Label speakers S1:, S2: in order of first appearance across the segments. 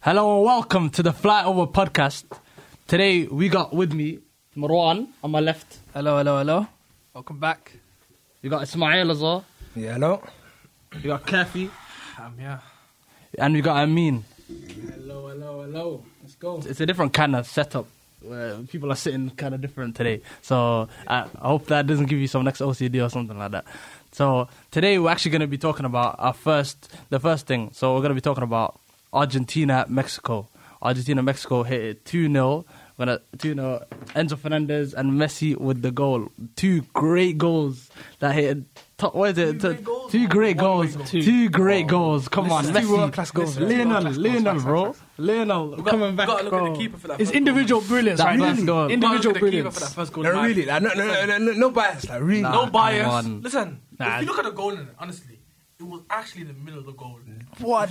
S1: Hello and welcome to the Fly Over podcast. Today we got with me Marwan on my left.
S2: Hello, hello, hello. Welcome back.
S1: You got Ismail as well.
S3: Yeah, hello.
S1: You got Kafi
S2: I'm here.
S1: and you got Amin.
S4: Hello, hello, hello. Let's go.
S1: It's a different kind of setup. Where people are sitting kind of different today. So I, I hope that doesn't give you some next OCD or something like that. So today we're actually going to be talking about our first, the first thing. So we're going to be talking about Argentina, Mexico. Argentina, Mexico hit it 2 0. Gonna 2 0. Enzo Fernandez and Messi with the goal. Two great goals that hit. Top, what is it? Two, great goals. Two great goals. Come on,
S3: Two
S1: Messi.
S3: world-class goals.
S1: Lionel, Lionel, bro. Lionel, coming back.
S2: Gotta look
S1: bro.
S2: at the keeper for that.
S4: It's
S2: first
S4: individual brilliance
S1: That
S4: right
S1: first
S4: now.
S1: goal.
S2: goal. Gotta look
S4: Individual
S2: at the keeper for that
S4: brilliance.
S2: first goal.
S3: No,
S2: man.
S3: really, like, no, no, no, no, no bias, like really.
S1: Nah.
S2: No bias.
S1: Come on.
S2: Listen,
S1: Nah.
S2: if you look at the goal, honestly, it was actually the middle of the goal.
S3: What?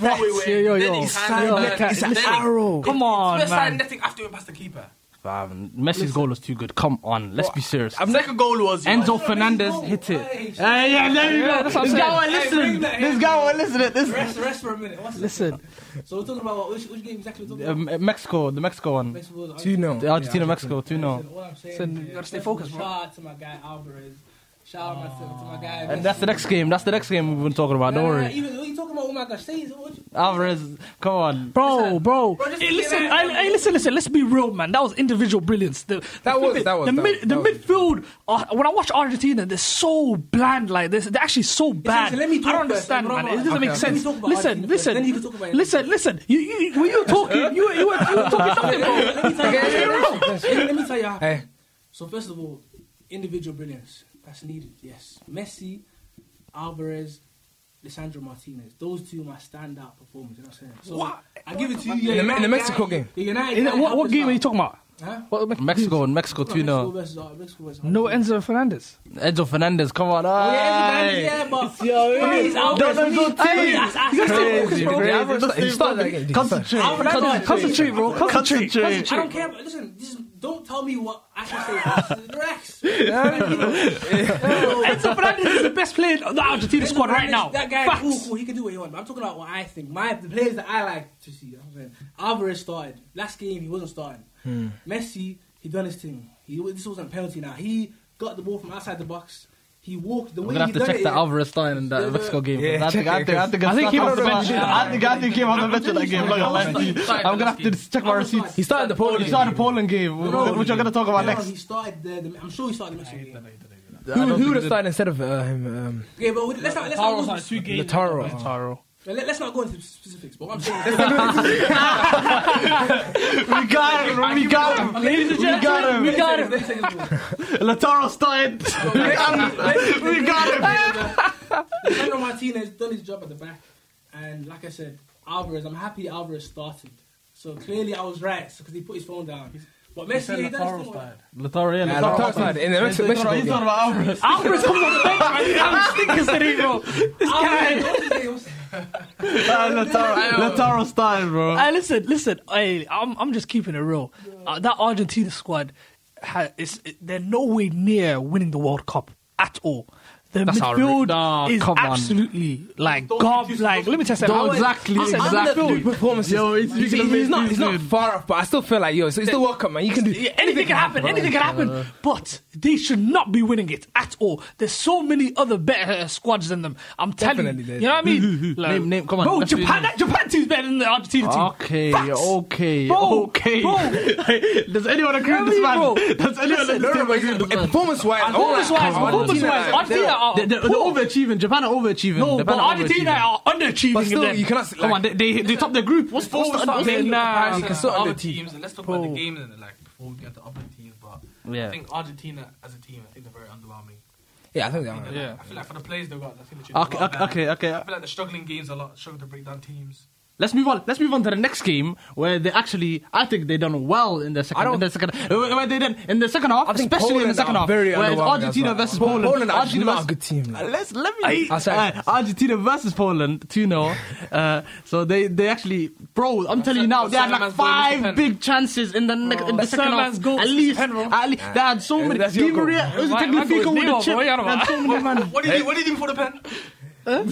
S2: Right,
S3: That's
S2: wait,
S4: Yo,
S2: wait.
S4: yo,
S2: Then
S4: yo.
S2: he
S3: it's
S2: handed
S3: like-
S2: it.
S3: it's an
S2: Then he-
S3: arrow.
S2: it-
S1: Come on,
S2: Smith started
S1: man.
S2: netting after he passed the keeper.
S1: Um, Messi's goal was too good. Come on, let's be serious.
S2: Second goal was
S1: Enzo Fernandez hit it. Yeah, yeah, there you go. This guy won't listen. This guy won't listen. at This
S4: Rest, rest for a minute. One second.
S1: listen.
S4: So we're talking about what, which, which game exactly we're talking
S1: Um, uh, Mexico, the Mexico one,
S4: about.
S3: Two no.
S1: the Argentina Mexico two 0
S4: What I'm saying.
S2: Listen,
S4: is,
S2: you gotta stay
S4: first of all,
S2: focused, bro.
S4: Shout out to my guy Alvarez. Shout out myself to my guy.
S1: Ah. And that's the next game. That's the next game we've been talking about. Don't worry,
S4: Even what you talking about? Oh my gosh, say it, what you-
S1: Alvarez. Come on,
S4: Listen.
S5: Bro, bro.
S4: Bro, just look
S5: Hey,
S4: at
S5: listen,
S4: that.
S5: I, hey, listen, listen. Let's be real, man. That was individual brilliance. The,
S3: That
S5: the
S3: was-
S5: mid-
S3: that was-
S5: the,
S3: that
S5: mid,
S3: was-
S5: the
S3: that was-
S5: midfield. Uh, when I watch Argentina, they're so bland. Like this, they're actually so bad.
S4: listen, let me
S5: I
S4: talk
S5: don't
S4: first,
S5: understand,
S4: bro,
S5: man.
S4: bro.
S5: It doesn't
S4: Okay,
S5: make
S4: okay. Let me
S5: sense.
S4: talk about
S5: Listen,
S4: Argentina first,
S5: listen,
S4: then you can talk about
S5: listen, listen. You, you, when you were talking, you, were- you, were, you were talking something, bro.
S4: Let me tell you.
S3: Okay, yeah,
S4: Let me- Let me tell you. how-
S3: Hey,
S4: So first of all, individual brilliance that's needed. Yes, Messi, Alvarez, Lisandro Martinez. Those two are my standout performers. You know what I'm saying? So
S3: What?
S4: I give it to you.
S3: the- in the
S4: United-
S3: Mexico game?
S4: The United.
S5: Is that- what, what
S4: happens
S5: game are you
S4: now.
S5: talking about?
S4: Huh?
S5: What,
S1: Mexico and Mexico two
S4: Mexico
S1: 0
S4: versus uh, Mexico versus.
S5: No Enzo Fernandez.
S1: Enzo Fernandez. Come on,
S4: Oh, yeah,
S1: aye.
S4: Enzo Fernandez, yeah, but for me, it's Alvarez. For me,
S1: Don't-
S4: for me, that's- that's- that's
S1: Crazy,
S4: Alvarez, bro.
S1: crazy. Just-
S3: Alvarez started-
S1: he started-
S3: he started-
S1: Concentrate.
S4: Alvarez started-
S1: Concentrate, bro. Concentrate.
S4: I don't care. But listen, just don't tell me what I should say. Relax. No.
S5: Enzo Fernandez is the best player in the Argentina squad right now.
S4: That guy,
S5: Facts.
S4: cool, cool. He can do what he wants. But I'm talking about what I think. My the players that I like to see. you know what I'm saying? Alvarez started last game. He wasn't starting.
S1: Hmm.
S4: Messi, he done his thing. He this wasn't a penalty. Now he got the ball from outside the box. He walked the
S1: We're
S4: way
S1: gonna have
S4: he
S1: to
S4: done
S1: check
S4: it.
S1: that Alvarez starting in that
S4: Yeah,
S1: Mexico game.
S3: yeah,
S1: I think I
S3: check it,
S1: think I think
S5: I think he
S1: started
S5: was
S1: off
S5: bench.
S1: I think I think he came on the bench in that game. Like, I'm gonna lie to you. I'm gonna have to check my receipts.
S4: He
S1: started the Poland. He started the Poland game, which we're gonna talk about
S4: No,
S1: next.
S4: he started the, the. I'm sure he started the Mexico game.
S3: who, who would have started instead of uh, him? Um,
S4: Okay, but we- let's not let's not, go,
S2: two games.
S3: Lautaro.
S4: let, us not go into specifics. But what I'm saying. is-
S1: We got him. We got him. Ladies and gentlemen, we got him.
S4: Let me say this, let me say this.
S1: Lataro started. We got him.
S4: Fernando Martinez done his job at the back, and like I said, Alvarez. I'm happy Alvarez started. So clearly I was right because he put his phone down. But Messi, he done his thing.
S1: Lataro, yeah.
S3: Lautaro started in the Mexico- Mexico
S1: He's
S3: game.
S1: talking about Alvarez.
S5: Alvarez comes on the bench, man. He's having stinkers today, bro.
S4: Alvarez, what's his name? What's-
S1: Lataro Lataro started, bro.
S5: Hey, listen, listen. Hey, I'm, I'm just keeping it real. Uh, that Argentina squad, ha, is they're nowhere near winning the World Cup at all. The
S1: That's outrageous.
S5: midfield
S1: Nah,
S5: is
S1: come on.
S5: absolutely like garbage. Like, let me tell you something.
S1: Don't-
S5: How-
S1: exactly,
S5: I said,
S1: exactly.
S3: Undervalued performances.
S1: Yo, he's-
S3: he's,
S1: he's gonna
S3: he's
S1: make
S3: not,
S1: these
S3: he's not
S1: good.
S3: far off, but I still feel like yo, it's, it's the World Cup, man. You can do
S5: Yeah, anything can happen. Anything can happen. But they should not be winning it at all. There's so many other better squads than them. I'm telling
S3: Definitely
S5: you.
S3: there.
S5: You know what I mean?
S1: Name- name- come on,
S5: Bro,
S1: let's be real.
S5: Japan, that Japan team's better than the Argentina team.
S1: Okay,
S5: Facts.
S1: okay,
S5: Bro,
S1: okay.
S5: bro.
S1: Does anyone agree with this
S5: Really, bro?
S1: man? Does anyone agree with this man?
S3: Performance wise,
S5: Performance wise, performance wise, Argentina are.
S1: They- They're, they're overachieving. Japan are overachieving.
S5: No,
S1: Japan
S5: but
S1: are
S5: Argentina
S1: overachieving.
S5: are underachieving.
S3: But still,
S5: them.
S3: you cannot.
S1: Come on,
S3: Like,
S1: they, they, they top the group. What's, what's
S2: Always
S1: the
S2: start
S1: they-
S2: making
S1: nah.
S2: comparisons
S3: Nah.
S2: to other
S3: Bro.
S2: teams, and let's talk about the
S5: Bro.
S2: games and like before we get to other teams. But
S1: Yeah.
S2: I think Argentina as a team, I think they're very underwhelming.
S3: yeah, I think that.
S2: Yeah. I feel like for the players they got, I think they
S1: Okay, okay, okay, okay.
S2: I feel like the struggling games a lot, struggle to break down teams.
S1: Let's move on. Let's move on to the next game where they actually, I think they done well in the second.
S3: I don't-
S1: in the second, uh, where they did in the second half,
S3: I think
S1: especially in the
S3: Poland
S1: second
S3: are
S1: half.
S3: very
S1: where it's
S3: underwhelming
S1: Argentina
S3: as well.
S1: versus Poland.
S3: Poland are
S1: Argentina
S3: not a
S1: versus-
S3: good team.
S1: Uh, Let's let me.
S3: I'm sorry.
S1: Uh, Argentina versus Poland, two 0 uh, So they they actually, bro. I'm telling you now, they had like
S2: Salman's goal, Mr.
S1: five
S2: Pen.
S1: big chances in the ne- in the second
S5: Salman's
S1: half.
S5: goal,
S1: At
S5: Mr.
S1: least,
S5: Pen, bro.
S1: at least they had so many.
S3: that's your
S1: Di Maria, it was
S5: My- my goal
S1: technically
S5: is
S1: with the
S5: Nemo,
S1: chip.
S5: bro, you know
S1: They had so many man.
S2: What do you do? What do you do before the pen?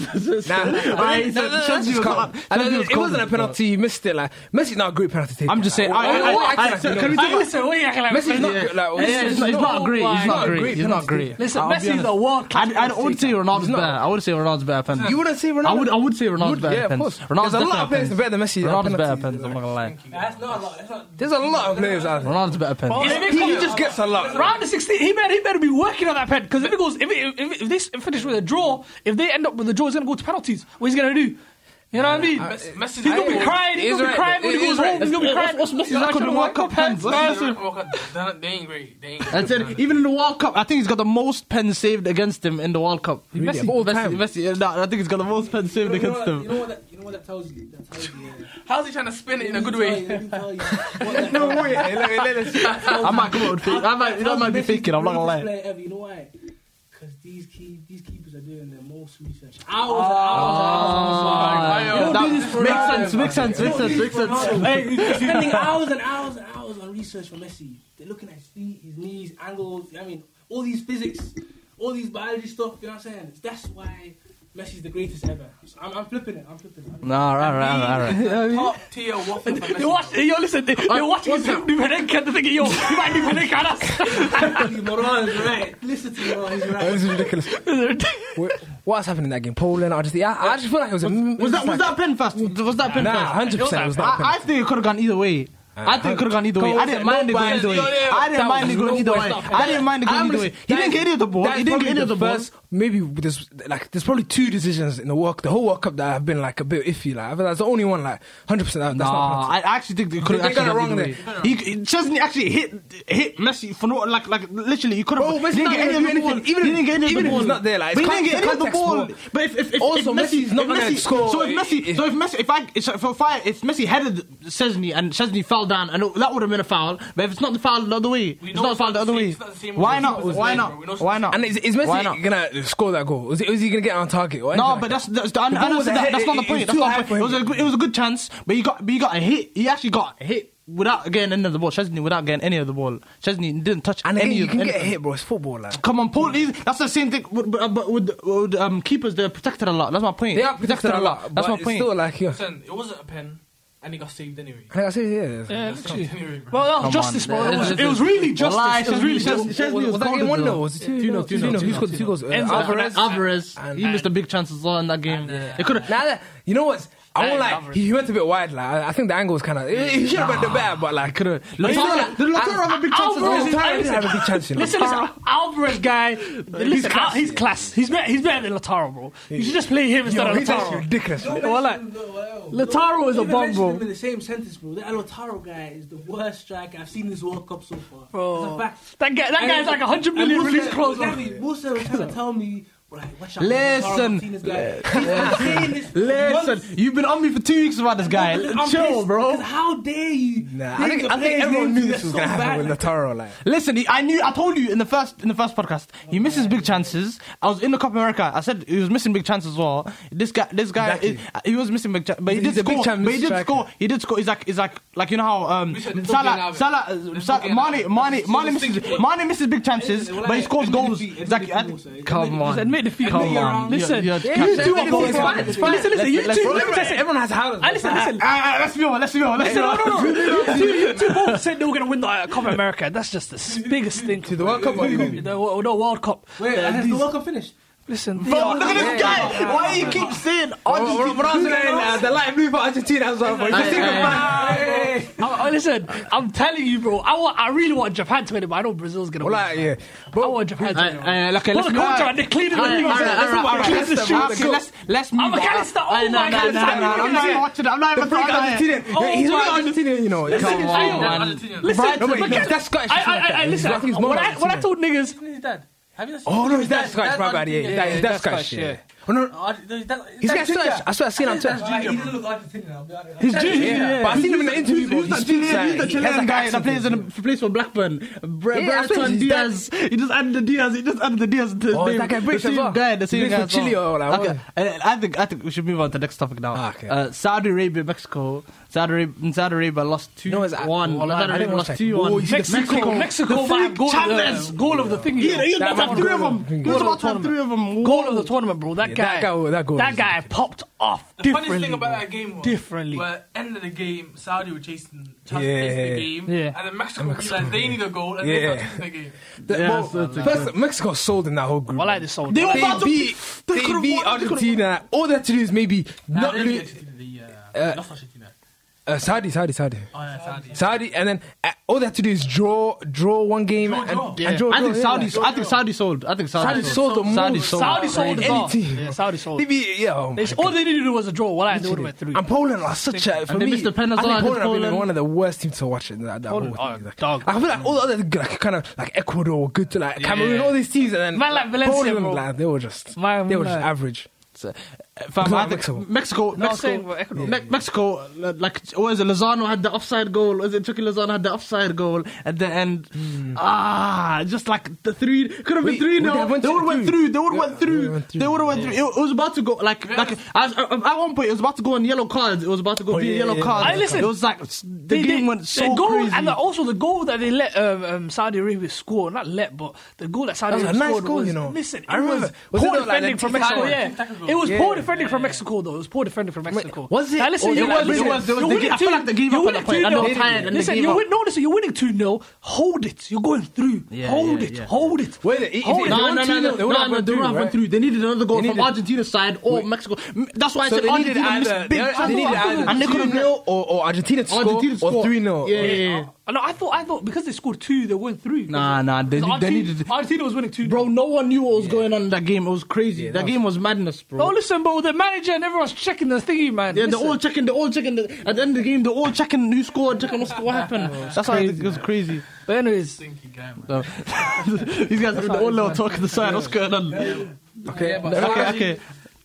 S3: Nah, I,
S6: he said- Chelsea was calm. Chelsea was
S3: it wasn't a
S6: calm.
S3: penalty. You missed it. Like Messi's not a great penalty taker. Oh,
S6: I'm just saying-
S3: Like,
S6: I- I-
S3: what- what
S6: I-
S3: acting
S6: I-
S3: has
S6: so
S3: he
S6: can
S3: done?
S6: we
S5: I listen, what are you acting like?
S3: Messi's not
S5: Messi?
S3: good. Like,
S6: Yeah,
S3: this
S6: yeah,
S3: is
S6: it's, not, it's not
S5: no
S6: great. He's
S5: lie.
S6: not
S3: Not a
S6: great.
S3: great
S6: He's not
S3: penalty.
S6: great.
S5: Listen,
S6: I'll be
S5: Messi's
S6: honest.
S5: a world-class
S6: I, I wouldn't say Ronaldo's
S3: not.
S6: better. I wouldn't say Ronaldo's better offensive.
S3: You wouldn't say Ronaldo?
S6: I would. I would say Ronaldo's
S3: Would-
S6: better.
S3: yeah, of
S6: offensive.
S3: course.
S6: Ronaldo's
S3: There's a lot of
S6: definitely
S3: players better than Messi.
S6: Ronaldo's
S3: Penalties,
S6: better offensive.
S3: like,
S6: I'm not gonna lie.
S7: That's not a lot. That's not.
S3: There's a lot of players out there.
S6: Ronaldo's better offensive.
S5: If it
S3: He
S5: comes-
S3: just gets a lot.
S5: Round of 16, he better, he better be working on that pen. Because if it goes, if, it, if, if they s- finish with a draw, if they end up with a draw, he's going to go to penalties. What he's going to do? You know what I mean?
S4: Messi-
S5: he's going to be
S4: I-
S5: crying.
S3: he's
S5: He's going to
S3: right,
S5: be crying when
S3: though.
S5: he goes
S3: He's right.
S5: home. He's going to be crying.
S6: What's- what's
S5: He's not
S6: Messi
S5: going to
S6: doing?
S5: work up pens.
S4: What's
S5: Messi.
S4: the- They they ain't great. They ain't
S6: That's
S4: good.
S6: it. Even in the World Cup, I think he's got the most pens saved against him in the World Cup.
S3: Really?
S6: Messi,
S3: Of all
S6: Messi-
S3: time?
S6: Messi, yeah, no, I think he's got the most pens saved
S7: You know,
S6: against
S7: what, you
S6: him.
S7: know what that you know what that tells you. That tells you. Yeah.
S4: How's he trying to spin it in a good
S7: Let me
S4: way?
S7: tell you, let me tell you.
S3: No way. Hey, let- let- let's-
S6: I might come out with fake. I might, that might be
S7: Messi
S6: faking. I'm not gonna
S7: greatest
S6: lie.
S7: player ever, you know why? Because these key these keepers are doing their most research. Hours, and hours, and hours.
S4: Oh,
S7: You don't do this for
S6: makes
S7: Ronaldo.
S6: sense. Makes sense.
S7: You
S6: Makes
S7: don't
S6: sense.
S7: do this
S6: Makes
S7: for
S6: sense.
S7: Ronaldo. They're spending hours and hours and hours on research for Messi. They're looking at his feet, his knees, angles. I mean, all these physics, all these biology stuff. You know what I'm saying? That's why Messi's the greatest ever. So I'm, I'm flipping it. I'm flipping it.
S6: No, all right, all right, all right.
S4: Top tier waffle for
S5: They
S4: Messi.
S5: watch, yo, listen, they, they're watching him do Penenka and they're thinking, yo, he might do Penenka on us.
S7: Moran is right. Listen to Moran. He's right.
S3: This is ridiculous. Wait, What's happening in that game? Poland, Argentina. I, I just feel like it was. A,
S6: Was that was that pen fast? Was that pen
S3: Nah,
S6: fast?
S3: hundred percent. It was not. a Uh,
S6: I, I
S3: penalty.
S6: think it could have gone either way. I think it could have gone either way. I didn't mind it going either way. I didn't mind it going either way. I didn't mind it going either way. He didn't get any of the ball.
S3: That's
S6: He didn't
S3: probably
S6: get any of the ball.
S3: first- Maybe there's like there's probably two decisions in the work, the whole World Cup that have been like a bit iffy. Like I think that's the only one. Like hundred percent. That's
S6: Nah,
S3: not.
S6: I actually think they could
S3: They- they
S6: have
S3: got
S6: actually
S3: it
S6: gone
S3: wrong
S6: either
S3: there.
S6: way. He, he- Chesney actually hit hit Messi for no like like literally he could have.
S3: Bro, Messi
S6: didn't
S3: not
S6: get
S3: gonna
S6: any of
S3: do
S6: the ball.
S3: anything. Even
S6: he
S3: if-
S6: didn't get any of
S3: even
S6: the
S3: if
S6: ball.
S3: he's not there, like,
S6: but he
S3: it's
S6: didn't
S3: con-
S6: get any of the
S3: context,
S6: ball.
S3: bro.
S6: But if if, if
S3: Also,
S6: if Messi,
S3: Messi's not
S6: if
S3: gonna
S6: Messi,
S3: score.
S6: So if Messi,
S3: It-
S6: so if Messi, if I so if I if Messi headed Chesney and Chesney fell down, and that would have been a foul. But if it's not the foul the other way, it's
S4: know
S6: not the
S4: it's
S6: foul the
S4: not
S6: other
S4: the same-
S6: way.
S4: it's not the same
S6: Why
S4: with
S6: not?
S4: the
S6: Why
S4: same bro. We know
S6: not?
S4: it's not
S6: Why
S4: the
S6: not?
S3: And is, is
S6: Why
S3: Messi
S6: not?
S3: gonna score that goal? Is he, is he gonna get on target? Or anything
S6: No,
S3: like
S6: but
S3: that?
S6: that's that's, the, and,
S3: The
S6: and
S3: ball was
S6: that's,
S3: ahead.
S6: that's not the
S3: It- it
S6: point.
S3: was
S6: That's
S3: too
S6: not
S3: high
S6: the
S3: for
S6: point. It was a
S3: him.
S6: good, it was a good chance, but he got but he got a hit. He actually got hit without getting any of the ball. Chesney without getting any of the ball. Chesney didn't touch
S3: and again,
S6: any.
S3: you
S6: of
S3: can get
S6: anything.
S3: hit, bro. It's football, like.
S6: Come on, Paul. he's- That's the same thing. With, but, but with, with um, keepers, they're protected a lot. That's my point.
S3: They are protected a lot. but
S6: That's my
S3: it's
S6: point.
S3: Still, like, yeah.
S4: Listen, it wasn't a pen, and he got saved anyway.
S3: Like I said, yeah.
S5: Yeah,
S4: Got saved anyway, bro.
S5: Well, that was
S6: Come
S5: justice,
S6: on,
S5: bro. It was,
S6: man.
S5: it was really justice.
S6: Wallahi,
S5: it was really
S6: Chesney-
S5: justice.
S6: Chesney
S3: was,
S6: was
S3: that game
S6: golden,
S3: one
S6: though.
S3: though? Was it two?
S6: Two-nil,
S3: No,
S6: two-nil,
S3: Who scored the two goals? Uh,
S5: Enzo.
S3: Alvarez.
S6: Alvarez,
S3: And-
S6: he missed a big chance as well in that game. it could have.
S3: Nah, that, you know what? I won't
S5: Nah,
S3: lie.
S5: Alvarez.
S3: He, he went a bit wide. Like I, I think the angle was kind of. He should have went the better, but like could have.
S6: Lautaro- did Lautaro have a big
S3: Oh,
S6: chance as well?
S5: Alvarez-
S3: Lautaro didn't have a big chance. You know.
S5: Listen, listen, Alvarez guy, listen, he's class. He's, class. he's, better, he's better than Lataro, bro. You should just play him instead
S3: Yo,
S5: of
S3: he's actually
S5: Lataro.
S3: ridiculous.
S7: Don't
S3: man.
S5: Well,
S7: mention him, no, well.
S5: Lautaro is a
S7: Even
S5: bum,
S7: mention
S5: bro.
S7: him in the same sentence, bro. That Lotaro guy is the worst striker I've seen this World Cup so far. That's
S5: Bro.
S7: a fact.
S5: That, guy, that guy's
S7: And-
S5: like 100
S7: and
S5: million
S7: Musa-
S5: release clause. bro.
S7: Exactly. Musa was trying to tell me, right, watch out.
S6: Listen.
S7: Lautaro Martinez guy. He's been saying this for months.
S6: Listen, you've been on me for two weeks about this guy.
S7: I'm
S6: Chill,
S7: pissed
S6: bro.
S7: because How dare you?
S3: Nah, I
S7: Take
S3: think,
S7: a
S3: I think
S7: player's
S3: everyone
S7: name
S3: knew
S7: to
S3: this
S7: that
S3: was
S7: so
S3: gonna happen
S7: bad.
S3: with Lautaro. Like
S6: Listen, he- I knew. I told you in the first in the first podcast. He misses big chances. I was in the Cup America. I said he was missing big chances as well. This guy, this guy,
S3: Exactly.
S6: he, he was missing big chances, but he
S3: He's
S6: did
S3: a big
S6: score.
S3: chance
S6: But he did
S3: striker.
S6: score. He did score. He's like, he's like, like you know how um,
S4: Listen, let's not
S6: Salah,
S4: get
S6: Salah,
S4: out of it.
S6: uh,
S4: Let's not
S6: Salah,
S4: get out of
S6: Mane,
S4: it.
S6: Mane,
S4: Let's
S6: Mane
S4: just
S6: misses,
S4: think-
S6: Mane misses big chances,
S7: Listen, well,
S6: but he
S7: I-
S6: scores
S7: admit
S6: goals.
S7: defeat,
S6: It's like, uh,
S7: admit defeat also.
S6: I-
S7: Admit-
S6: come
S5: Just
S6: on,
S5: admit defeat.
S7: Come
S5: Admit you're
S7: on.
S5: wrong.
S6: You're-
S5: Listen,
S6: you're-
S5: you
S6: you're-
S5: two are both
S3: it's fine,
S5: Listen,
S3: it's fine.
S5: listen, listen. You
S6: Let's-
S5: two,
S6: let's-
S5: let me just say,
S3: everyone has howlers.
S5: I listen, listen.
S6: Ah, ah, let's be honest. Let's be honest.
S5: Listen, no, no, no. You two, you two both said they were going to win the uh, Copa America. That's just the s- biggest thing. To the
S3: World Cup or the Copa?
S5: No, no, World Cup.
S7: Wait,
S5: Uh,
S7: has the World Cup finished?
S5: Listen, they
S6: Bro,
S5: are-
S6: look at this guy. Why do you keep saying? Argentina?
S3: the light blue for Argentina as well.
S6: Aye, aye,
S5: I, I- listen, I'm telling you, bro. I want, I really want Japan to win it, but I know Brazil's gonna
S3: Well,
S5: win.
S3: like, yeah.
S5: I want Japan to win. it.
S6: Uh, uh, okay,
S5: Well,
S6: let's
S5: the
S6: go.
S5: culture, they're cleaning the
S6: Alright,
S5: things.
S6: alright,
S5: That's
S6: alright,
S5: what
S6: alright,
S5: cleans
S6: let's-
S5: the shoes.
S6: okay, let's- let's move
S5: I'm a
S6: on.
S5: Calista, oh
S6: Alright, no,
S5: my
S6: no,
S5: Calista,
S6: no, no,
S5: look
S6: I'm
S5: at
S6: not
S5: that.
S6: watching it, I'm not
S3: The
S6: even
S3: freak
S6: trying to-
S3: Argentinian. Yeah, he's
S5: my-
S3: really Argentinian, you know.
S5: Oh, Listen,
S6: Come
S5: I-
S6: on, man.
S5: Oh Listen,
S3: No, wait,
S5: look
S3: no,
S5: at-
S3: that's Scottish,
S5: I, I,
S3: something like
S5: I,
S3: that.
S5: listen,
S3: I think he's more
S5: when I, when I
S3: Argentinian.
S5: told niggas,
S4: Isn't his dad? Have you not seen
S3: Oh no,
S4: his
S3: he's
S4: dad?
S3: that Scottish,
S4: That's
S3: my bad. Yeah,
S4: Argentina.
S3: yeah, he's that
S5: Scottish,
S3: Scottish.
S5: yeah.
S3: Yeah. Oh no,
S4: Oh, he's that- he's
S3: he's
S4: that
S3: got Scottish. I swear, I seen him on Twitter.
S7: Like, he doesn't look Argentinian. I'll be honest.
S6: He's Julian,
S3: Yeah. But I seen him in the interview. bro.
S6: Who's
S3: He
S6: that
S3: speaks like-
S6: Chilean? Who's that
S3: he has
S6: Chilean
S3: that
S6: guy that
S3: accent.
S6: plays in a plays for Blackburn? Bre-
S3: Yeah, I think he's
S6: Brereton
S3: that-
S6: Diaz. He just added the Diaz. He just added the Diaz to his
S3: Oh, is
S6: name.
S3: that guy British
S6: the
S3: as
S6: same
S3: well?
S6: guy, the
S3: He
S6: same
S3: plays
S6: guy.
S3: for
S6: as well.
S3: Chile or like
S6: okay, uh, I think I think we should move on to the next topic now.
S3: Ah, okay.
S6: Uh, Saudi Arabia, Mexico. Saudi Arabia, Saudi Arabia lost two
S3: No, it's-
S6: one.
S3: well, I- I
S6: Saudi
S3: didn't
S6: Arabia
S3: watch
S6: lost
S3: that.
S6: two
S3: Oh,
S6: one.
S3: you see the
S5: Mexico, Mexico,
S6: the
S5: man,
S6: freak
S5: goal, of
S3: uh,
S6: Chavez.
S5: the, goal of the thing.
S6: He, he was
S3: That
S6: about to have
S3: one
S6: three of
S3: goal.
S6: them. He was about to have three of them.
S5: Goal of the tournament, bro. That that
S3: that
S5: guy,
S3: guy- that goal was
S5: popped off
S4: The
S5: differently.
S4: funniest thing about
S5: bro.
S4: that game was
S5: differently.
S4: Where end of the game, Saudi were chasing, trying
S3: Yeah.
S4: to chase the game,
S5: Yeah.
S4: and then Mexico,
S3: Mexico.
S4: realized they need a goal, and
S3: Yeah.
S4: they started chasing the game.
S3: The-
S6: Yeah,
S3: well,
S6: so it's a
S3: first, Mexico sold in that whole group.
S5: Well, like this song.
S3: They,
S5: bro.
S3: were about beat,
S4: to-
S3: they,
S4: they could've
S3: beat
S4: won, they could've
S3: Argentina. All they had to do is maybe
S4: Nah,
S3: not
S4: they didn't
S3: lose.
S4: get to the, uh,
S3: Uh,
S4: not Argentina.
S3: Uh, Saudi, Saudi, Saudi.
S4: Oh, yeah, Saudi.
S3: Saudi, and then uh, all they had to do is draw, draw one game,
S4: Draw,
S3: and,
S4: draw.
S3: and draw.
S6: I think
S3: draw,
S6: Saudi. I think Saudi sold. I think Saudi,
S3: Saudi sold the most.
S6: Saudi sold.
S5: Saudi sold the
S3: Any
S5: ball.
S3: team.
S5: Yeah, Saudi
S3: Yeah.
S5: sold.
S3: They beat, yeah. oh my
S5: They, all they needed to do was a draw. Well, I they would have went three.
S3: And Poland are such a for
S6: they
S3: me.
S6: missed the penalty
S3: I think
S6: on
S3: Poland, have been
S6: Poland.
S3: one of the worst teams to watch in that, that
S5: Poland
S3: whole
S5: are
S3: thing. Like,
S5: dog.
S3: I feel like all the other like kind of like Ecuador, good to like Cameroon, all these teams, and then
S5: Man, like Valencia,
S3: Poland,
S5: bro.
S3: like, they were just
S5: Man,
S3: they were just
S5: like-
S3: average.
S6: So, fam, I
S3: Mexico.
S6: think Mexico, Mexico,
S5: No, I'm saying, well,
S6: Mexico,
S5: Ecuador.
S6: Me- Mexico, li- like was it Lozano had the offside goal? Was it Chucky Lozano had the offside goal at the end? Ah, just like the three could have
S3: Hmm. We-
S6: been
S3: we
S6: three. No,
S3: have went
S6: they would have went
S3: through.
S6: through. They
S3: Yeah,
S6: would have went
S3: we
S6: through.
S3: went through.
S6: They would have went through. It, it was about to go like like I was- uh, at one point it was about to go on yellow cards. It was about to go
S3: Oh,
S6: be
S3: yeah,
S6: a yellow
S3: yeah,
S6: card.
S5: yeah. I listen,
S6: It was like s- the
S5: They-
S6: game
S5: they-
S6: went so
S5: the goal,
S6: crazy.
S5: and the- also the goal that they let um, um, Saudi Arabia score, not let, but the goal that Saudi
S3: That was a
S5: Arabia
S3: nice
S5: scored
S3: goal,
S5: was,
S3: you know.
S5: Listen,
S3: I
S5: it was
S3: remember. Was it
S5: poor
S3: not like
S5: defending
S3: that
S5: from
S3: tiki
S5: Mexico.
S3: taka?
S5: Yeah, it was
S3: Yeah.
S5: poor defending from Mexico, though. It was poor defending from Mexico.
S3: was it?
S5: Now, listen,
S3: Or
S5: you
S3: it was-
S5: win-
S3: it
S6: was- they
S5: you
S6: were-
S5: win
S6: I feel like they gave
S5: you
S6: up
S5: win
S6: at
S5: it
S6: that point. I know
S5: 3-0.
S6: tired and they
S5: Listen,
S6: gave
S5: you
S6: up.
S5: win. No, listen, you're winning two 0 Hold it. You're going through.
S6: Yeah,
S5: Hold
S6: yeah,
S5: it.
S6: yeah.
S5: Hold it.
S3: Wait, if- if
S5: Hold
S3: they
S5: it.
S6: No,
S3: don't
S6: no, no,
S3: team
S6: no,
S3: up,
S6: no,
S3: would
S6: no,
S3: have
S6: no,
S3: gone
S6: they would have
S3: through,
S6: went
S3: right?
S6: through. They needed another goal
S3: They
S6: from
S3: needed-
S6: Argentina's side or Mexico. M- That's why I
S3: So
S6: said
S3: they needed
S6: Argentina
S3: either
S6: missed big
S3: they- they needed
S6: chances.
S3: either
S6: And they could have
S3: 2-0 or, or Argentina to
S6: Argentina
S3: score or
S6: scored.
S3: three 0
S6: Yeah, yeah, yeah.
S5: No, I thought I thought because they scored two, they went through.
S6: Nah, nah, they-
S5: Because
S6: they
S5: Argentina-
S6: needed-
S5: Argentina was winning two.
S6: Bro, no one knew what was going on in that game. It was crazy.
S3: Yeah,
S6: that
S3: that
S6: game was madness, bro.
S5: Oh, listen, bro, the manager and everyone's checking the thingy, man.
S6: yeah, they're
S5: Listen.
S6: all checking. They're all checking. The, at the end of the game, they're all checking who scored, checking what, what happened. That's why it was crazy.
S5: But anyways,
S4: Stinky guy, man.
S6: So, these guys are all little talk to the side. What's going on?
S3: Okay,
S4: Yeah, but
S6: Okay,
S4: Saudi,
S6: okay.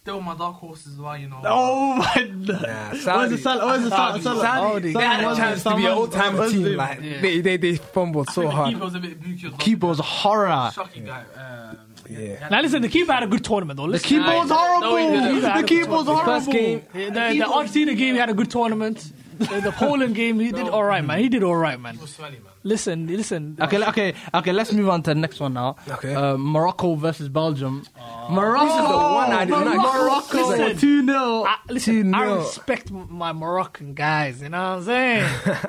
S4: They were my dark horses, as well, you know.
S6: Oh my! Nah, where's the Salah? Where's the Salah?
S4: Saudi.
S6: Salah?
S3: they had a chance to be an all-time team. Like they, they, they fumbled so
S4: Even
S3: hard.
S4: Keeper was a bit booky as well.
S6: Keyboard's horror.
S4: Shocking guy. Um,
S3: Yeah.
S5: now listen, the keeper had a good tournament though.
S6: The
S5: Listen,
S6: keyboard's horrible.
S5: didn't.
S6: The keyboard's horrible.
S3: First game,
S5: the, the Argentina game, he had a good tournament. the, the Poland game, he did all right, man. He did all right, man.
S4: he was smelly, man.
S5: Listen, listen.
S6: Okay, le- okay, okay. Let's move on to the next one now.
S3: Okay.
S6: Uh, Morocco versus Belgium. Morocco.
S3: This is the one I did not
S6: Morocco.
S5: expect. Listen.
S6: two 0
S3: Ah,
S5: I, listen, I
S3: Dude, no.
S5: respect m- my Moroccan guys. You know what I'm saying?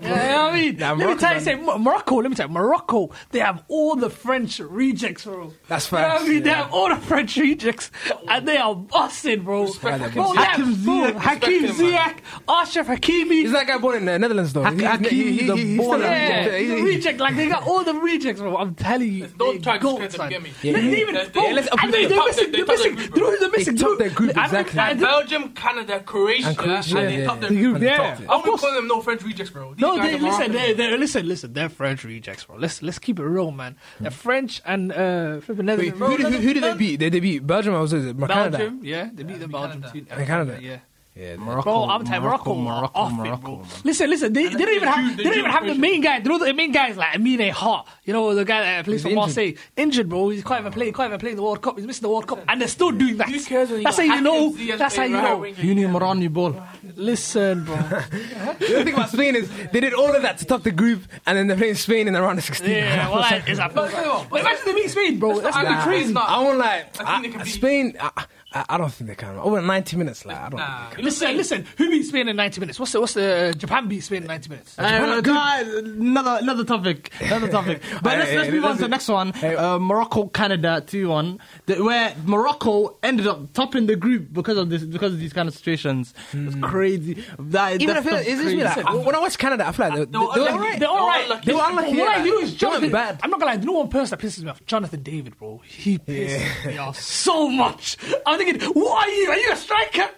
S5: you know what I mean?
S3: Nah,
S5: let me
S3: Morocco,
S5: tell you,
S3: man.
S5: say Mo- Morocco. Let me tell you, Morocco. They have all the French rejects, bro.
S3: That's
S5: You know what
S3: facts,
S5: I mean? They
S3: yeah.
S5: have all the French rejects, and they are busting, bro.
S3: them.
S5: bro, they have
S6: Hakim
S5: food.
S6: Ziyech,
S5: Hakim
S4: respect him,
S5: Ziyech, Ashraf Hakimi.
S3: Is that guy born in the Netherlands though?
S6: Hak- Hakim, the baller.
S5: yeah,
S3: He-
S5: the
S3: he-
S5: reject like they got all the rejects, bro. I'm telling you,
S4: Don't
S5: they
S4: try to
S5: goats,
S4: discredit them,
S5: man.
S4: get me.
S5: They
S4: Yeah,
S5: didn't
S4: yeah.
S5: even
S4: They-
S5: bro,
S4: yeah, let's up
S5: and
S4: the
S5: they, they're
S4: top,
S5: missing,
S4: they
S5: they're
S4: top
S5: missing,
S4: their group,
S5: they're
S4: bro.
S5: the missing
S3: top
S5: group.
S3: their group,
S5: I think-
S3: exactly.
S5: I
S3: And
S5: think-
S4: Belgium, Canada, Croatia, and,
S3: Croatia,
S4: they
S3: yeah,
S4: top their
S3: yeah.
S4: group.
S3: And they
S5: Yeah.
S3: top it.
S4: I wouldn't call them no French rejects, bro. These
S5: No,
S4: guys
S5: they,
S4: are
S5: listen,
S4: Moroccan.
S5: they, they, listen, listen. They're French rejects, bro. Let's let's keep it real, man.
S4: Hmm.
S5: They're French and uh, flipping
S3: Wait,
S5: Netherlands.
S3: who, did, who, who did they beat? Did they beat Belgium or was it Canada?
S5: Belgium, yeah, they beat the Belgium
S4: Canada.
S5: team.
S3: And Canada.
S5: yeah.
S3: Yeah,
S5: Bro, I'm telling you, Morocco, Morocco, off it, bro. Listen, listen, they, they
S4: then
S5: didn't even
S4: the
S5: have,
S4: Jew-
S5: they
S4: the
S5: didn't
S4: Jew
S5: even have the
S4: equation.
S5: main guy. You know, the main guy is like Amine Ha. You know, the guy that uh, plays
S3: He's
S5: for
S3: injured.
S5: Marseille, injured, bro. He's quite even playing, quite even playing the World Cup. He's missing the World Cup, and they're still doing that.
S4: Who cares when you
S5: That's how
S4: got
S5: you know.
S4: Atkins, Diaz
S5: That's how you
S4: playing right
S5: know.
S4: wing?
S6: You need Morani ball.
S5: Listen, bro.
S3: The only thing about Spain is they did all of that to top the group, and then they're playing Spain in the round of 16.
S5: Yeah, well, that is a.
S4: But, you know,
S5: But imagine they beat Spain, bro. That's gonna be
S3: Nah,
S5: crazy.
S4: not-
S3: I won't like
S4: I think they can beat-
S3: Spain. I, I, I don't think they can. Over 90 minutes, like I don't. think
S4: nah, you know,
S5: Listen, listen. Who beat Spain in 90 minutes? What's the what's the uh, Japan beat Spain in 90 minutes?
S6: Uh, guys, another another topic, another topic. But let's,
S3: Hey,
S6: let's
S3: hey,
S6: move on
S3: let's-
S6: to the next one.
S3: hey.
S6: Uh, Morocco Canada two one, where Morocco ended up topping the group because of this because of these kind of situations. It's
S3: Hmm.
S6: crazy. That,
S3: Even
S6: that
S3: if it,
S6: stuff's
S3: it's just
S6: crazy.
S3: me, like, when I watch Canada, I feel like they,
S4: they were
S3: they, they were
S4: unlucky.
S3: alright.
S5: They're all
S4: They're
S5: right.
S4: unlucky.
S3: They were unlucky,
S5: What
S3: yeah.
S5: I do is
S3: They weren't
S5: Jonathan.
S3: bad.
S5: I'm not gonna lie. You know one person that pisses me off? Jonathan David, bro. He pisses me off so much. I'm thinking, what are you? Are you a striker?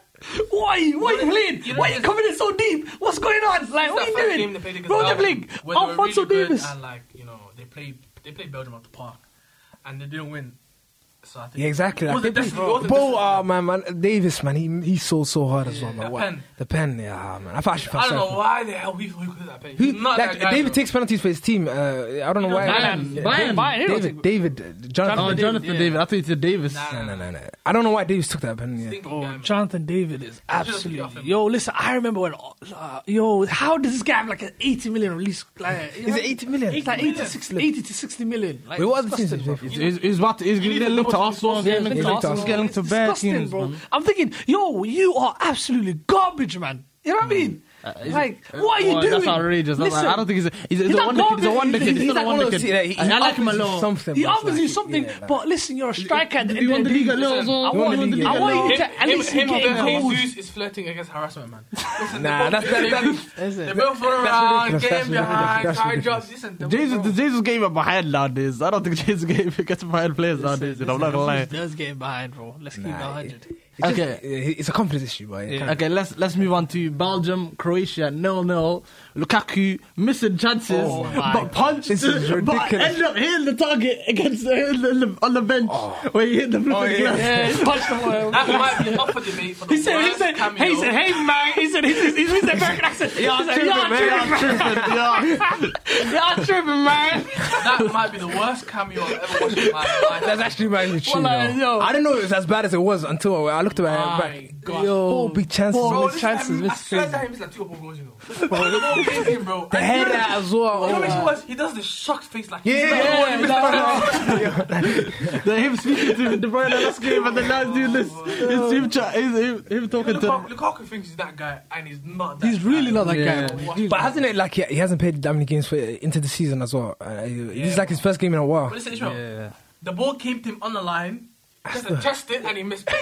S5: Why? Why are you playing?
S4: you know,
S5: Why are you
S4: it's-
S5: coming in so deep? What's going on? Like,
S4: it's
S5: what
S4: that
S5: are
S4: first
S5: you
S4: game they played
S5: doing?
S4: against
S5: Bro, they're
S4: Belgium,
S5: playing
S4: where they were
S5: Alfonso
S4: really good
S5: Davis.
S4: And like you know, they played they played Belgium at the park, and they didn't win. So I think
S3: Yeah, exactly.
S4: It
S3: Like,
S4: wasn't
S3: they
S4: destiny, it
S3: played-
S4: wasn't
S3: Bo,
S4: destiny.
S3: uh, man, man, Davis, man, he he sold so hard as well, man.
S4: the
S3: What-
S4: pen.
S3: The pen, yeah, man. I thought I should
S4: I don't know
S3: pass
S4: why the hell we we could that penalty.
S3: that. He-
S4: He's not
S3: like,
S4: that guy,
S3: David
S4: bro.
S3: takes penalties for his team. Uh, I don't know why.
S6: Bayern.
S3: Yeah.
S6: Bayern.
S5: Bayern, he don't
S3: David,
S5: take-
S3: David, uh, Jonathan.
S6: Oh,
S3: David.
S6: Jonathan
S4: yeah.
S6: David. I thought you said Davis.
S4: Nah,
S3: No, no, no, no. I don't know why Davis took that pen. Yeah.
S4: Stinky
S5: Oh,
S4: guy, man.
S5: Jonathan David is
S4: off
S5: absolutely
S4: him.
S5: yo. Listen, I remember when uh, yo. How does this guy have like an eighty million release? Like,
S3: Is it 80 million?
S5: It's like 80, 60, 80 to sixty million. Like,
S3: Wait, what other teams
S5: disgusting,
S3: did
S5: bro.
S3: he play for?
S6: He's, he's, he's about to, he's
S4: He
S6: going
S4: needs to
S6: to look linked to Arsenal,
S5: Yeah,
S6: getting linked to
S5: linked to
S6: Arsenal,
S3: Arsenal.
S6: getting linked
S5: It's
S6: to bad
S5: disgusting,
S6: teams,
S5: bro.
S6: man.
S5: I'm thinking, yo, you are absolutely garbage, man. You know what I mean?
S6: Hmm. Uh, is
S5: like,
S6: it-
S5: what are you
S6: Well,
S5: doing?
S6: That's outrageous. That's
S5: Listen,
S6: like, I don't think he's a, he's, a- he's
S5: He's
S6: a
S5: not
S6: wonder kid. He's a
S5: garbage.
S6: wonder kid.
S5: He's
S3: one of those- yeah,
S5: like
S6: He's not a wonder kid.
S3: he-
S6: I like him a
S3: offers you
S6: lot.
S3: something.
S5: he
S3: but it's
S5: offers
S3: like-
S5: you something,
S3: yeah, like-
S5: but listen, you're a striker. At the
S6: You
S5: end
S6: want
S5: of
S6: the
S5: the day,
S6: league alone.
S5: listen, I
S6: You want
S5: want
S6: the league
S5: I
S6: alone.
S5: want you
S4: Him,
S5: to at
S4: him,
S5: least
S4: him,
S5: get
S4: and
S5: goals.
S4: Jesus is flirting against harassment, man. Listen,
S3: Nah,
S4: they
S3: that's-
S4: both-
S3: that's- that's-
S4: they both run around,
S3: ridiculous, that's
S4: getting
S3: ridiculous,
S4: behind,
S3: that's
S4: try
S3: ridiculous.
S4: jobs. Listen, they both
S6: Jesus,
S4: run.
S6: the Jesus game are behind nowadays. I don't think Jesus game gets behind players nowadays. You know, I'm not gonna lie.
S5: Does getting behind, bro. Let's keep it
S3: Nah,
S5: 100.
S3: It's just-
S6: Okay.
S3: yeah, it's a confidence issue, but yeah, kind of-
S6: Okay, let's let's move on to Belgium, Croatia, nil nil. Lukaku missing chances,
S5: Oh my
S6: but punched,
S3: This is
S6: but
S3: ridiculous.
S6: ended up hitting the target against the, in the- in the- on the bench where he hit the flipping
S3: Oh. yeah.
S6: glass.
S5: Yeah, he punched the ball.
S4: That might be up for debate for the
S5: He said, he
S4: worst
S5: said,
S4: cameo.
S5: hey, he said, hey, man. He said, he said, he said, American accent. Yeah,
S6: I'm tripping, man, I'm tripping, yeah.
S5: Y'all tripping, man.
S4: that might be the worst cameo I've ever watched in my life.
S3: That's actually really true.
S5: Well, uh,
S3: though.
S5: yo.
S3: I didn't know it was as bad as it was until I looked at my back.
S4: God.
S3: Yo, big chances.
S5: Four
S4: Bro,
S5: All
S4: this
S5: chances,
S4: time,
S5: this
S4: I
S5: is
S4: swear
S5: crazy.
S4: that him is like two goals, you know. Bro, amazing, bro.
S3: The head out as well.
S4: You know
S3: Oh,
S4: what's
S3: wow.
S4: worse? He does the shocked face like.
S3: Yeah, yeah,
S4: he's like,
S3: yeah.
S6: Then him speaking to De Bruyne last game, and then now he's doing this. It's him, tra- it's him, him talking to.
S4: Lukaku, Lukaku thinks he's that guy, and he's not. That
S5: He's really
S4: guy.
S5: not that
S6: Yeah.
S3: uh,
S5: guy. bro.
S3: But hasn't it like he, he hasn't played that many games for uh, into the season as well? Uh, this is like his first game in a while.
S4: But listen, Israel. The ball came to him on the line. Just to test it, and he missed.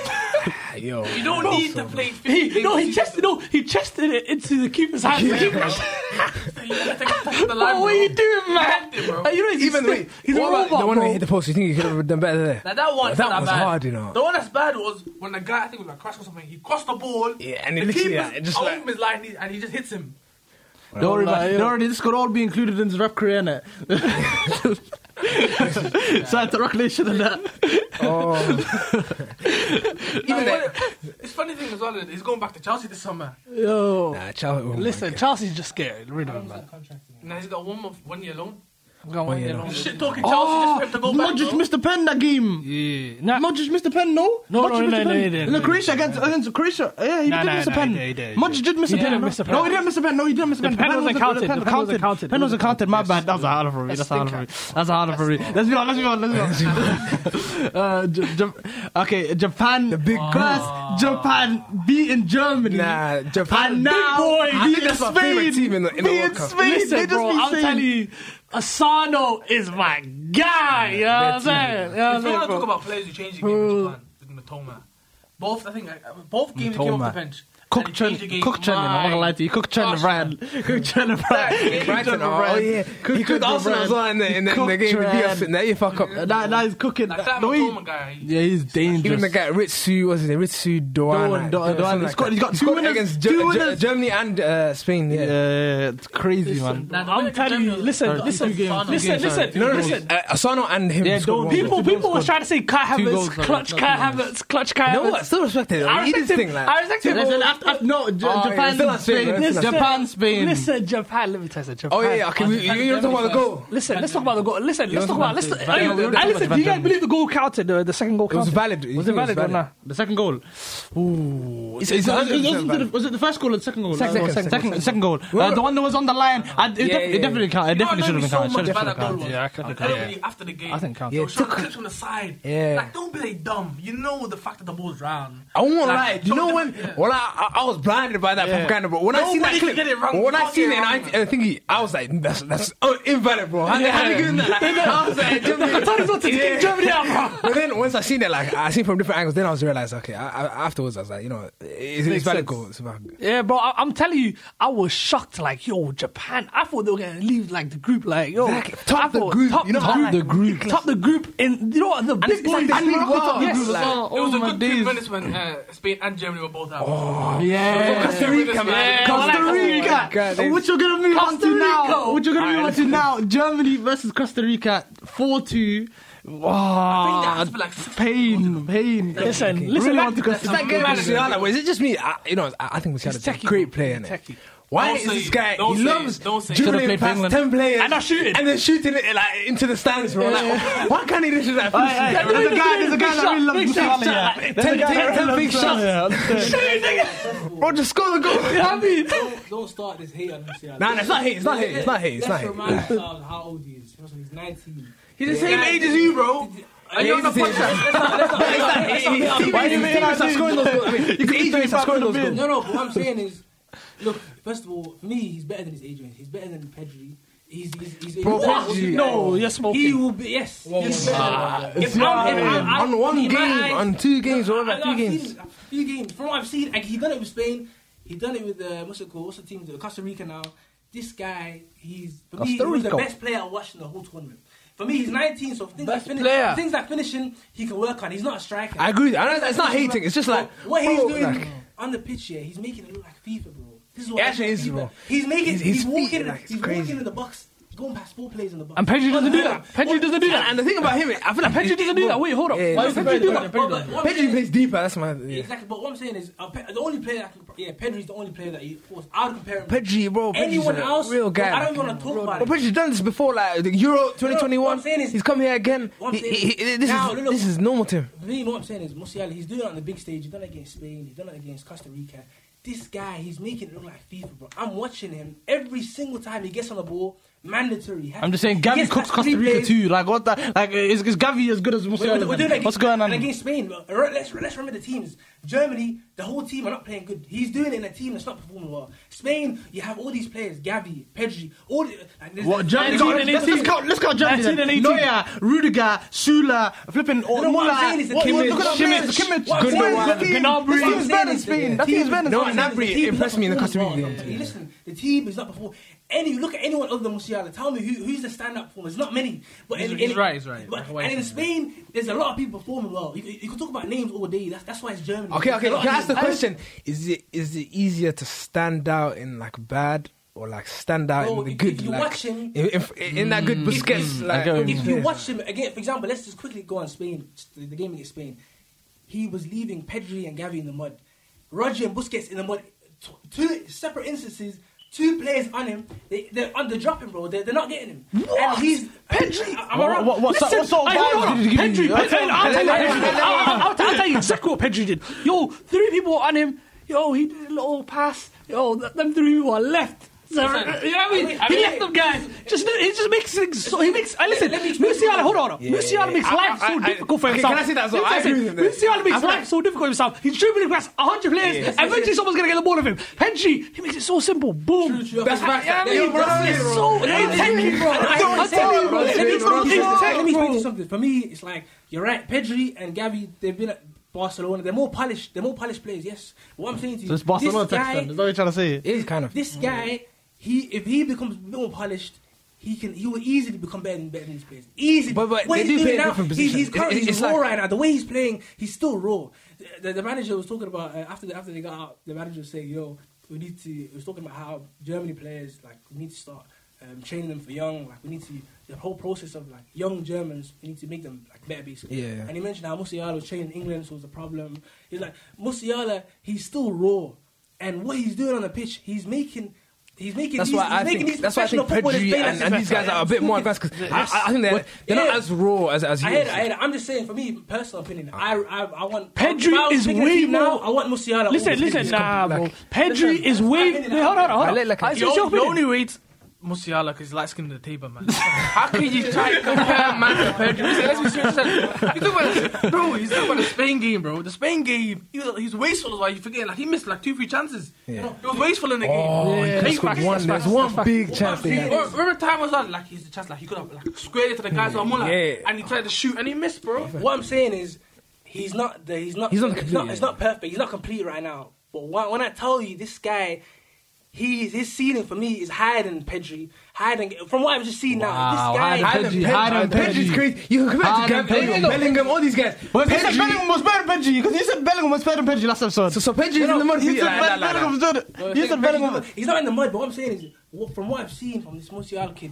S3: Ah, Yo,
S4: You don't need to play. 50
S5: He,
S4: games
S5: no,
S4: a
S5: he
S4: season.
S5: chested, no, he chested it into the keeper's hands. The keeper-
S4: You gotta take it off the line,
S5: Oh, what are
S4: bro.
S5: you doing, man?
S4: Tapped it, bro.
S5: Like, you know, he's
S3: even
S5: still-
S3: wait,
S5: he's a
S3: what about
S5: robot,
S3: the one
S5: bro.
S3: that hit the post. You think you could have done better there?
S4: Now that one,
S3: that
S4: not
S3: was
S4: bad.
S3: hard, you know.
S4: The one that's bad was when the guy I think was like crossing or something. He crossed the ball.
S3: Yeah, and
S4: the
S3: it literally,
S4: keeper's
S3: yeah, it just
S4: on
S3: like-
S4: his line and he just hits him.
S6: Don't worry about it. Don't worry, this could all be included in his rap career, innit? Side to Rock Nation and that.
S3: Oh,
S4: Like, what- it's funny thing as well. that He's going back to Chelsea this summer.
S5: Yo.
S3: nah, child, oh my
S5: Listen,
S3: God.
S5: Chelsea's just scared. Rid of him, man.
S4: Now he's got one month, one year loan.
S5: I'm going one
S3: year
S5: year
S3: long.
S5: long.
S4: Shit talking Chelsea just
S6: Ah,
S4: for him to go back.
S6: Modric
S4: bro.
S6: missed the pen that game.
S5: Yeah. Nah,
S6: Modric missed the pen, no?
S5: No,
S6: Modric
S5: no,
S6: missed
S5: no,
S6: the
S5: no,
S6: pen.
S5: he didn't.
S6: In the Croatia against, against Croatia. Yeah, he
S5: Nah,
S6: did
S5: nah,
S6: miss a
S5: nah,
S6: pen.
S5: he did, he did, he
S6: Modric did miss a
S5: He
S6: pen.
S5: didn't miss a pen.
S6: No, he didn't miss a pen. No, he didn't miss a pen.
S5: The pen wasn't counted.
S6: The pen
S5: The
S6: was
S5: pen wasn't
S6: counted.
S5: counted.
S6: Pen wasn't counted. My bad. That was a harder for me. That's harder for me. That's harder for me. Let's be on. Let's be on. Let's be on. Uh, J- J- Okay, Japan. The
S3: big
S6: Japan beating Germany.
S3: Nah, Japan-
S6: And now
S3: Big boy. I think
S6: beating
S3: that's my favorite
S6: Spain.
S3: team in the- in the
S6: Beating
S3: World Cup.
S6: Spain. They
S5: Listen,
S6: just
S5: bro,
S6: beat
S5: I'm
S6: Spain.
S5: telling you, Asano is my guy. You know what I'm saying? You know
S4: If
S5: what I'm
S4: you
S5: saying,
S4: want to
S5: bro?
S4: talk about players who changed the game in Japan, with Matoma. Both, I think, uh, both games he came
S6: Matoma.
S4: off the bench.
S6: Cook
S4: and he
S6: Chen,
S4: changed the game.
S6: Cook Chen, I'm not gonna lie to you. Cook Chen and
S4: Gosh.
S6: Ryan. Cook Chen and Ryan. Cook Chen
S3: Brighton,
S6: and
S3: oh, oh
S6: Ryan.
S3: yeah,
S6: Cook
S3: he
S6: Chen
S3: could
S6: and
S3: also
S6: Ryan.
S3: as well in the, in the, in the
S6: Cooked
S3: game with
S6: Ryan.
S3: BF. Now you fuck up.
S6: Uh, That, that is cooking.
S4: Like that
S6: the way-
S4: Matoma guy. he-
S6: yeah, he's dangerous.
S3: Even the guy Ritsu, was it Ritsu Doan?
S6: Doan, Doan, Doan. He's got- he's got two winners,
S3: against
S6: two
S3: Ge- Ge-
S6: winners.
S3: Germany and uh, Spain.
S6: yeah,
S3: Yeah.
S6: yeah, yeah, it's crazy, man.
S4: Nah, the
S5: I'm
S4: American
S5: telling you,
S4: Germany-
S5: listen,
S6: Two
S5: listen,
S6: games,
S5: listen,
S6: two
S5: listen,
S6: games,
S5: listen,
S6: sorry. No, no,
S5: listen.
S3: Uh, Asano and him.
S6: Yeah,
S3: scored
S6: don't-
S3: one.
S5: People,
S6: two
S5: people
S6: goals
S5: were
S6: scored.
S5: trying to say Kai
S6: Two goals,
S5: Havertz,
S6: sorry,
S5: clutch
S6: not
S5: Kai
S6: two goals.
S5: Havertz, clutch Kai
S3: You know
S5: Havertz.
S3: what? I still respect it.
S5: I
S3: He did his
S5: respect
S3: thing.
S5: him.
S3: Like,
S5: I respect him.
S6: That's an
S5: bro.
S6: after, after, no, J-
S3: Oh, yeah,
S6: Japan,
S3: still on Spain,
S6: Spain,
S3: right? Still
S5: Listen,
S3: on
S6: Japan, Spain.
S5: Listen, Japan. Let me tell you, something, Japan.
S3: oh yeah, yeah. Okay, we, you, you don't talk about the goal.
S5: Listen, let's talk about the goal. Listen, let's talk about. Let's.
S6: Japan. Yeah, we were
S5: I
S6: talking
S5: listen.
S6: about
S5: Do you guys
S6: Japan.
S5: believe the goal counted? The, the second goal
S3: It was
S5: counted.
S3: valid. You
S5: Was
S3: think
S5: it valid or not?
S6: The second goal. Ooh.
S3: It's- it's-
S6: was, it-
S3: it's-
S6: was it the, was it the first goal or the second goal?
S3: Second,
S6: No,
S3: second,
S6: second, second,
S3: second.
S6: goal. Uh, the one that was on the line. I, it,
S3: Yeah,
S6: def-
S3: yeah,
S6: it definitely
S3: yeah.
S6: counted. It
S4: You know
S6: definitely
S4: what
S6: should have
S4: annoyed me
S6: been
S4: so
S6: counted.
S4: much
S6: Should
S4: about
S6: have
S4: that goal was?
S6: counted. Yeah, I could have
S4: Everybody after the game,
S6: I think counted.
S4: they were
S3: Yeah,
S4: showing
S3: took-
S4: clips from the side.
S3: Yeah.
S4: Like, don't be like dumb. You know the fact that the ball's round.
S3: I won't
S4: Like,
S3: lie. Do you
S4: show
S3: know
S4: them-
S3: when?
S4: yeah.
S3: Well, I, I I was blinded by that
S6: Yeah.
S3: propaganda, bro. When I seen
S4: Nobody
S3: that
S4: can
S3: clip,
S4: get it wrong.
S3: when
S4: You
S3: I
S4: can't
S3: seen it,
S4: get it
S3: and I,
S4: wrong,
S3: I think he- I was like, that's that's oh, invalid, bro. How how they given that? Like, I was like, Germany.
S5: I told you not to
S3: Yeah.
S5: kick Germany out, bro.
S3: But then once I seen it, like I seen from different angles, then I was realized, okay. I, I, afterwards, I was like, you know, it's, it's
S6: Makes
S3: valid
S6: sense.
S3: goal. It's valid goal.
S5: Yeah, bro. I, I'm telling you, I was shocked. Like, yo, Japan. I thought they were gonna leave like the group. Like, yo,
S3: Exactly. Top
S5: I
S3: the
S5: thought-
S3: group,
S5: Top
S3: you know,
S5: top
S3: like-
S5: the group. Top the group. And you know what? The big
S3: it's like
S5: boys.
S3: they
S5: And
S3: played
S5: Morocco
S3: well.
S5: top the
S3: Yes.
S5: group, like-
S4: It was a
S6: Oh my
S4: good two
S6: days.
S4: minutes when uh, Spain and Germany were both out.
S6: Yeah.
S3: Costa Rica, man.
S5: Yeah.
S6: Costa
S5: Oh
S6: Rica.
S3: my God, they-
S6: what you're gonna move on
S5: Costa
S6: to now?
S5: Rica.
S6: What you're gonna move on to now? Germany versus Costa Rica, four two. Wow,
S4: I think that has to be like
S6: pain, pain.
S5: Listen, listen,
S6: Really
S5: that-
S6: want to Costa
S3: It's that
S6: Rica.
S3: game with Musiala. Was it just me? I, you know, I, I think Musiala's a
S5: techie,
S3: great
S5: bro.
S3: player.
S5: He's
S3: innit?
S5: techie.
S3: Why
S8: Don't
S3: is
S8: say
S3: this
S8: it.
S3: guy?
S8: Don't
S3: he
S8: say
S3: loves
S8: it. Don't say it.
S6: Should've
S3: dribbling
S6: played for
S3: past
S6: England.
S3: ten players
S5: And not shooting.
S3: and then shooting it like into the stands, bro. Like, why can't he do that?
S6: Aye, aye.
S3: There's a guy. There's a guy
S6: Big
S3: that really
S6: shot, big
S3: loves
S6: shot, yeah.
S3: Ten, ten, ten big shots. Bro, just score the goal. You know what I mean?
S4: Don't, don't start this hate on him. see, I-
S3: Nah, nah, it's not hate. It's not hate. It's not hate. It's not
S4: Let's
S3: hate.
S4: remind ourselves how old he is. Trust me, He's 19.
S3: He's the same age as you, bro.
S8: Are you on the podcast?
S3: Why do you think he's scoring those goals? I mean, You could easily start scoring those goals.
S4: No, no, but what I'm saying is, look, first of all, for me, he's better than his age range. He's better than Pedri. He's, he's, he's,
S3: Bro,
S4: he's-
S3: Pedri-
S4: he's-
S5: No, you're
S4: He
S5: smoking.
S4: will be, yes. yes.
S3: It's
S4: not-
S3: not
S4: if I'm- I'm-
S3: on one
S4: in my eyes-
S3: game, on two games, or
S4: I
S3: whatever,
S4: know,
S3: two
S4: I've
S3: games.
S4: Seen, a few games. From what I've seen, like, he done it with Spain. He done it with, uh, what's it called? What's the team? Costa Rica now. This guy, he's, for me, he
S3: Costa
S4: was the
S3: Rica.
S4: best player I watched in the whole tournament. For me, he's 19, so things
S3: Best
S4: like finish,
S3: player.
S4: things like finishing, he can work on. He's not a striker.
S3: I agree. with you. I know it's not hating. It's just like
S4: what he's
S3: bro,
S4: doing
S3: like-
S4: on the pitch here. He's making it look like FIFA, bro. This is
S3: It
S4: what
S3: actually
S4: I think
S3: is,
S4: FIFA.
S3: bro.
S4: He's making
S3: His-
S4: he's,
S3: his
S4: walking
S3: feet, like, it's
S4: he's
S3: crazy.
S4: walking in the box, going past four players in the box.
S5: And Pedri doesn't do that. Pedri doesn't do that.
S3: And the thing about him, I feel like
S5: Pedri doesn't do that. Wait, hold up.
S3: Yeah,
S5: Why
S3: yeah.
S5: does
S3: Pedri
S5: Pedri do that?
S4: But- but what I'm
S3: Pedri
S4: saying-
S3: plays deeper. That's my yeah.
S4: Exactly, but what I'm saying is, uh, Pe- the only player, that can, yeah, Pedri's the only player that he forced. I would compare him.
S3: Pedri, bro. Pedri's
S4: Anyone
S3: a
S4: else?
S3: real guy.
S4: I don't
S3: like,
S4: even want to talk about
S3: But
S4: it.
S3: Pedri's done this before, like the Euro 2021.
S4: I'm saying is-
S3: He's come here again.
S4: What I'm
S3: He-
S4: saying
S3: he-
S4: is-
S3: he- This
S4: Now,
S3: is
S4: look-
S3: this is normal to him.
S4: For me, what I'm saying is Musiala, he's doing it on the big stage. He's done it against Spain. He's done it against Costa Rica. This guy, he's making it look like FIFA, bro. I'm watching him every single time he gets on the ball. Mandatory.
S6: I'm just saying,
S4: He
S6: Gavi
S4: gets
S6: cooks
S4: like
S6: Costa
S4: three
S6: Rica
S4: plays.
S6: too. Like what? The, like is, is Gavi as good as
S4: We're, we're
S6: Musiala?
S4: doing it against,
S6: What's going on?
S4: and against Spain? Look, re- Let's, let's remember the teams. Germany, the whole team are not playing good. He's doing it in a team that's not performing well. Spain, you have all these players: Gavi, Pedri, all. The, like, there's-
S6: What Germany?
S5: Nineteen
S6: Got,
S5: and
S6: let's, let's
S5: eighteen.
S6: go. Let's go. Germany.
S5: Nineteen
S6: then.
S5: and eighteen.
S6: Neuer, Rudiger, Sula, flipping all.
S4: no, what I'm
S6: Muller.
S4: saying is the
S6: What-
S4: team
S6: what-
S4: is-
S6: Look
S4: Kimmich,
S6: at that. Kimmich,
S4: What I'm saying is the
S6: Gundogan,
S4: team- what
S6: Gnabry.
S4: I'm
S6: That team's
S4: saying
S6: better than
S4: is the
S6: Spain. That
S4: team-
S6: team's better than
S4: No,
S6: Spain.
S4: I'm saying
S3: Gnabry
S4: the team is
S3: impressed
S4: not
S3: me in the Costa
S4: performing
S3: Rica
S4: well.
S3: game.
S4: Listen, the team is not before. Any you look at anyone other than Musiala, tell me who, who's the stand-up performer. There's not many. But in,
S6: he's
S4: in-
S6: right, he's right.
S4: But,
S6: That's why
S4: and in
S6: he's-
S4: Spain, there's a lot of people performing well. You, you can talk about names all day. That's, that's why it's Germany.
S3: Okay, okay.
S4: There's a lot
S3: Can I
S4: of
S3: ask the
S4: people-
S3: question? Is it is it easier to stand out in like bad or like stand out
S4: Bro,
S3: in the
S4: if-
S3: good?
S4: if you
S3: like,
S4: watch him-
S3: in, in- in that good Busquets,
S6: I
S3: like
S6: get what
S4: If you watch him again, for example, let's just quickly go on Spain, the the game against Spain. He was leaving Pedri and Gavi in the mud, Roger and Busquets in the mud. T- Two separate instances, two players on him. They, they're on the dropping, bro. They're, they're not getting him. And he's Pedri. am I
S6: What-
S4: wrong?
S6: what- what-
S4: Listen,
S6: what sort of
S4: I-
S6: vibe
S4: hold on.
S6: did he give
S5: Pedri,
S6: you?
S5: I'll tell you, I'll tell you, I'll- I'll- I'll tell you exactly what Pedri did. Yo, three people on him. Yo, he did a little pass. Yo, th- them three people are left. So, you know what I mean?
S4: Wait,
S5: he
S4: wait,
S5: left them guys. Just he just makes things. So he makes. I listen.
S4: Let me explain.
S5: Musiala, hold on. Musiala makes
S3: I-
S5: life
S3: I-
S5: so
S3: I-
S5: difficult for
S3: okay,
S5: himself.
S3: can I say that as well?
S5: Let me
S3: I
S5: say
S3: agree
S5: it.
S3: with him there.
S5: Musiala makes
S3: I feel
S5: life
S3: like-
S5: so difficult for himself. He's dribbling across hundred players.
S3: Yes,
S5: Eventually, someone's gonna get the ball of him. Pedri, he makes it so simple. Boom.
S4: true.
S5: That's
S4: That's
S5: right.
S4: right. Yo, bro,
S5: It's so. It's technique, bro. I'm telling you, bro.
S4: Let me
S5: It's
S4: explain- let me explain
S5: technique,
S4: you
S5: bro.
S4: something. For me, it's like you're right. Pedri and Gavi, they've been at Barcelona. They're more polished. They're more polished players. Yes. What I'm saying to you,
S6: So it's Barcelona
S4: this guy,
S6: text then. Is that what you're trying to say?
S3: It is kind of. Mm.
S4: This guy, he if he becomes a bit more polished, he can he will easily become better than better than these players. Easily.
S3: But- but
S4: what
S3: they
S4: he's
S3: do
S4: doing
S3: play in
S4: now,
S3: different
S4: he's, he's
S3: positions.
S4: currently
S3: It- it- it's
S4: he's raw
S3: like-
S4: right now. The way he's playing, he's still raw. The, the manager was talking about uh, after the, after they got out. The manager was saying, "Yo, we need to." He was talking about how Germany players like we need to start. Um, training them for young, like we need to the whole process of like young Germans, we need to make them like better basically.
S3: Yeah.
S4: And he mentioned how Musiala was trained in England, so it was a problem. He's like Musiala, he's still raw, and what he's doing on the pitch, he's making, he's making.
S3: That's
S4: these,
S3: why
S4: he's
S3: I
S4: making
S3: think.
S4: these
S3: That's why I think
S4: professional footballers
S3: Pedri
S4: play like
S3: and,
S4: this.
S3: and these guys are a bit more advanced because I, I think they're they're not
S4: Yeah.
S3: as raw as as you.
S4: I hear, that, I hear. that. I'm just saying, for me, personal opinion, I, I, I want if
S5: Pedri
S4: I was
S5: is
S4: picking a
S5: way
S4: team now.
S5: more-
S4: I want Musiala.
S5: Listen,
S4: over
S5: listen,
S4: Pedri.
S5: nah, bro.
S3: like-
S5: Pedri
S4: Listen,
S5: is
S4: I
S5: way.
S4: get it
S5: Wait, hold on, hold
S3: I
S5: on.
S3: like- like-
S5: I- it's
S8: You
S5: your
S8: only- you
S5: opinion.
S8: only rate Musiala because like skin the table, man. How can you try to compare man to Pedri? Listen, let's be serious. listen. You talk about, bro, he's talking about the Spain game, bro. The Spain game, he was, he was wasteful as well. You forget, like, he missed like two, three chances.
S3: Yeah.
S8: He was wasteful in the
S3: Oh,
S8: game.
S3: he
S8: Yeah.
S3: could've
S8: He's
S3: scored
S8: back-
S3: one.
S8: he's
S3: There's
S8: back-
S3: one big chance they had.
S8: Remember remember time was that like he's the chance like he could have like squared it to the guys on Muller
S3: Yeah.
S8: and he tried to shoot and he missed, bro.
S4: What I'm saying is, he's not the, he's not
S3: He's not
S4: he's
S3: complete,
S4: not,
S3: yeah.
S4: he's not perfect. He's not complete right now. But when, when I tell you this guy, he his ceiling for me is higher than Pedri, higher than from what I've just seen now.
S6: Wow,
S4: This guy,
S6: higher than
S3: Haaland, Pedri,
S6: Pedri, Haaland,
S3: Pedri's
S6: Pedri.
S3: crazy. You can compare
S6: Haaland,
S3: to Gabriel,
S6: Pedri.
S3: Bellingham, all these guys.
S6: But you said
S3: Pedri-
S6: Bellingham was better than Pedri because you said Bellingham was better than Pedri last episode.
S3: So, so Pedri's in the mud.
S6: You
S3: Like,
S6: said
S3: like, like,
S6: Bell- Bellingham was
S3: like.
S6: better. You said
S4: Pedri's
S6: Bellingham.
S4: not, he's not in the mud. But what I'm saying is, what, from what I've seen from this Musiala kid,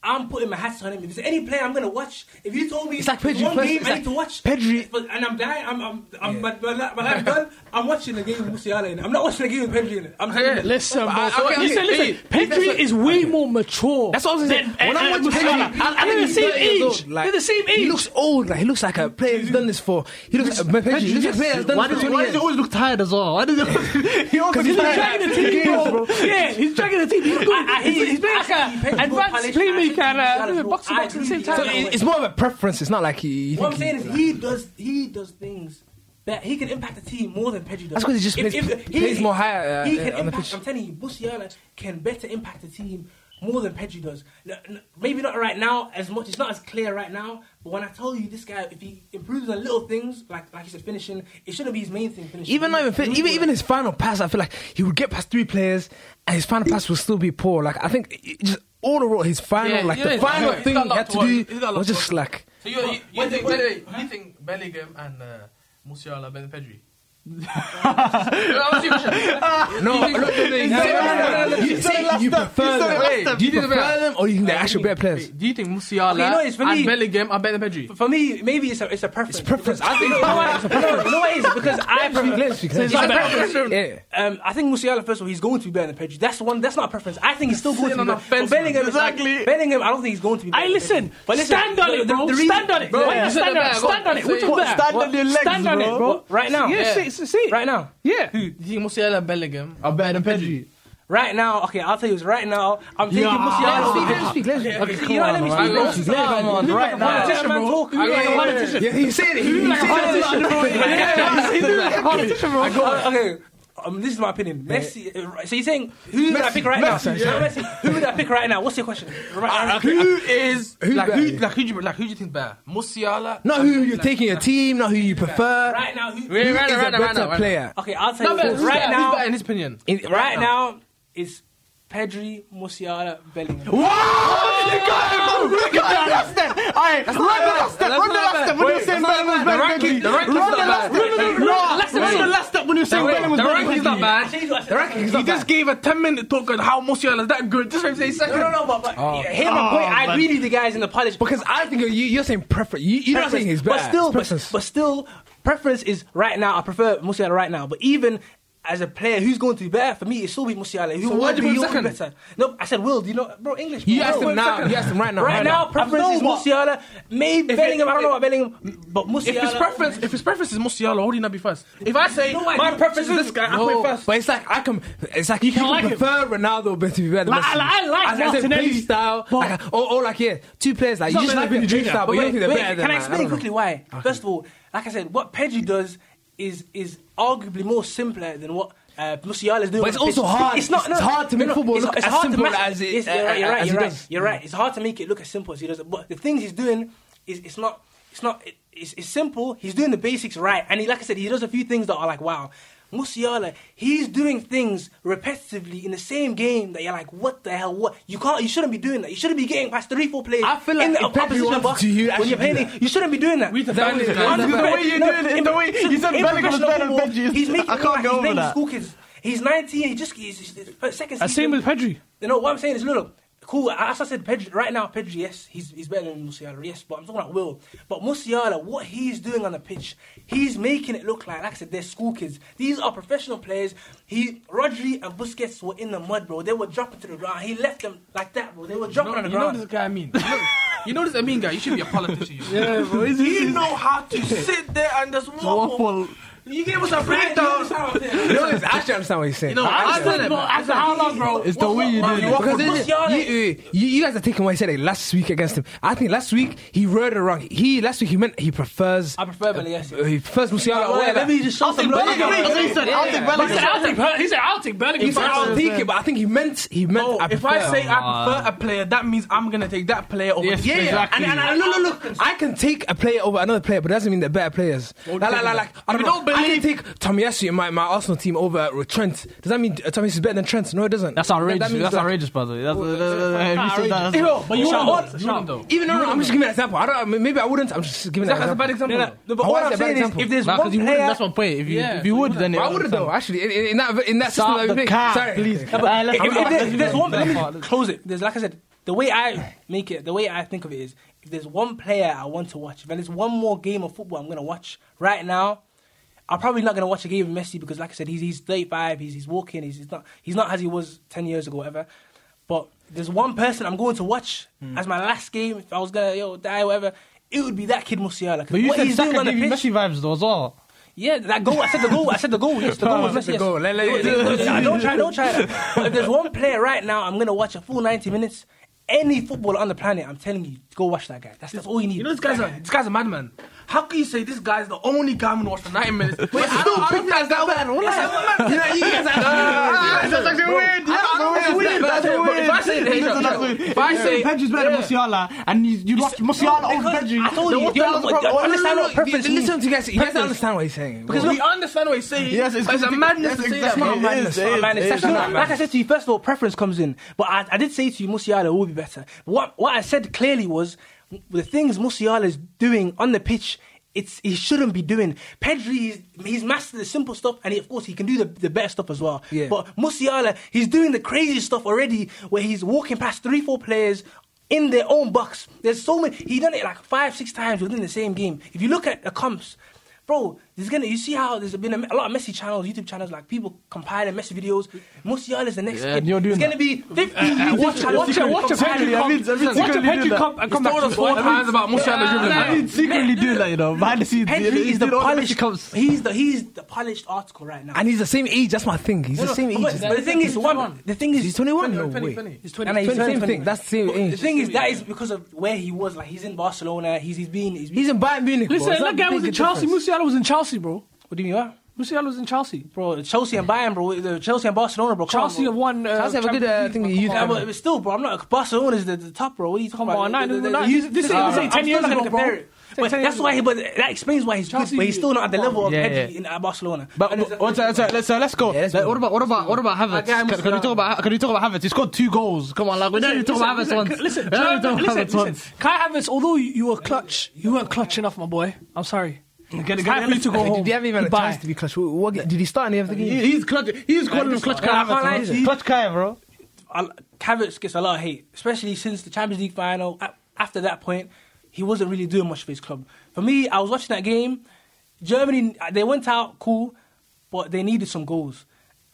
S4: I'm putting my hats on him. If there's any player I'm gonna watch, if you told me
S3: It's like Pedri
S4: one
S3: first,
S4: game
S3: it's
S4: I
S3: like
S4: need to watch
S3: Pedri-
S4: but, and I'm dying, I'm, I'm, I'm
S3: Yeah.
S4: but, but, but I'm done. I'm watching the game with Musiala in it. I'm not watching the game with Pedri in it. I'm telling you.
S5: Listen, bro.
S3: I- okay,
S5: you said,
S3: okay,
S5: listen,
S3: hey, that's
S5: Pedri
S3: what-
S5: is way more mature.
S3: That's what I was saying.
S5: Than,
S3: when
S5: uh,
S3: I watch
S5: uh,
S3: Pedri,
S5: Musiala. and they're the same age. they're the same age.
S3: He looks old. Like he looks like a player who's done this for. He looks. Pedri, he looks like a player that's done
S6: why,
S3: this
S6: does,
S3: for 20
S6: why does
S3: years.
S6: he always look tired as well? Why does he? he always
S5: He's
S6: look
S5: like
S6: tired.
S5: dragging the team, bro. Yeah, he's dragging the team. He's good.
S4: I- I
S5: he's,
S4: hate-
S5: he's playing
S4: I
S5: like a
S4: hate Pedri
S5: advanced
S4: Palace.
S5: playmaker
S4: I hate
S5: and a
S4: Musiala,
S5: box to
S4: bro.
S5: box at the same
S4: I
S5: time.
S3: So
S4: really
S3: it- it's more of a preference. It's not like he. he
S4: What I'm
S3: think
S4: saying
S3: he-
S4: is he does he does things that he can impact the team more than Pedri does.
S3: That's 'cause he just plays- plays more higher, uh,
S4: he
S3: uh,
S4: can
S3: on the
S4: impact,
S3: pitch.
S4: I'm telling you, Musiala can better impact the team more than Pedri does. N- n- maybe not right now as much. It's not as clear right now. But when I tell you this guy, if he improves on little things like like he said finishing, it shouldn't be his main thing. Finishing.
S3: Even not even fit, even even his final pass, I feel like he would get past three players, and his final pass would still be poor. Like I think it- just all overall, his final,
S1: Yeah,
S3: like
S1: yeah,
S3: the
S1: he's
S3: final
S1: got- he's
S3: thing
S1: got
S3: he
S1: a lot
S3: had
S1: to
S3: to
S1: work-
S3: do
S1: he's got a lot
S3: was
S1: to
S3: just
S1: work.
S3: like
S1: So you, you, you,
S4: Wait,
S1: think,
S4: wait,
S1: wait, wait, you think Bellingham and uh, Musiala better than Pedri? That was your question.
S3: no, no, no, no, no, no. You say you prefer
S1: Wait,
S3: them. Do you
S1: he's the
S3: prefer
S1: best.
S3: them, or you think they're actually better players?
S1: Do you think Musiala
S4: Okay, no, it's for
S1: and
S4: me.
S1: Bellingham are better than Pedri?
S4: for me, maybe it's a it's a preference.
S3: It's preference.
S4: Because-
S3: I think-
S4: you know why? No, you know why it is because I prefer.
S3: Let's be clear.
S1: It's not better.
S3: Yeah.
S4: Um, I think Musiala, first of all, he's going to be better than Pedri. That's one. That's not a preference. I think he's still going
S1: Sitting
S4: to be
S1: on the
S4: better. But
S1: fence,
S4: Bellingham,
S1: man.
S4: is like-
S1: Exactly.
S4: Bellingham, I don't think he's going to be. better
S5: I
S4: than
S5: listen,
S4: Pedri. But listen,
S5: stand on
S4: the-
S5: it,
S4: the-
S5: bro.
S4: the reason-
S5: stand on it,
S1: Bro,
S5: Wait,
S1: you said
S5: stand
S1: that
S5: on it,
S1: back, go
S5: stand on it.
S1: on,
S5: Which
S1: say
S5: one
S1: it.
S5: that?
S6: Stand on your legs,
S5: Stand on it,
S6: bro.
S5: bro.
S4: Right now.
S5: yeah,
S4: Yeah.
S5: see, see, see.
S4: Right now.
S5: yeah.
S1: Do you think Musiala and Bellingham
S6: I'm better than Pedri.
S4: Right now. Okay, I'll tell you. this, Right now, I'm taking
S6: Yeah.
S4: Musiala. over Pedri.
S3: Okay,
S4: You know, let me
S1: man.
S4: speak.
S1: Let's go,
S4: bro. Come on,
S1: man.
S4: you look
S6: Right
S4: like a
S6: now.
S4: politician, man, talk. You look like a politician.
S3: Yeah, he said it. He said it.
S4: I go- Okay. Um, this is my opinion. Messi. uh, right- So you're saying who would I pick right now? So Messi, Who would I pick right now? What's your question? Right-
S1: who is
S3: Who
S1: like,
S3: better?
S1: who, like who do you like who do you think better? Musiala?
S3: Not
S1: and
S3: who you're
S1: Bellingham?
S3: taking your team, not who you prefer.
S4: Right now. Who,
S1: Wait,
S3: Who
S1: right
S3: is
S1: now, right now,
S3: a
S1: right now,
S3: better
S1: right now.
S3: player?
S4: Okay, I'll tell
S1: No,
S4: you.
S1: but
S4: this.
S1: who's
S4: Right
S1: better? Who's
S4: now.
S1: better in his opinion?
S3: In-
S4: Right now, it's Pedri, Musiala, Bellingham.
S6: Alright, run the last step. Run the last step when you're saying Bellingham was better than Pedri. Run the last step. Run the last step when you're saying Bellingham was
S1: The
S6: better
S1: ranking's
S6: than
S1: not
S6: Pedri.
S1: bad.
S4: The rankings
S1: He just gave a 10 minute talk on how Musiala is that good. Just for say
S4: No, no,
S1: second.
S4: no, but, but hear my point. I agree with the guys in the polish.
S3: Because I think you, you're saying preference. You, you're not
S4: preference,
S3: saying he's better.
S4: but still,
S3: It's
S4: but,
S3: preference.
S4: but still, preference is right now. I prefer Musiala right now. But even as a player, who's going to be better for me? It's still be Musiala. Who
S1: why'd you
S4: will be,
S1: put him
S4: who will be
S1: second?
S4: better? No, I said will. Do you know, bro? English. Bro.
S3: you asked
S4: Bro,
S3: him now. You asked him right now.
S4: Right now, preference is Musiala. Maybe Bellingham. I don't know about Bellingham, but Musiala.
S1: If his preference, if his preference is Musiala, why would he not be first? If I say
S4: No, I
S1: my
S4: don't-
S1: preference is this guy, I
S3: No,
S1: play first.
S3: but it's like I can. It's like you can
S5: like him.
S3: prefer Ronaldo but to be better. than
S5: Like-
S3: Messi.
S5: I like
S3: As- as a
S5: Martinelli,
S3: play style.
S5: but-
S3: Like, or, or like yeah, two players like you
S5: not
S3: just
S5: like
S3: like in the
S5: Pedri
S3: dream
S5: now,
S3: style, but
S4: But
S3: you
S4: wait,
S3: don't think they're
S4: wait,
S3: better than.
S4: Can I
S3: that.
S4: explain
S3: don't know.
S4: quickly why? First of all, like I said, what Pedri does is is arguably more simpler than what uh, Musiala is doing.
S3: But it's
S4: on
S3: also
S4: the pitch.
S3: hard. It's hard to make football look as simple
S4: ma-
S3: as it-
S4: Yes, you're right. You're
S3: uh,
S4: right.
S3: as
S4: You're
S3: he
S4: right.
S3: does.
S4: You're right. It's hard to make it look as simple as he does. it. But the things he's doing is it's not. It's not. It, it's, it's simple. He's doing the basics right, and he, like I said, he does a few things that are like wow. Musiala, he's doing things repetitively in the same game that you're like, what the hell? What you can't, you shouldn't be doing that. You shouldn't be getting past three, four players.
S3: I feel
S4: in
S3: like
S4: the
S3: if Pedri
S4: opposition
S3: wanted
S4: box
S3: to, he'd
S4: when
S3: actually
S4: you're
S3: do
S4: playing,
S3: that.
S4: you shouldn't be doing that.
S1: We the band is
S4: Honestly,
S1: better.
S6: The way you
S4: no,
S6: did it,
S4: in-
S6: the way- you said
S4: in
S6: Bellingham was
S4: professional
S6: better than
S4: football,
S6: Pedri.
S4: He's making
S6: I can't
S4: like,
S6: go
S4: he's
S6: over
S4: making
S6: that.
S4: school kids. He's 19. He just he's, he's, his second
S5: And Uh, same
S4: season.
S5: with Pedri.
S4: You know what I'm saying is, look, cool. As I said, Pedri, right now, Pedri, yes, he's, he's better than Musiala, yes, but I'm talking about Will. But Musiala, what he's doing on the pitch, he's making it look like, like I said, they're school kids. These are professional players. He, Rodri and Busquets were in the mud, bro. They were dropping to the ground. He left them like that, bro. They were dropping
S1: No,
S4: on the
S1: you know
S4: ground.
S1: this guy I mean. You know- You know this I mean guy. You should be a politician. You know.
S6: You
S1: know how to sit there and just waffle.
S6: Waffle.
S1: You gave us a
S3: You know, it's- I actually understand what you're saying.
S1: You know, I
S5: After
S1: said it. man.
S5: how long, bro?
S6: It's the way you did it.
S3: Because
S4: Because
S3: it- you, you, you guys are taking what he said like, last week against him. I think last week he wrote it wrong. He last week he meant he prefers.
S4: I prefer Balenciaga.
S3: Uh, he prefers Musiala. or whatever.
S4: Maybe you just show some
S6: Bellingham.
S4: love.
S6: That's what he said. I'll
S5: He
S6: take
S5: said,
S6: Bellingham.
S5: I'll take Pel- He said, I'll take Bellingham.
S3: He said, I'll
S5: first."
S3: take it, but I think he meant he meant.
S1: No,
S3: I
S1: Oh, if I
S3: prefer.
S1: say I prefer a player, that means I'm gonna take that player over.
S6: Yes,
S1: this player.
S6: exactly.
S3: And, and, and look, look, look, I can take a player over another player, but it doesn't mean they're better players. Like, like, like, like, I,
S1: Oh, If
S3: don't
S1: you
S3: know,
S1: don't believe-
S3: I can take Tomiyasu in my, my Arsenal team over uh, Trent. Does that mean uh, Tomiyasu is better than Trent? No, it doesn't.
S6: That's
S3: That-
S6: outrageous.
S3: that means,
S6: That's
S3: like,
S6: outrageous, by the way. That's, if you said that,
S1: Yo, but you
S4: Shout
S1: wouldn't
S4: out.
S1: though. You wouldn't though.
S3: Even though I'm just giving an example. I don't. Maybe I wouldn't. I'm just giving
S1: That's
S3: an
S1: a bad
S3: example.
S1: example.
S4: No, no, no, but
S3: I
S4: what
S3: want
S4: I'm
S3: a bad
S4: saying is,
S3: example.
S4: if there's
S6: Nah,
S4: one
S6: because you
S4: player,
S6: wouldn't. That's my point. If you
S1: Yeah.
S6: if you would, then it
S3: I wouldn't though. Actually, in, in- in that in that system
S6: Stop
S3: that we
S6: the
S3: play.
S6: cap,
S3: Sorry.
S6: please.
S3: Sorry.
S6: Alright, let's
S4: if,
S6: go
S4: if
S6: back.
S4: there- if there's one,
S6: Let's
S4: let
S6: go back.
S4: me close it. There's like I said, the way I make it, the way I think of it is, if there's one player I want to watch, if there's one more game of football I'm gonna watch right now, I'm probably not gonna watch a game of Messi because, like I said, he's he's 35, he's he's walking, he's, he's not he's not as he was 10 years ago, whatever. But there's one person I'm going to watch
S6: Hmm.
S4: as my last game. If I was gonna yo die, whatever, it would be that kid Musiala. 'cause
S6: But you
S4: what
S6: said
S4: he's doing
S6: Saka
S4: on the
S6: gave you
S4: pitch,
S6: Messi vibes though as well.
S4: yeah, that goal. I said the goal. I said the goal. Yes, the goal was
S3: I said the
S4: Messi.
S3: goal. Let- let-
S4: yes. Don't try. Don't try that. But if there's one player right now, I'm gonna watch a full 90 minutes. Any footballer on the planet, I'm telling you, go watch that guy. That's that's all you need.
S1: You know this guy's a this guy's a madman. How can you say this guy's the only guy I'm gonna watch for 90 minutes? Wait, I don't pick that guy bad. What like, you know, you guys are
S3: That's actually weird.
S1: I don't know
S3: That's
S1: if
S3: weird.
S1: that's
S3: That's
S1: it, but if I say
S3: weird.
S1: Deja,
S3: That's
S1: yeah.
S3: weird.
S1: if I say
S6: Pedri's better than Musiala, and you, you watch Musiala over
S4: because
S6: Pedri.
S4: I told
S6: then
S4: you,
S6: what the
S4: you
S6: hell's the
S4: don't-
S6: problem?
S4: I understand
S3: No,
S4: what preference
S3: listen
S4: means.
S3: to you guys. You guys don't understand what he's saying.
S4: Because
S1: we understand what he's saying.
S6: Yes, it's
S1: but it's a
S6: completely-
S1: madness
S6: that's
S1: to say
S6: ex- that's
S1: that.
S6: not
S1: bro.
S3: It
S6: mad- Madness,
S3: is,
S6: not
S3: it is,
S4: Man, it's
S3: it
S4: actually
S3: is.
S4: not. Like I said to you, first of all, preference comes in. But I, I did say to you, Musiala will be better. What what I said clearly was the things Musiala is doing on the pitch. It's he shouldn't be doing. Pedri is he's mastered the simple stuff, and he, of course he can do the, the better stuff as well.
S3: Yeah.
S4: But Musiala, he's doing the crazy stuff already, where he's walking past three, four players. In their own box, there's so many. He done it like five, six times within the same game. If you look at the comps, Bro, there's gonna you see how there's been a, a lot of Messi channels, YouTube channels, like people compiling Messi videos. Musiala's the next
S6: Yeah,
S4: kid.
S6: you're doing
S4: there's gonna
S6: that.
S4: be 50 YouTube
S5: watch-
S4: channels.
S5: watch- watch-
S4: Messi-
S5: Pedri
S6: I
S5: come-
S6: mean, I mean,
S5: Watch a
S6: secretly do
S5: Pedri
S6: that.
S5: come and come
S1: He's
S5: back
S1: told
S5: to
S1: us
S5: the
S1: four times about Musiala dribbling.
S6: I mean, secretly do that, you know, behind the scenes.
S4: Pedri
S6: you know,
S4: is the
S6: you know,
S4: polished.
S6: comes.
S4: He's the he's the polished article right now.
S3: And he's the same age. That's my thing. He's
S4: No,
S3: the
S4: no,
S3: same
S4: but-
S3: age. as
S4: But the thing is, one,
S1: 21.
S4: the thing is,
S3: He's 21. No
S1: Penny,
S3: way.
S1: penny. He's
S4: And he's
S3: Same
S4: 20,
S3: thing. That's the same
S4: The
S3: age.
S4: thing is, that is because of where he was. Like he's in Barcelona. He's he's been he's been.
S3: He's in Bayern Munich. bro.
S5: Listen,
S3: Does
S5: that guy was
S3: make
S5: in
S3: a
S5: Chelsea.
S3: difference?
S5: Musiala was in Chelsea, bro.
S4: what do you mean, what?
S5: Musiala was in Chelsea.
S4: bro? Chelsea and Bayern, bro. the Chelsea and Barcelona, bro. come on,
S5: Chelsea
S4: bro.
S5: have won. Uh,
S3: Chelsea have a good, uh,
S5: Champions
S3: thing,
S5: League.
S3: the youth
S5: Come
S4: Yeah,
S5: on.
S4: but, but still, bro, I'm not. Barcelona's the, the top, bro. What are you talking
S5: Come
S4: about?
S5: on, no,
S4: The-
S5: no,
S4: the-
S5: no,
S4: the-
S5: this-
S4: the-
S5: this is-
S4: the-
S5: this is
S4: I'm
S5: 10 years
S4: still not
S5: ago,
S4: gonna
S5: bro.
S4: compare it.
S5: It's
S4: But
S5: 10
S4: that's
S5: years
S4: why
S5: ago.
S4: he, but that explains why he's good,
S5: Chelsea-
S4: but he's still not at the
S5: come
S4: level of
S6: on. Yeah,
S4: Pedri
S6: yeah.
S4: in at Barcelona.
S6: But
S4: And it's-
S6: what's that, so, let's, so let's go.
S3: let's
S6: Like,
S3: go.
S6: what about what about what about Havertz?
S1: Okay, I'm
S6: Can, can we
S1: sorry.
S6: talk about can we talk about Havertz? He scored two goals. Come on, like we don't even talk about Havertz once.
S5: Listen,
S6: we don't even
S5: Jonathan,
S6: talk about
S5: listen,
S6: Havertz
S5: listen.
S6: once.
S5: Kai Havertz, although you- you were clutch, you weren't clutch enough, my boy. I'm sorry.
S6: Get-
S5: It's
S6: get-
S5: time for you to go home.
S3: Did he have even a
S5: Goodbye.
S3: chance to be clutch? What- what- Did he start any of the
S6: He-
S3: games?
S6: He's clutch. He's calling him clutch Kai
S4: I can't lie
S6: Havertz.
S4: to
S6: man.
S4: you.
S6: Clutch Kai, bro.
S4: I- Havertz gets a lot of hate, especially since the Champions League final. A- After that point, he wasn't really doing much for his club. For me, I was watching that game. Germany, uh, they went out cool, but they needed some goals.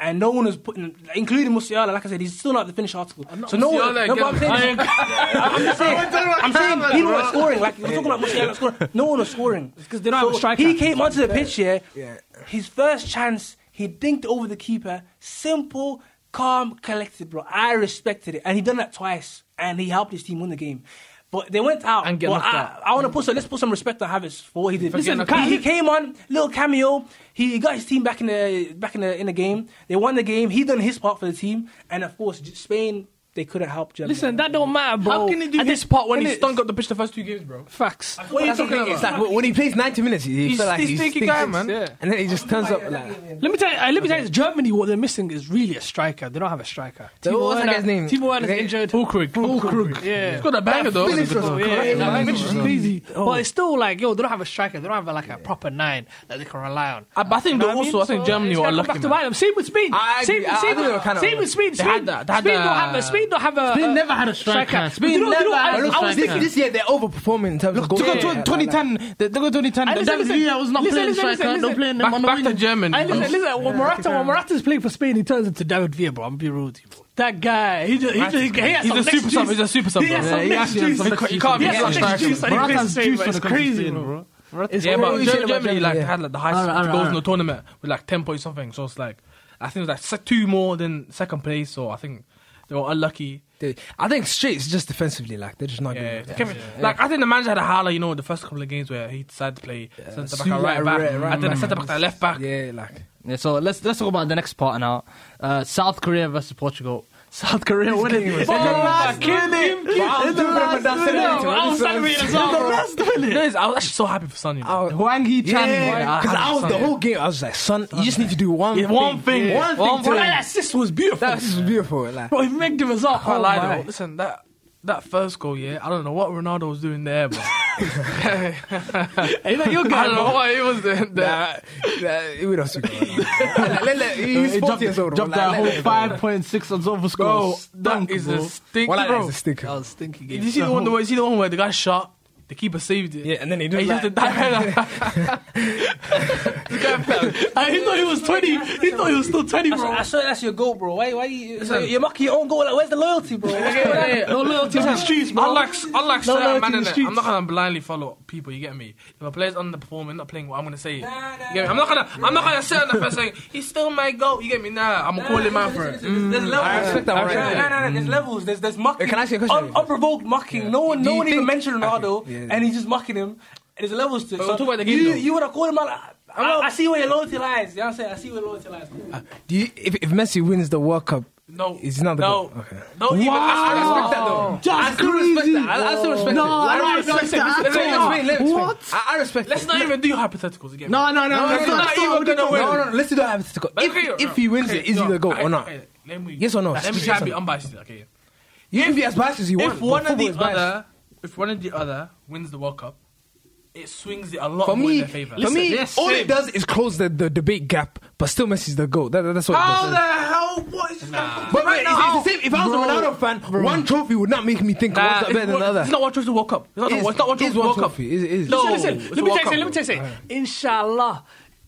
S4: And no one was putting, including Musiala. Like I said, he's still not the finished article. So no one.
S1: Musiala
S4: No, but I'm
S1: again.
S4: saying, I'm just saying, I'm saying people were scoring. Like we're talking about Musiala not scoring. No one was scoring because they
S5: don't have a striker.
S4: He came onto the pitch here.
S3: Yeah.
S4: His first chance, he dinked over the keeper. Simple, calm, collected, bro. I respected it. And he done that twice. And he helped his team win the game. But they went out.
S6: And get
S4: but
S6: knocked
S4: I,
S6: out.
S4: I want to put some, let's put some respect on Havertz for what he did.
S5: Listen,
S4: Listen,
S5: Kai-
S4: he, he came on, little cameo. He, he got his team back in the back in the in the game. They won the game. He done his part for the team. And of course, J- Spain, they couldn't help Germany.
S5: Listen, that don't matter, bro.
S1: How can he do
S5: At this part when
S1: he
S5: he's
S1: stunk up the pitch the first two games, bro?
S5: Facts.
S1: What are you
S3: That's the
S1: talking
S3: thing,
S1: about?
S3: it's like, when- when he plays 90 minutes, he
S1: He's
S3: feel like
S1: this
S3: he's
S1: stinky
S3: stinking
S1: guy, man.
S5: Yeah.
S3: And then he just turns up like.
S5: Let me tell you. uh, Let me tell you. this, Germany, what they're missing is really a striker. They don't have a striker.
S3: So
S5: Timo
S3: what's that
S5: Werner-
S3: guy's name?
S5: Timo Werner's
S3: Okay.
S5: injured.
S6: Fulkrug. Fulkrug.
S5: Yeah.
S1: He's got a banger though.
S3: finish was
S5: Yeah,
S3: crazy.
S5: yeah,
S3: Yeah,
S5: which is
S3: yeah.
S5: crazy. But it's still like, yo, they don't have a striker. They don't have like a proper nine that they can rely on.
S1: I, but I think they
S5: You know what
S1: also, I
S5: mean?
S1: think
S5: So,
S1: Germany
S5: it's
S1: were
S5: gotta come
S1: lucky.
S5: back to
S1: man.
S5: Bayern. Same with Spain.
S3: I agree.
S5: Same,
S3: I- I
S5: same,
S3: think they were kind of-
S5: same with Spain.
S1: They
S5: Spain,
S1: had that- they had
S5: Spain don't
S1: that-
S5: have a. Spain don't have a.
S6: Spain
S5: uh,
S6: never had a striker. Spain
S5: But you know- you know,
S6: never
S5: I-
S6: had a
S5: I was
S6: striker.
S5: thinking
S3: This, this year they're overperforming in terms of goals.
S6: Look
S3: Yeah,
S6: at
S3: yeah,
S6: 20-
S3: yeah,
S6: 2010. They they go 2010.
S5: And listen,
S6: David Villa
S5: listen,
S6: was not
S5: listen,
S6: playing
S5: listen,
S6: striker.
S5: listen,
S6: No
S5: listen.
S6: playing.
S1: Back, back to
S6: Manuel.
S1: Germany.
S5: Hey, listen, listen. When Morata, when Morata's playing for Spain, he turns into David Villa, bro. I'm be rude, to you, bro. That guy, he just, he just, he
S1: He's
S5: has some
S1: a
S5: next
S1: super sub.
S5: juice.
S1: He's a super sub,
S5: He
S1: bro.
S5: has
S6: Yeah,
S5: some
S6: he
S5: next
S6: actually has
S5: juice.
S6: some
S5: He
S6: next
S5: can't
S6: juice.
S5: be
S1: He
S5: a
S1: has some
S5: striker.
S1: next juice.
S5: He's
S6: Morata's juice for
S5: It's
S6: the
S5: crazy,
S6: Spain,
S5: bro. It's
S1: Yeah, but
S5: crazy.
S1: Germany,
S3: Germany,
S1: like
S3: yeah.
S1: had like the highest
S6: Alright, alright,
S1: goals in the tournament with like ten point something. So it's like I think it was like se- two more than second place. So I think they were unlucky.
S3: They- I think straight is just defensively, like they're just not
S1: Yeah,
S3: good.
S1: Kevin- like I think the manager had a holler, you know, the first couple of games where he decided to play centre back
S3: Sue,
S1: and right
S3: like,
S1: back,
S3: right- right
S1: and then
S3: back.
S1: centre back and left back.
S3: Yeah, like
S6: Yeah, so let's let's talk about the next part now. Uh, South Korea versus Portugal. South Korea winning.
S3: game
S6: In
S3: was-
S6: the last
S1: Kim,
S6: minute. In the last minute.
S5: Well, I was celebrating as well,
S6: In the
S5: bro.
S6: last
S1: You
S6: minute.
S1: know, it's- I was actually so happy for Sonny.
S3: I
S1: man.
S3: was-
S6: Huang Hee Chan.
S3: yeah, because I was the whole game. I was like, son, you just need to do one,
S1: Yeah, one thing.
S3: one thing.
S1: One
S3: to
S1: thing.
S5: Bro,
S3: win.
S5: that assist was beautiful.
S3: That was beautiful. Like,
S5: bro, he made the result.
S1: Can't
S5: Oh,
S1: lie
S5: my.
S1: though. Listen, that that first goal, yeah, I don't know what Ronaldo was doing there, but
S6: Hey, like, you're
S4: I
S6: good,
S4: don't know
S6: bro.
S4: why it was the, the
S3: Nah, nah, uh, we don't speak about that. Like, let- let- He's
S6: He
S3: 40 years old.
S6: dropped
S3: bro.
S6: that
S3: Like,
S6: whole
S3: let-
S6: five point six on Zova
S4: bro.
S6: score.
S4: That is a stinky
S3: Well, like,
S4: bro.
S3: it's a sticker.
S5: That was stinky
S4: Did
S5: game.
S4: you see the one? Where, you see the one where the guy shot, the keeper saved it.
S3: Yeah, and then he
S4: And
S3: does
S4: he just
S3: like,
S4: did that.
S6: Hey, he thought he was twenty. He thought he was still twenty,
S7: That's,
S6: bro.
S7: I swear that's your goal, bro. Why, why you, you're mocking your own goal? Like, where's the loyalty, bro?
S6: No loyalty to the streets, bro.
S4: Unlike, unlike
S6: No
S4: certain
S6: loyalty
S4: man, innit?
S6: to the
S4: I'm
S6: streets.
S4: not gonna blindly follow people. You get me? If a player's underperforming, not playing well, I'm gonna say it.
S7: Nah, nah,
S4: You get me? I'm not gonna, I'm not gonna sit on the first saying he's still my goal. You get me? Nah, I'm gonna call him out for it.
S7: There's,
S4: Mm.
S7: there's levels.
S3: I respect that one right
S7: no,
S3: there.
S7: no, no, no, There's levels. There's there's mocking.
S3: Can I ask you a question?
S7: Un- unprovoked mocking. No one,
S3: Do
S7: no
S3: you
S7: one even
S3: think-
S7: mentioned Ronaldo,
S3: Okay, yeah.
S7: and he's just mocking him. There's levels to it.
S4: But
S7: So
S4: we're talking about the game,
S7: you,
S4: though.
S7: you would have called him out. Like, I, I see where your loyalty lies. You know what I'm saying? I see where your loyalty lies.
S3: do you, if, if Messi wins the World Cup,
S4: No,
S3: It's not the
S4: no,
S3: goal. Okay.
S4: no. Even, I respect that though.
S6: That's crazy.
S3: I, I still respect
S6: No,
S3: it.
S6: I don't
S3: respect
S6: respect that
S3: it. Let me
S6: at all.
S3: explain, let me explain.
S6: What?
S3: I, I respect
S4: Let's
S3: it.
S4: not even do hypotheticals. You get me?
S6: No, no, no.
S3: No,
S6: that's
S3: no, no,
S6: not-
S4: not
S6: that's not
S4: even
S6: what they're
S4: gonna
S6: doing.
S4: win.
S3: No, no, let's do the hypothetical.
S4: But okay,
S3: If, if he wins
S4: okay,
S3: it, is
S4: no,
S3: he the goal
S4: okay,
S3: or not?
S4: okay, let me-
S3: Yes or no?
S4: Let me
S3: Yes
S4: try
S3: or
S4: to be
S3: no?
S4: unbiased. Okay.
S3: You can be as biased as you want.
S4: If one
S3: but
S4: of the
S3: football is biased.
S4: other, if one of the other wins the World Cup, it swings it a lot
S3: For
S4: more in
S3: me,
S4: their favor.
S3: for me,
S6: yes,
S3: all
S6: same.
S3: it does is close the, the debate gap, but still Messi's the goal. That, that's what it does.
S4: hell? What is nah.
S3: But wait, it's, it's the same. If I was
S4: Bro.
S3: a Ronaldo fan, one trophy would not make me think
S4: Nah,
S3: one's
S4: it's,
S3: not better than
S4: one-
S3: the other.
S4: it's not one trophy World Cup. It's not,
S3: It's-
S4: it's not one
S3: it's
S4: trophy
S3: one
S4: World Cup.
S3: trophy. It is.
S4: No,
S3: Listen,
S5: Listen,
S4: it's
S5: let
S4: a
S5: me
S4: World
S5: tell you,
S4: Cup,
S5: something, let me tell you,
S4: bro.
S5: something. Inshallah,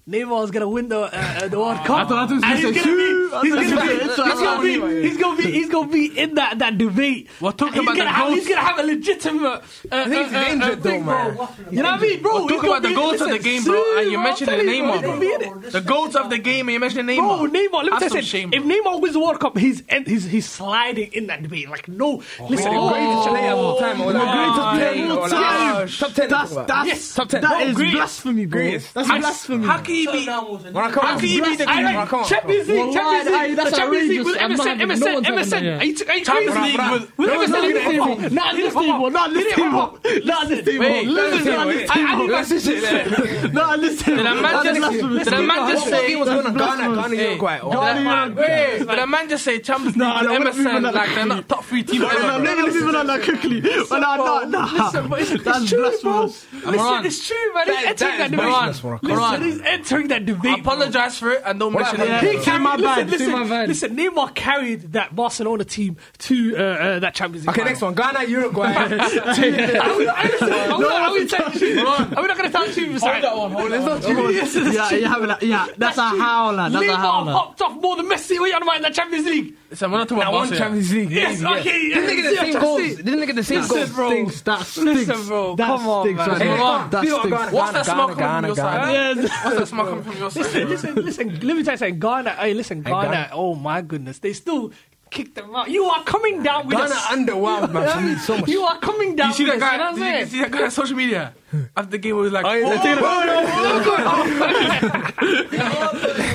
S5: Neymar's gonna win the uh, the World Cup.
S6: thought that was
S5: And
S6: gonna
S5: he's
S6: say,
S5: gonna be,
S6: "Shoo."
S5: he's
S6: I
S5: gonna
S6: thought-
S5: be,
S6: that's
S5: he's
S6: what I
S5: gonna
S6: thought
S5: be, he's gonna be, he's gonna be in that that debate.
S4: We're talking
S5: he's
S4: about
S5: gonna
S4: the
S5: have,
S4: goals.
S5: He's gonna have a legitimate. Uh,
S3: I think he's
S5: uh, uh,
S3: injured though,
S5: thing, bro.
S3: man.
S5: You know what I mean, bro?
S4: Talk
S5: He's gonna
S4: about the
S5: be-
S4: goals of the
S5: listen,
S4: game, bro. And you
S5: Shoo,
S4: mentioned the
S5: I'm telling you,
S4: Neymar,
S5: he's
S4: bro.
S5: gonna be in it.
S4: The goals of the game, and you mentioned Neymar.
S5: Bro, Neymar, let
S4: That's
S5: me tell you
S4: some
S5: something.
S4: shame,
S5: If
S4: bro.
S5: Neymar wins the World Cup, he's and he's he's sliding in that debate. Like no, listen,
S3: Oh,
S5: Oh,
S3: the greatest player of all time. or the
S6: my
S3: greatest player of all time.
S6: God.
S3: Top 10.
S6: That's that's
S5: Yes,
S3: top ten.
S6: That
S3: No,
S6: is
S3: great.
S6: blasphemy, bro.
S3: Greatest.
S6: That's
S4: How-
S6: blasphemy.
S4: How can you
S7: Shut
S4: be?
S7: down, Wilson.
S3: When I come
S4: How
S3: on,
S4: can you be the
S5: I
S3: Bro,
S5: like
S3: come on,
S5: Champions League,
S6: Well,
S5: Champions
S6: why-
S5: League,
S6: that's
S5: the Champions League
S6: outrageous.
S5: with
S6: I'm
S5: MSN,
S6: not having- no
S5: MSN,
S6: one's having that,
S5: MSN.
S6: yeah.
S5: Are you t- are you
S4: Champions
S5: crazy?
S4: League
S5: With-
S4: with-
S5: with
S4: No,
S5: MSN
S4: no,
S5: in
S4: no,
S5: the table.
S4: no.
S5: Not this table, not this table, not this table.
S4: Wait,
S6: Listen,
S3: Listen,
S6: not
S3: wait.
S6: this
S4: I- I
S6: table.
S4: don't
S3: Let's just say that.
S6: No, listen.
S4: Did a man
S6: That's
S4: just-
S6: blasphemy.
S4: did a man
S6: That's
S4: just
S3: What
S4: say-
S6: blasphemy.
S3: game was going on? Ghana,
S6: That's
S3: Ghana,
S6: blasphemy.
S4: Hey,
S3: Uruguay.
S4: Did
S3: Oh,
S6: Ghana.
S4: a man-
S6: Uruguay.
S4: wait, did a man just say Champions
S6: Nah,
S4: League with
S6: I don't wanna be
S4: MSN
S6: like-
S4: like they're not top three team
S6: No, no,
S4: ever?
S6: let me leave it on that quickly. No, no, no. That's blasphemous.
S4: Moran.
S5: Listen, it's true, man. He's
S3: That- that
S5: entering that
S3: is
S5: debate.
S3: blasphemous, bro. Come
S5: Listen,
S4: on.
S5: he's entering that
S4: I
S5: debate. bro.
S4: apologize for it and don't mention
S3: about-
S4: it.
S5: He
S6: Say my
S5: carried-
S6: bad,
S5: Listen,
S6: say my
S5: listen,
S6: bad.
S5: listen. Neymar carried that Barcelona team to uh, uh, that Champions League.
S3: Okay,
S5: final.
S3: next one. Ghana, Uruguay.
S5: Are we- are we- are we- are we touching- are we not going to touch you? Hold that one.
S3: Let's not
S6: Yeah, you're having a, yeah, that's a howler. That's a
S5: Neymar
S6: howler.
S5: popped off more than Messi. What are you on about in the Champions League?
S4: So we're not talking
S3: I
S4: about
S3: won
S4: Barca.
S3: Champions League.
S5: Yes,
S3: maybe, yeah.
S5: okay.
S3: Didn't they get the same goals? Didn't they get the same
S6: That
S3: goals?
S6: stinks. That stinks.
S4: Listen, bro,
S6: That
S4: come on,
S6: stinks
S4: man.
S6: right
S4: Hey,
S6: there.
S4: come on.
S6: That
S3: People are
S6: stinks.
S3: Ghana,
S4: What's
S3: Ghana,
S4: that smoke
S3: Ghana,
S4: coming from
S3: Ghana,
S4: your
S3: Ghana.
S4: side?
S5: Yes.
S4: What's that smoke coming from your side? bro?
S5: Listen, listen, let me tell you something. Ghana, hey, listen, Ghana,
S3: Ghana-
S5: oh my goodness, they still kicked them out. You are coming down with
S3: Ghana
S5: us.
S3: underwhelmed, man. For me, so much.
S5: You are coming down
S4: You see that
S5: with us.
S4: guy?
S5: You know what I'm
S4: did you-
S5: saying?
S4: you see that guy on social media? After the game, he was like,
S3: Oh, yeah, let's take it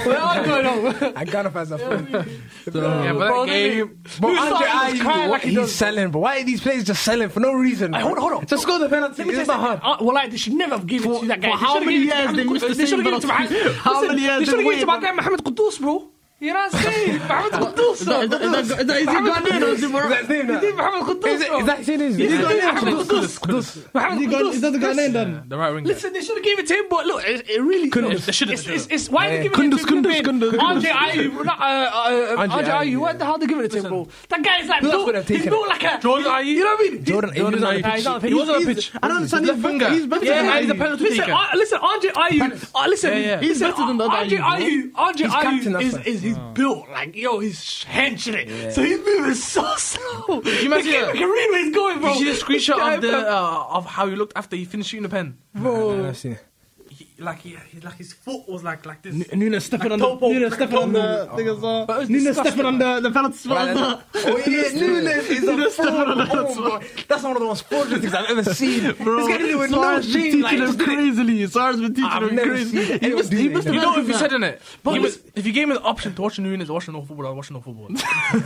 S5: We're all going on.
S3: I Ghana fans are funny.
S4: yeah, but
S5: Bro,
S4: that game.
S3: But
S5: Who's
S3: Andre
S5: starting to cry
S3: Ayew,
S5: like
S3: like
S5: he
S3: he's
S5: does?
S3: selling, but why are these players just selling for no reason?
S5: Hey, hold on, hold on.
S3: Just score the penalty.
S5: Let me tell you
S3: It's not hard.
S5: something. Uh, well, like, they should never have given it to that guy.
S6: for how
S5: should've
S6: many
S5: given it to
S6: years they
S5: Mohamed
S6: missed the
S5: Qu- They
S6: same
S5: should have given it to
S6: penalty?
S5: Mohamed.
S6: How
S5: Listen,
S6: many years
S5: They should have
S6: they
S5: given it to my
S6: waited?
S5: guy Mohamed Qudus, bro. You know what I'm saying? Mohamed Qudus.
S6: Is that- is that- is that- is he Ghanaian or is he
S3: Is
S6: Moroccan?
S3: that his name now?
S5: Did Mohamed Qudus,
S3: Is it-
S5: bro.
S3: is that his name? Is
S5: Yeah,
S3: it-
S5: they did Mohamed Qudus.
S6: Is
S5: Mohamed
S6: he Ghan-
S5: Qudus.
S6: Is that the Ghanaian then?
S4: The right winger.
S5: Listen, they should have given it to him, but look, it, it really
S4: Kundus. They
S5: It's,
S4: should've,
S5: it's,
S4: they
S5: it's,
S4: should've.
S5: it's why are they
S6: Kundus,
S5: giving it to him?
S6: Kundus,
S5: being-
S6: Kundus.
S5: RJ Ayew, not, uh, uh, uh,
S3: RJ
S5: RJ Ayew,
S3: Ayew,
S5: what the hell they giving it to him, bro? That guy is like,
S3: Who else would
S5: built,
S3: have
S5: he's
S3: taken
S5: built
S3: it?
S5: like a,
S4: Jordan Ayew?
S5: you know what I mean?
S3: Jordan, he was on the
S5: Nah, he's
S3: pitch.
S5: not on the
S4: He was on the
S6: He's-
S4: pitch.
S6: I don't understand.
S4: He's left
S6: He's better.
S4: winger.
S6: He's better.
S4: Yeah,
S6: than
S4: he's the
S6: Ayew.
S4: penalty
S5: Listen,
S4: taker.
S5: uh, listen, RJ Ayew, uh, listen,
S4: Yeah, yeah.
S5: he's
S6: He's better than that
S5: RJ
S6: Ayew,
S5: Ayew, RJ
S3: He's captain,
S5: Ayew
S3: that's
S5: is,
S3: why.
S5: is he's built like, yo, he's henching it. So he's moving so slow.
S4: you imagine
S5: The
S4: that?
S5: keeper can read where he's going, bro.
S4: Did you see the screenshot
S5: Yeah,
S4: of the
S5: bro.
S4: uh, of how he looked after he finished shooting the pen?
S3: Bro. I've seen it.
S4: He, like he, he- like his foot was like like this.
S6: Nunes stepping on the
S4: Topo.
S6: Nunes stepping on the thing as
S3: uh,
S6: well. Nunes stepping on the the penalty spot as well.
S3: Oh yeah, Nunes is a
S6: Nunes stepping on the
S3: fraud. Oh,
S6: spot.
S3: my- That's one of the most fraudulent things I've ever seen.
S6: Bro,
S3: this guy did it with no
S6: Suarez been
S3: shame. Like,
S6: teaching him
S3: just did it.
S6: crazily. Suarez been teaching
S3: I've
S6: him
S3: never
S6: crazy.
S3: seen
S6: He
S3: anyone
S6: must-
S3: do
S6: he
S3: that,
S6: must
S3: you
S6: have
S4: You know,
S6: done
S4: if you
S6: that.
S4: said in it, eh?
S5: But
S4: he was,
S5: listen-
S4: if you gave him the option to watch Nunes or watch no football, I'd watch no football.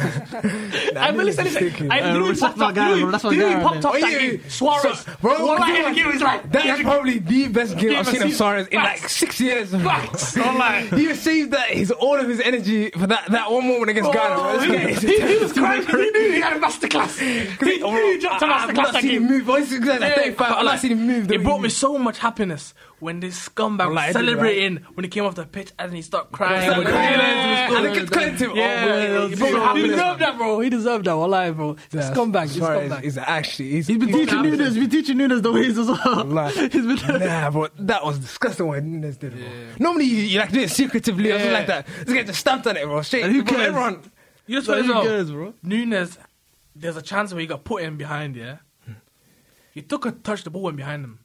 S5: I mean, listen,
S3: Thinking.
S5: listen. I
S6: Uh,
S5: knew he
S6: respect
S5: popped up.
S6: my guy,
S5: Knew
S6: bro.
S5: he-
S6: That's my
S5: knew he
S6: guy,
S5: popped
S6: man.
S5: up
S3: Oh,
S5: that
S3: yeah,
S5: game.
S3: yeah.
S5: Suarez.
S3: Bro,
S5: All I
S3: you
S5: had
S3: know
S5: to give is like.
S3: That is probably the best game
S4: Yeah,
S3: I've seen
S4: I've
S3: of
S4: seen-
S3: Suarez Alvarez in like six years. Facts. he received that his all of his energy for that, that one moment against Ghana. bro. It's crazy.
S4: was crying. He knew he had a masterclass. He knew he dropped a
S3: I- I've not
S4: masterclass that
S3: seen him
S4: game.
S3: move. I've seen- I've
S4: Yeah,
S3: seen- I've
S4: but
S3: not
S4: like,
S3: seen him move. the
S4: It
S3: way
S4: brought
S3: he
S4: me so much happiness when this
S3: Like, I
S4: scumbag
S3: did,
S4: was
S3: right?
S4: celebrating when he came off the pitch and he started crying.
S3: Yeah,
S4: Like, yeah.
S3: and it gets collective. Oh,
S4: Yeah,
S3: well,
S4: it
S3: well,
S4: was
S3: you
S4: so
S3: know,
S4: happy.
S5: He
S3: happiness.
S5: deserved that, bro. He deserved that. Wallahi, bro. He's a scumbag. He's a
S3: Suarez
S5: scumbag.
S3: is actually he's,
S6: He's been teaching Nunes. He's been teaching Nunes the ways as well.
S3: Like,
S6: He's been.
S3: nah, bro, that was disgusting what Nunes did, bro. Normally you, you like do it secretively or something
S4: Yeah.
S3: like that. This guy just stamped on it, bro. Straight.
S6: And who
S3: bro,
S6: cares?
S3: Everyone.
S4: You just
S6: Like,
S4: want to
S6: who
S4: know,
S6: cares, bro?
S4: Nunes, there's a chance where he got put in behind, yeah? He took a touch, the ball went behind him.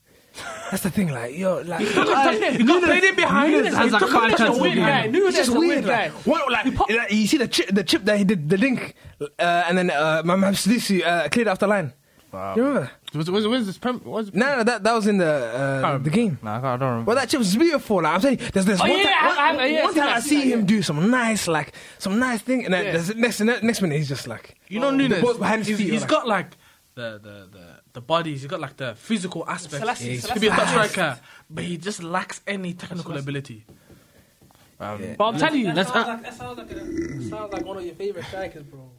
S3: That's the thing, like yo, like
S4: He took a touch, he got played in behind
S5: Nunes
S4: him.
S5: has
S4: He
S5: like
S4: took a
S5: five
S4: touch,
S5: chances
S4: the
S5: of
S4: win,
S5: being
S4: yeah.
S5: in.
S3: it's just weird. Like, what, like, like, you see the chip, the chip that he did, the link, uh, and then uh, my man Sadisu uh, cleared off the line. You remember?
S6: Where's, where's, where's this? Prem, where's,
S3: No, no, that that was in the uh, the game.
S6: Nah, I can't- I don't remember.
S3: Well, that chip's beautiful. Like, I'm saying, there's this
S5: Oh,
S3: one
S5: yeah,
S3: time,
S5: I-
S3: one,
S5: I- yeah,
S3: one
S5: I've seen
S3: time
S5: that,
S3: I
S5: I've
S3: see
S5: seen that,
S3: him
S5: yeah.
S3: do some nice, like some nice thing, and then
S5: Yeah.
S3: there's, next next minute he's just like,
S4: You know Nunes,
S3: ball's behind his
S4: he's,
S3: feet,
S4: he's
S3: like-
S4: got like the, the, the, the bodies, he's got like the physical aspect.
S5: Selassie,
S4: He
S5: Selassie.
S4: could be a top striker, but he just lacks any technical ability.
S5: But I'm telling you,
S7: That sounds like that sounds like, a, that sounds like one of your favorite strikers, bro.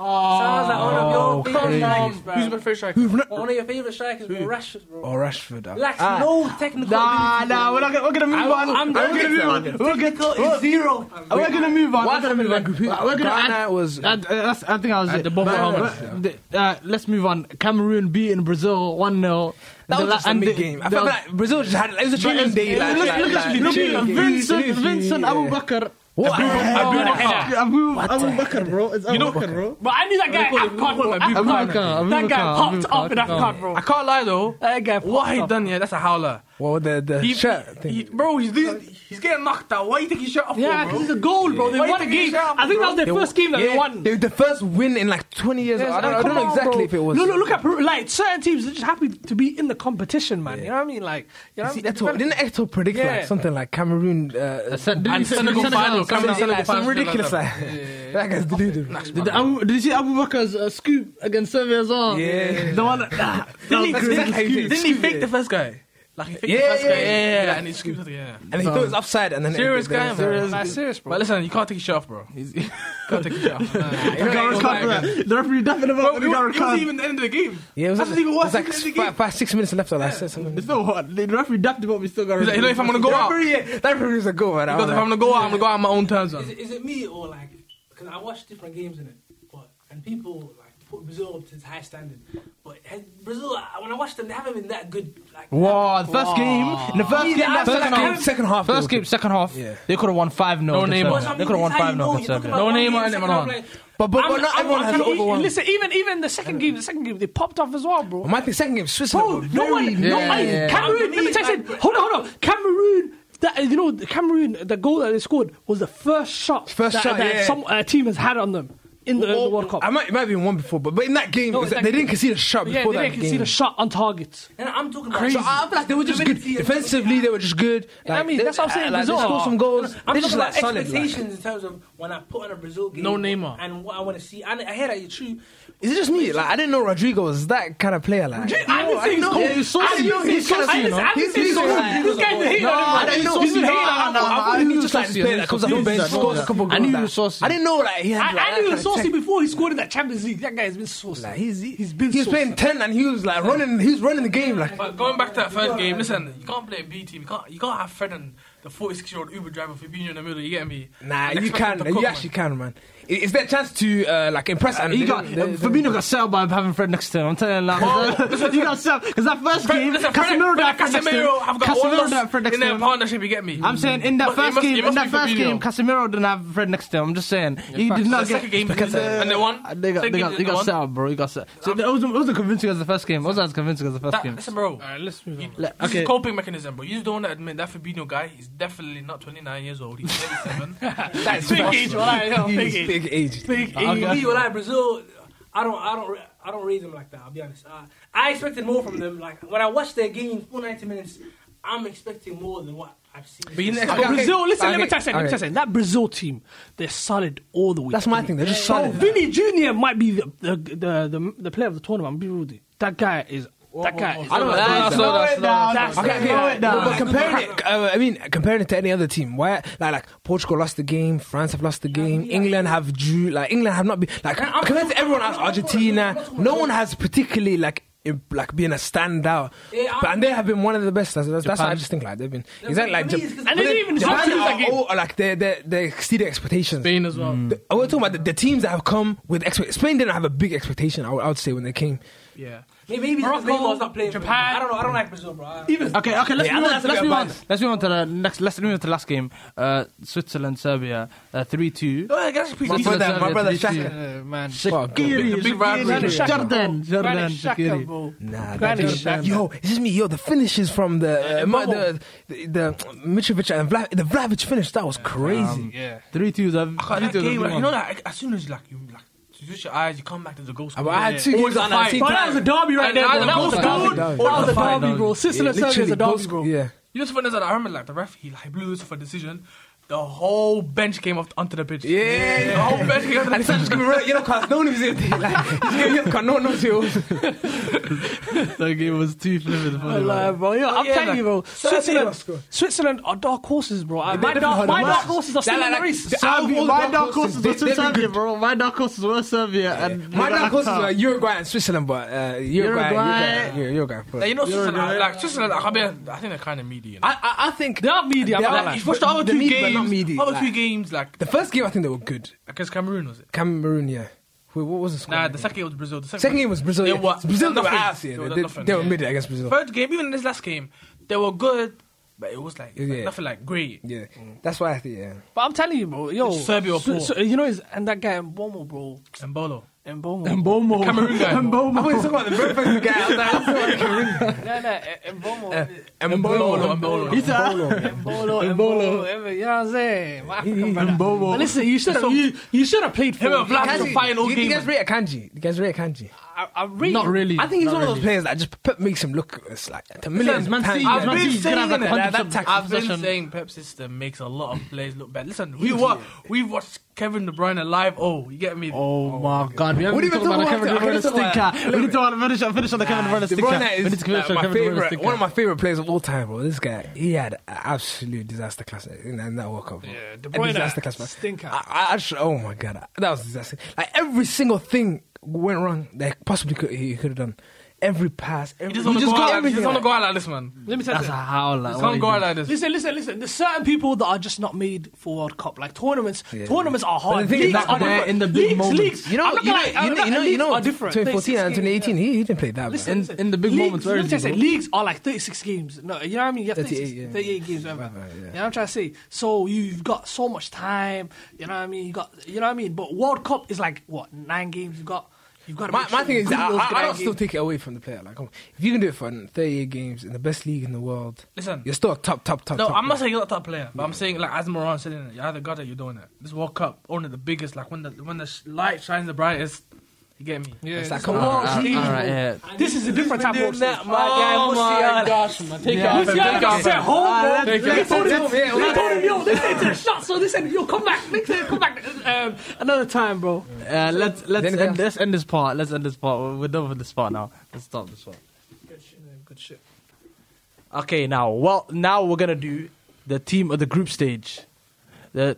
S7: Oh, sounds like one of your favorite strikers, bro.
S4: Who's my first striker?
S3: Who've not-
S7: One of your favorite strikers, bro. Rashford, bro.
S3: Oh, Rashford. uh,
S7: Lacks
S3: ah.
S7: no technical
S6: Nah,
S7: ability.
S6: nah, we're not gonna, we're gonna move on.
S7: I'm
S6: we're
S7: joking,
S6: gonna move
S7: bro.
S6: on. We're
S7: Technical
S6: gonna,
S7: is
S6: we're,
S7: zero.
S6: we're gonna move on.
S3: What
S6: We're gonna
S3: happened
S6: move on.
S3: in Vancouver?
S6: We're gonna.
S3: Ghana
S6: I-
S3: was-
S6: I- that's- I think I was
S4: At
S6: it.
S4: the bottom
S6: But,
S4: of
S6: uh, the- uh, Let's move on. Cameroon beating Brazil one 0
S3: That was just a mid game. I felt like Brazil just had it was a training day. Like,
S6: look,
S3: like,
S6: look,
S3: like,
S6: at- look
S3: training
S6: at
S3: game.
S6: Vincent,
S3: Yeah.
S6: Vincent Abu Bakr.
S3: What?
S4: Abu Bakr.
S6: Abu Bakr, bro. It's Abu Bakr, bro.
S5: But I knew that guy.
S4: call it-
S5: Afcon,
S4: we call
S5: bro.
S4: it Abu
S5: Afcon.
S6: Bakr,
S5: That
S6: Abu
S5: guy
S6: Bakr,
S5: popped
S6: Abu
S5: up in
S6: Bakr.
S5: Afcon, bro.
S4: I can't lie though.
S5: That guy popped
S4: What he
S5: up.
S4: done here? That's a howler.
S3: Well, the the
S4: He,
S3: shirt
S4: he-
S3: thing.
S4: bro, he's losing, he's getting knocked out. Why you take his shirt off?
S5: Yeah,
S4: for,
S5: because
S4: bro?
S5: it's a goal, bro. They
S4: Why you
S5: won a
S4: taking your
S5: game.
S4: shirt off,
S5: I think
S4: bro?
S5: that was their first game that
S3: yeah,
S5: they won.
S3: they- the first win in like 20 years.
S5: Yes,
S3: I don't,
S5: and
S3: I
S5: come
S3: don't know
S5: on,
S3: exactly
S5: bro.
S3: if it was.
S5: No, no, look at Peru. Like, certain teams are just happy to be in the competition, man. You know what I mean? Like, you know
S3: See,
S5: what I mean?
S3: Eto, didn't Eto predict
S5: Yeah.
S3: like something like Cameroon? Uh,
S4: And Senegal final, Cameroon
S3: something
S4: Senegal
S3: like, some
S4: final.
S3: ridiculous. Like, that guy's deluded.
S6: Did, the Abu, did you see Abu Bakr's uh, scoop against Serbia as well?
S3: Yeah.
S6: The one that. Nah,
S4: Didn't he,
S3: That's
S4: didn't,
S3: exactly
S4: he-
S3: how you do it.
S4: didn't he fake the first guy? Like he faked
S3: Yeah,
S4: the first
S3: yeah,
S4: guy,
S3: yeah, yeah.
S4: and he scooped it. Yeah,
S3: And he thought it was upside, and then
S4: serious
S3: it,
S4: guy, man.
S5: Nah, serious, bro.
S4: But listen, you can't take your shirt off, bro. You can't take your shirt off. Nah, you
S6: I can't
S4: can't
S6: recover
S4: recover.
S6: that. The referee dapping him
S4: Bro,
S6: up. and
S4: it
S6: he can't
S4: was- it
S6: recover.
S4: wasn't even the end of the game.
S3: Yeah, it was,
S4: That's the thing, it
S3: it
S4: was
S3: was like
S4: in the
S3: five,
S4: game.
S3: five, six minutes left. Or like, something.
S6: It's so hot. The referee dapped him up. He still got
S4: He's like, you know, if I'm gonna go out,
S3: That referee- that referee was a goal, man. I
S4: because
S3: was
S4: if I'm
S3: like,
S4: gonna go out, I'm gonna go out on my own terms.
S7: Is
S4: Man.
S7: it, is it me or like? Because I watch different games in it, but and people like put Brazil up to this high standard, but has- Brazil I- when I watch them, they haven't been that good. Like,
S6: Wow, the first game. In the first
S7: Yeah,
S6: game, that
S7: that's
S6: second
S7: like-
S6: half.
S3: second half.
S6: First game, second half.
S3: Yeah.
S6: They could have won 5 0.
S4: No name on it.
S6: They could have won 5 0 against Serbia.
S4: No name on it, man.
S3: But, but, but not everyone has
S5: Listen,
S3: over one.
S5: Listen, even even the second game, the second game, they popped off as well, bro.
S3: I think second game, Switzerland.
S5: Bro,
S3: were
S5: Oh, no
S3: very
S5: one, no
S6: yeah,
S5: one.
S6: yeah.
S5: Cameroon, let me tell you something. Hold on, hold on. Cameroon, that you know, Cameroon, the goal that they scored was the first shot
S3: First
S5: that,
S3: shot,
S5: that
S3: yeah.
S5: some uh, team has had on them in the, in the World Cup.
S3: I might, it might have been one before, but, but in that game,
S5: No,
S3: it was
S5: it's
S3: like
S5: like-
S3: they didn't concede a shot
S5: yeah,
S3: before
S5: they
S3: that
S5: didn't
S3: game.
S5: concede a shot on target.
S7: And I'm talking about
S3: Crazy. So I feel like they were just good
S7: Ability and-
S3: defensively. They were just good. Like,
S5: I mean,
S3: they,
S5: that's what I'm saying,
S3: Like, they
S5: Brazil
S3: scored
S5: are-
S3: some goals.
S7: I'm
S3: they
S7: talking
S3: just
S7: about
S3: like solid. Like.
S7: expectations in terms of when I put on a Brazil game.
S4: No Neymar.
S7: And what I want to see. And I hear that you're true.
S3: Is it just me? Like I didn't know Rodrigo was that kind of player. Like
S5: I didn't say he's
S3: know.
S5: cool.
S3: Yeah, he's saucy.
S5: I didn't say
S3: He's
S5: he's cool.
S3: saucy,
S5: I
S3: you
S5: didn't-
S3: know.
S5: I didn't
S3: He's- he's saucy. No, I
S5: say he's cool. This guy's a hater, man.
S3: didn't know.
S5: He's a
S3: No,
S5: hater.
S3: I know. I
S6: I
S3: knew he
S6: knew
S3: was just like
S6: saucy.
S3: player that comes off the bench, scores a couple
S6: I
S3: goals.
S6: knew he
S3: like.
S6: was saucy.
S3: I didn't know like he had.
S5: I,
S3: like,
S5: I knew
S3: that
S5: he was
S3: kind of
S5: saucy
S3: tech.
S5: before he scored in that Champions League. That guy has been saucy.
S3: Like he's he's
S5: been
S3: he was
S5: saucy.
S3: playing ten and he was like running. He was running the game like.
S4: But going back to that first game, listen, you can't play a B team. You can't, you can't have Fred and the 46 year old Uber driver Fabinho in the middle. You get me?
S3: Nah,
S4: And
S3: you
S4: expect
S3: can.
S4: them to cook,
S3: You
S4: man.
S3: actually can, man. I- Is there a chance to uh, like impress? And
S6: He
S3: they
S6: got
S3: don't- they- they-
S6: Fabinho got set up by having Fred next to him. I'm telling you now. he got set up because that first
S4: Fred-
S6: game,
S4: listen, Fred-
S6: Casemiro
S4: Fred
S6: died
S4: and
S6: Fred next to him.
S4: Casemiro have got one
S6: Casemiro died
S4: loss
S6: Fred next
S4: in
S6: to
S4: their
S6: him.
S4: partnership. You get me?
S6: I'm saying in that
S4: But it
S6: first
S4: must-
S6: game,
S4: it
S6: in
S4: must
S6: that
S4: be
S6: first
S4: Fabinho.
S6: game, Casemiro didn't have Fred next to him. I'm just saying he did not
S4: the
S6: get.
S4: second game, because, and they won.
S6: They got,
S4: Second
S6: they
S4: game,
S6: got, they
S4: they
S6: got
S4: won.
S6: set up, bro. He got set. So it wasn't, it wasn't convincing as the first game. It wasn't as convincing as the first
S4: That,
S6: game.
S4: listen, bro.
S5: let's move
S4: You,
S5: on.
S6: Like,
S4: This
S6: okay.
S4: is coping mechanism, bro. You just don't want to admit that Fabinho guy is definitely not 29 years old. He's 37.
S3: That's
S5: Big
S3: fast.
S5: age, alright, yeah,
S3: He was
S5: big age.
S3: big age.
S5: Big
S7: Me,
S5: age.
S7: well, like Brazil, I don't, I don't, I don't rate them like that. I'll be honest. I, I expected more from them. Like when I watched their game, full ninety minutes, I'm expecting more than what I've seen.
S4: But you never-
S5: But
S3: Okay,
S5: Brazil,
S3: okay,
S5: listen, let me
S3: okay,
S5: tell you something. Let me
S3: okay.
S5: tell you something. That Brazil team, they're solid all the way.
S3: That's my thing. They're just
S5: So
S3: solid.
S5: Vinny Junior might be the the, the the the player of the tournament. I'm be rude. That guy is that guy. is-
S4: I don't know. That's
S6: Slow
S4: not
S6: it down.
S5: That's-
S3: Okay, okay.
S6: Slow it down.
S3: No, but comparing it, uh, I mean, comparing it to any other team, why like like Portugal lost the game, France have lost the game, England have drew, like England have not been like compared to everyone else, Argentina, no one has particularly like. im- Like being a standout,
S7: Yeah, I-
S3: but, and they have been one of the best. That's, that's that's what I
S6: Japan.
S3: just think. Like they've been exactly like
S7: for me,
S3: Jap-
S7: it's 'cause-
S3: but
S5: And then
S3: they-
S5: even some
S3: Japan
S5: teams like
S3: are
S5: it-
S3: all, like they they they exceeded expectations.
S4: Spain as well.
S3: The- I was talking about the, the teams that have come with expect. Spain didn't have a big expectation. I would, I would say when they came.
S4: Yeah.
S7: Maybe, maybe
S4: Morocco,
S7: Neymar's not playing. for Brazil.
S4: Japan.
S7: I don't know. I don't like Brazil, bro. I-
S6: Okay, okay. Let's
S3: Yeah, I'm
S6: move
S3: not
S6: on.
S3: asking
S6: Let's move on.
S3: about-
S6: Let's move on to the next. Let's move on to the last game. Uh, Switzerland, Serbia, uh, three two.
S4: Oh, yeah, that's pretty
S3: My
S4: decent.
S3: brother, my brother Shaka.
S5: Yeah, man.
S3: Fuck.
S4: The big rivalry.
S6: Jordan, Jordan,
S5: Granit Xhaka,
S6: Shaqiri.
S5: bro.
S3: Nah,
S5: Granit
S3: that dude,
S5: Xhaka.
S3: yo, it's just me. Yo, the finishes from the uh, my, the, the the Mitrovic and Vla, the Vlahovic finish that was crazy.
S5: Yeah.
S6: Three twos. I've
S4: God, that game, like, you know that like, as soon as like you like you switch your eyes, you come back to the goal.
S3: But I had two
S4: Always
S3: games on
S4: a
S3: that
S4: fight.
S3: team.
S5: But that was a derby right
S4: And
S5: there, bro.
S4: neither
S5: That
S4: goal
S5: was a
S4: scored.
S5: derby. That was a
S6: Five
S5: derby, bro.
S6: dollars.
S5: Sicily and Serbia is
S3: Literally,
S5: a
S3: both
S5: derby,
S3: sc-
S5: bro.
S3: Yeah,
S4: You just wonder that I remember like the ref, he like blew this for decision. The whole bench came off onto the pitch.
S3: Yeah.
S4: the whole bench came onto the
S3: and it's not just gonna you know, cause no one is like no one knows you.
S6: that game was too flippant for
S5: Like,
S6: them.
S5: bro, yo, I'm
S4: yeah,
S5: telling
S4: like,
S5: you, bro.
S3: Serbia
S5: Switzerland,
S3: must score.
S5: Switzerland are dark horses, bro. I- my
S3: definitely
S5: dark,
S3: are
S5: my
S3: dark
S5: dark horses are still in the race.
S6: My dark horses were
S3: they- they've been
S6: Serbia, bro. My dark horses were Serbia, and
S3: My dark horses are Uruguay and Switzerland, but uh, Uruguay, Uruguay,
S6: Uruguay.
S3: Uruguay. Uruguay first.
S4: Like, you know, Switzerland, like Switzerland, like, I, mean, I think they're kind of median.
S3: I, I I think
S5: They are media.
S3: They are
S5: I'm not
S4: like,
S5: lying.
S4: you watched the other
S3: the
S4: two
S3: mid, but
S4: games,
S3: not median,
S4: other two
S3: like-
S4: games, like
S3: the first game I think they were good.
S4: against Cameroon was it?
S3: Cameroon, yeah. Who- What was the score?
S4: Nah, the second game was Brazil. The second,
S3: Second game was Brazil.
S4: They
S3: yeah.
S4: were-
S3: Brazil, they were
S4: nothing.
S3: ass, yeah.
S4: They were
S3: They, they,
S4: nothing,
S3: they were
S4: yeah.
S3: mid against Brazil.
S4: Third game, even in this last game, they were good, but it was like, like,
S3: Yeah.
S4: nothing like great.
S3: Yeah, that's why I think. Yeah,
S5: But I'm telling you, bro. Yo,
S4: Serbia or
S5: Swi-
S4: Paul?
S5: Swi- you know, it's- and that guy Mbomo, bro.
S4: And Bolo,
S5: Mbomo.
S6: Mbomo.
S4: Cameroon guy.
S3: I was talking about the very first guy. I was like,
S5: Nah, nah,
S3: Uh,
S5: Mbomo.
S4: Bolo,
S3: Mbolo,
S4: and Bolo.
S6: He's a
S5: Mbolo,
S6: Mbolo.
S5: Mbolo. You know what I'm saying? My African brother.
S6: Mbomo.
S5: But Listen, you should have you, you should have played for
S4: Him and
S5: him.
S4: Vlad was a final
S3: you, you
S4: game.
S3: guys rate Akanji? You guys rate Akanji?
S5: I, I really,
S6: Not really.
S3: I think he's
S6: Not
S3: one of those
S6: really.
S3: players that just p- makes him look it's like a million
S6: Man City,
S3: times.
S6: Man
S3: better.
S4: I've been
S6: He's gonna
S4: saying
S6: have a
S4: it.
S6: hundred
S3: That- that
S6: percent
S4: I've been
S6: possession.
S4: saying Pep's system makes a lot of players look bad. Listen, we wa- we've watched Kevin De Bruyne alive. Oh, you get me?
S6: Oh, my god, we haven't
S3: What
S6: even
S3: even
S6: talked about the
S3: talking
S6: Kevin De
S3: about?
S6: Bruyne
S3: Okay, let's talk about-
S6: stinker. We need to finish, finish on the Kevin De Bruyne
S3: De
S6: stinker.
S3: Bruyne
S6: We need
S3: is
S6: to finish
S3: like,
S6: on
S3: my
S6: Kevin De Bruyne
S3: favorite,
S6: stinker.
S3: one of my favorite players of all time, bro. This guy, he had an absolute disaster class in, in that World Cup. Bro.
S5: Yeah, De
S3: A
S5: Bruyne,
S3: disaster class, man.
S5: stinker.
S3: I, I, I just- oh my god, that was disaster. Like every single thing went wrong that possibly could, he could have done. Every pass, every,
S4: He just want to go,
S3: got
S4: out like, he
S3: everything.
S4: just wanna
S3: like-
S4: go out like this, man.
S5: Let me tell you.
S6: That's a
S5: something.
S6: howler.
S4: He
S6: What
S4: just want
S6: he
S4: to go out
S6: did.
S4: like this.
S5: Listen, listen, listen. There's certain people that are just not made for World Cup. Like tournaments,
S3: Yeah.
S5: tournaments are hard.
S3: But the thing is,
S5: leagues
S3: like,
S5: are
S6: they're
S5: different.
S6: in the big
S5: leagues,
S6: moments.
S5: leagues.
S3: You know,
S5: I'm not
S3: you know,
S5: gonna lie,
S3: you know,
S5: I'm
S3: you know,
S5: not-
S3: you
S5: leagues
S3: know,
S5: are different.
S3: 2014 and 2018, he, he didn't play that. bad.
S6: In- in the big
S5: leagues,
S6: moments, where
S5: let me
S6: is
S5: just
S6: he,
S5: say,
S6: bro?
S5: leagues are like 36 games. No, you know what I mean? You have
S3: 38,
S5: 36,
S3: yeah.
S5: 38 games, whatever.
S3: Whatever, yeah.
S5: You know what I'm trying to say? So you've got so much time. You know what I mean? You got, you know what I mean? But World Cup is like what nine games? You've got, you've got. to
S3: My,
S5: make
S3: my
S5: sure
S3: thing
S5: you
S3: is,
S5: good
S3: I,
S5: those
S3: I, I
S5: good
S3: don't still
S5: games.
S3: take it away from the player. Like, come on. if you can do it for 38 games in the best league in the world,
S4: Listen.
S3: you're still a top, top, top.
S4: No,
S3: top
S4: I'm
S3: player.
S4: not saying you're not a top player, but I'm saying like as Moran said, in it, you either got it, you're doing it. This World Cup, only the biggest, like when the when the sh- light shines the brightest. You get me?
S5: Yeah,
S3: It's
S5: this
S3: like,
S5: is
S3: come
S5: a
S3: on,
S5: world
S3: uh,
S5: stage,
S6: alright,
S5: bro.
S6: yeah.
S5: This is a different type of world stage.
S4: Oh my gosh, man! Take
S6: Yeah.
S4: your
S6: Musiala
S4: take your-
S5: said, "Hold on."
S4: Ah, take your-
S5: They told him,
S3: Yeah,
S5: they
S3: yeah.
S5: told him, yo, this ain't a shot. So they said, yo, come back, make it, come back um, another time, bro.
S6: Uh, let's let's
S3: Then-
S6: end, let's end this part. Let's end this part. We're- We're done with this part now. Let's stop this part.
S5: Good shit, man, good shit.
S6: Okay, now well, now we're gonna do the team of the group stage. The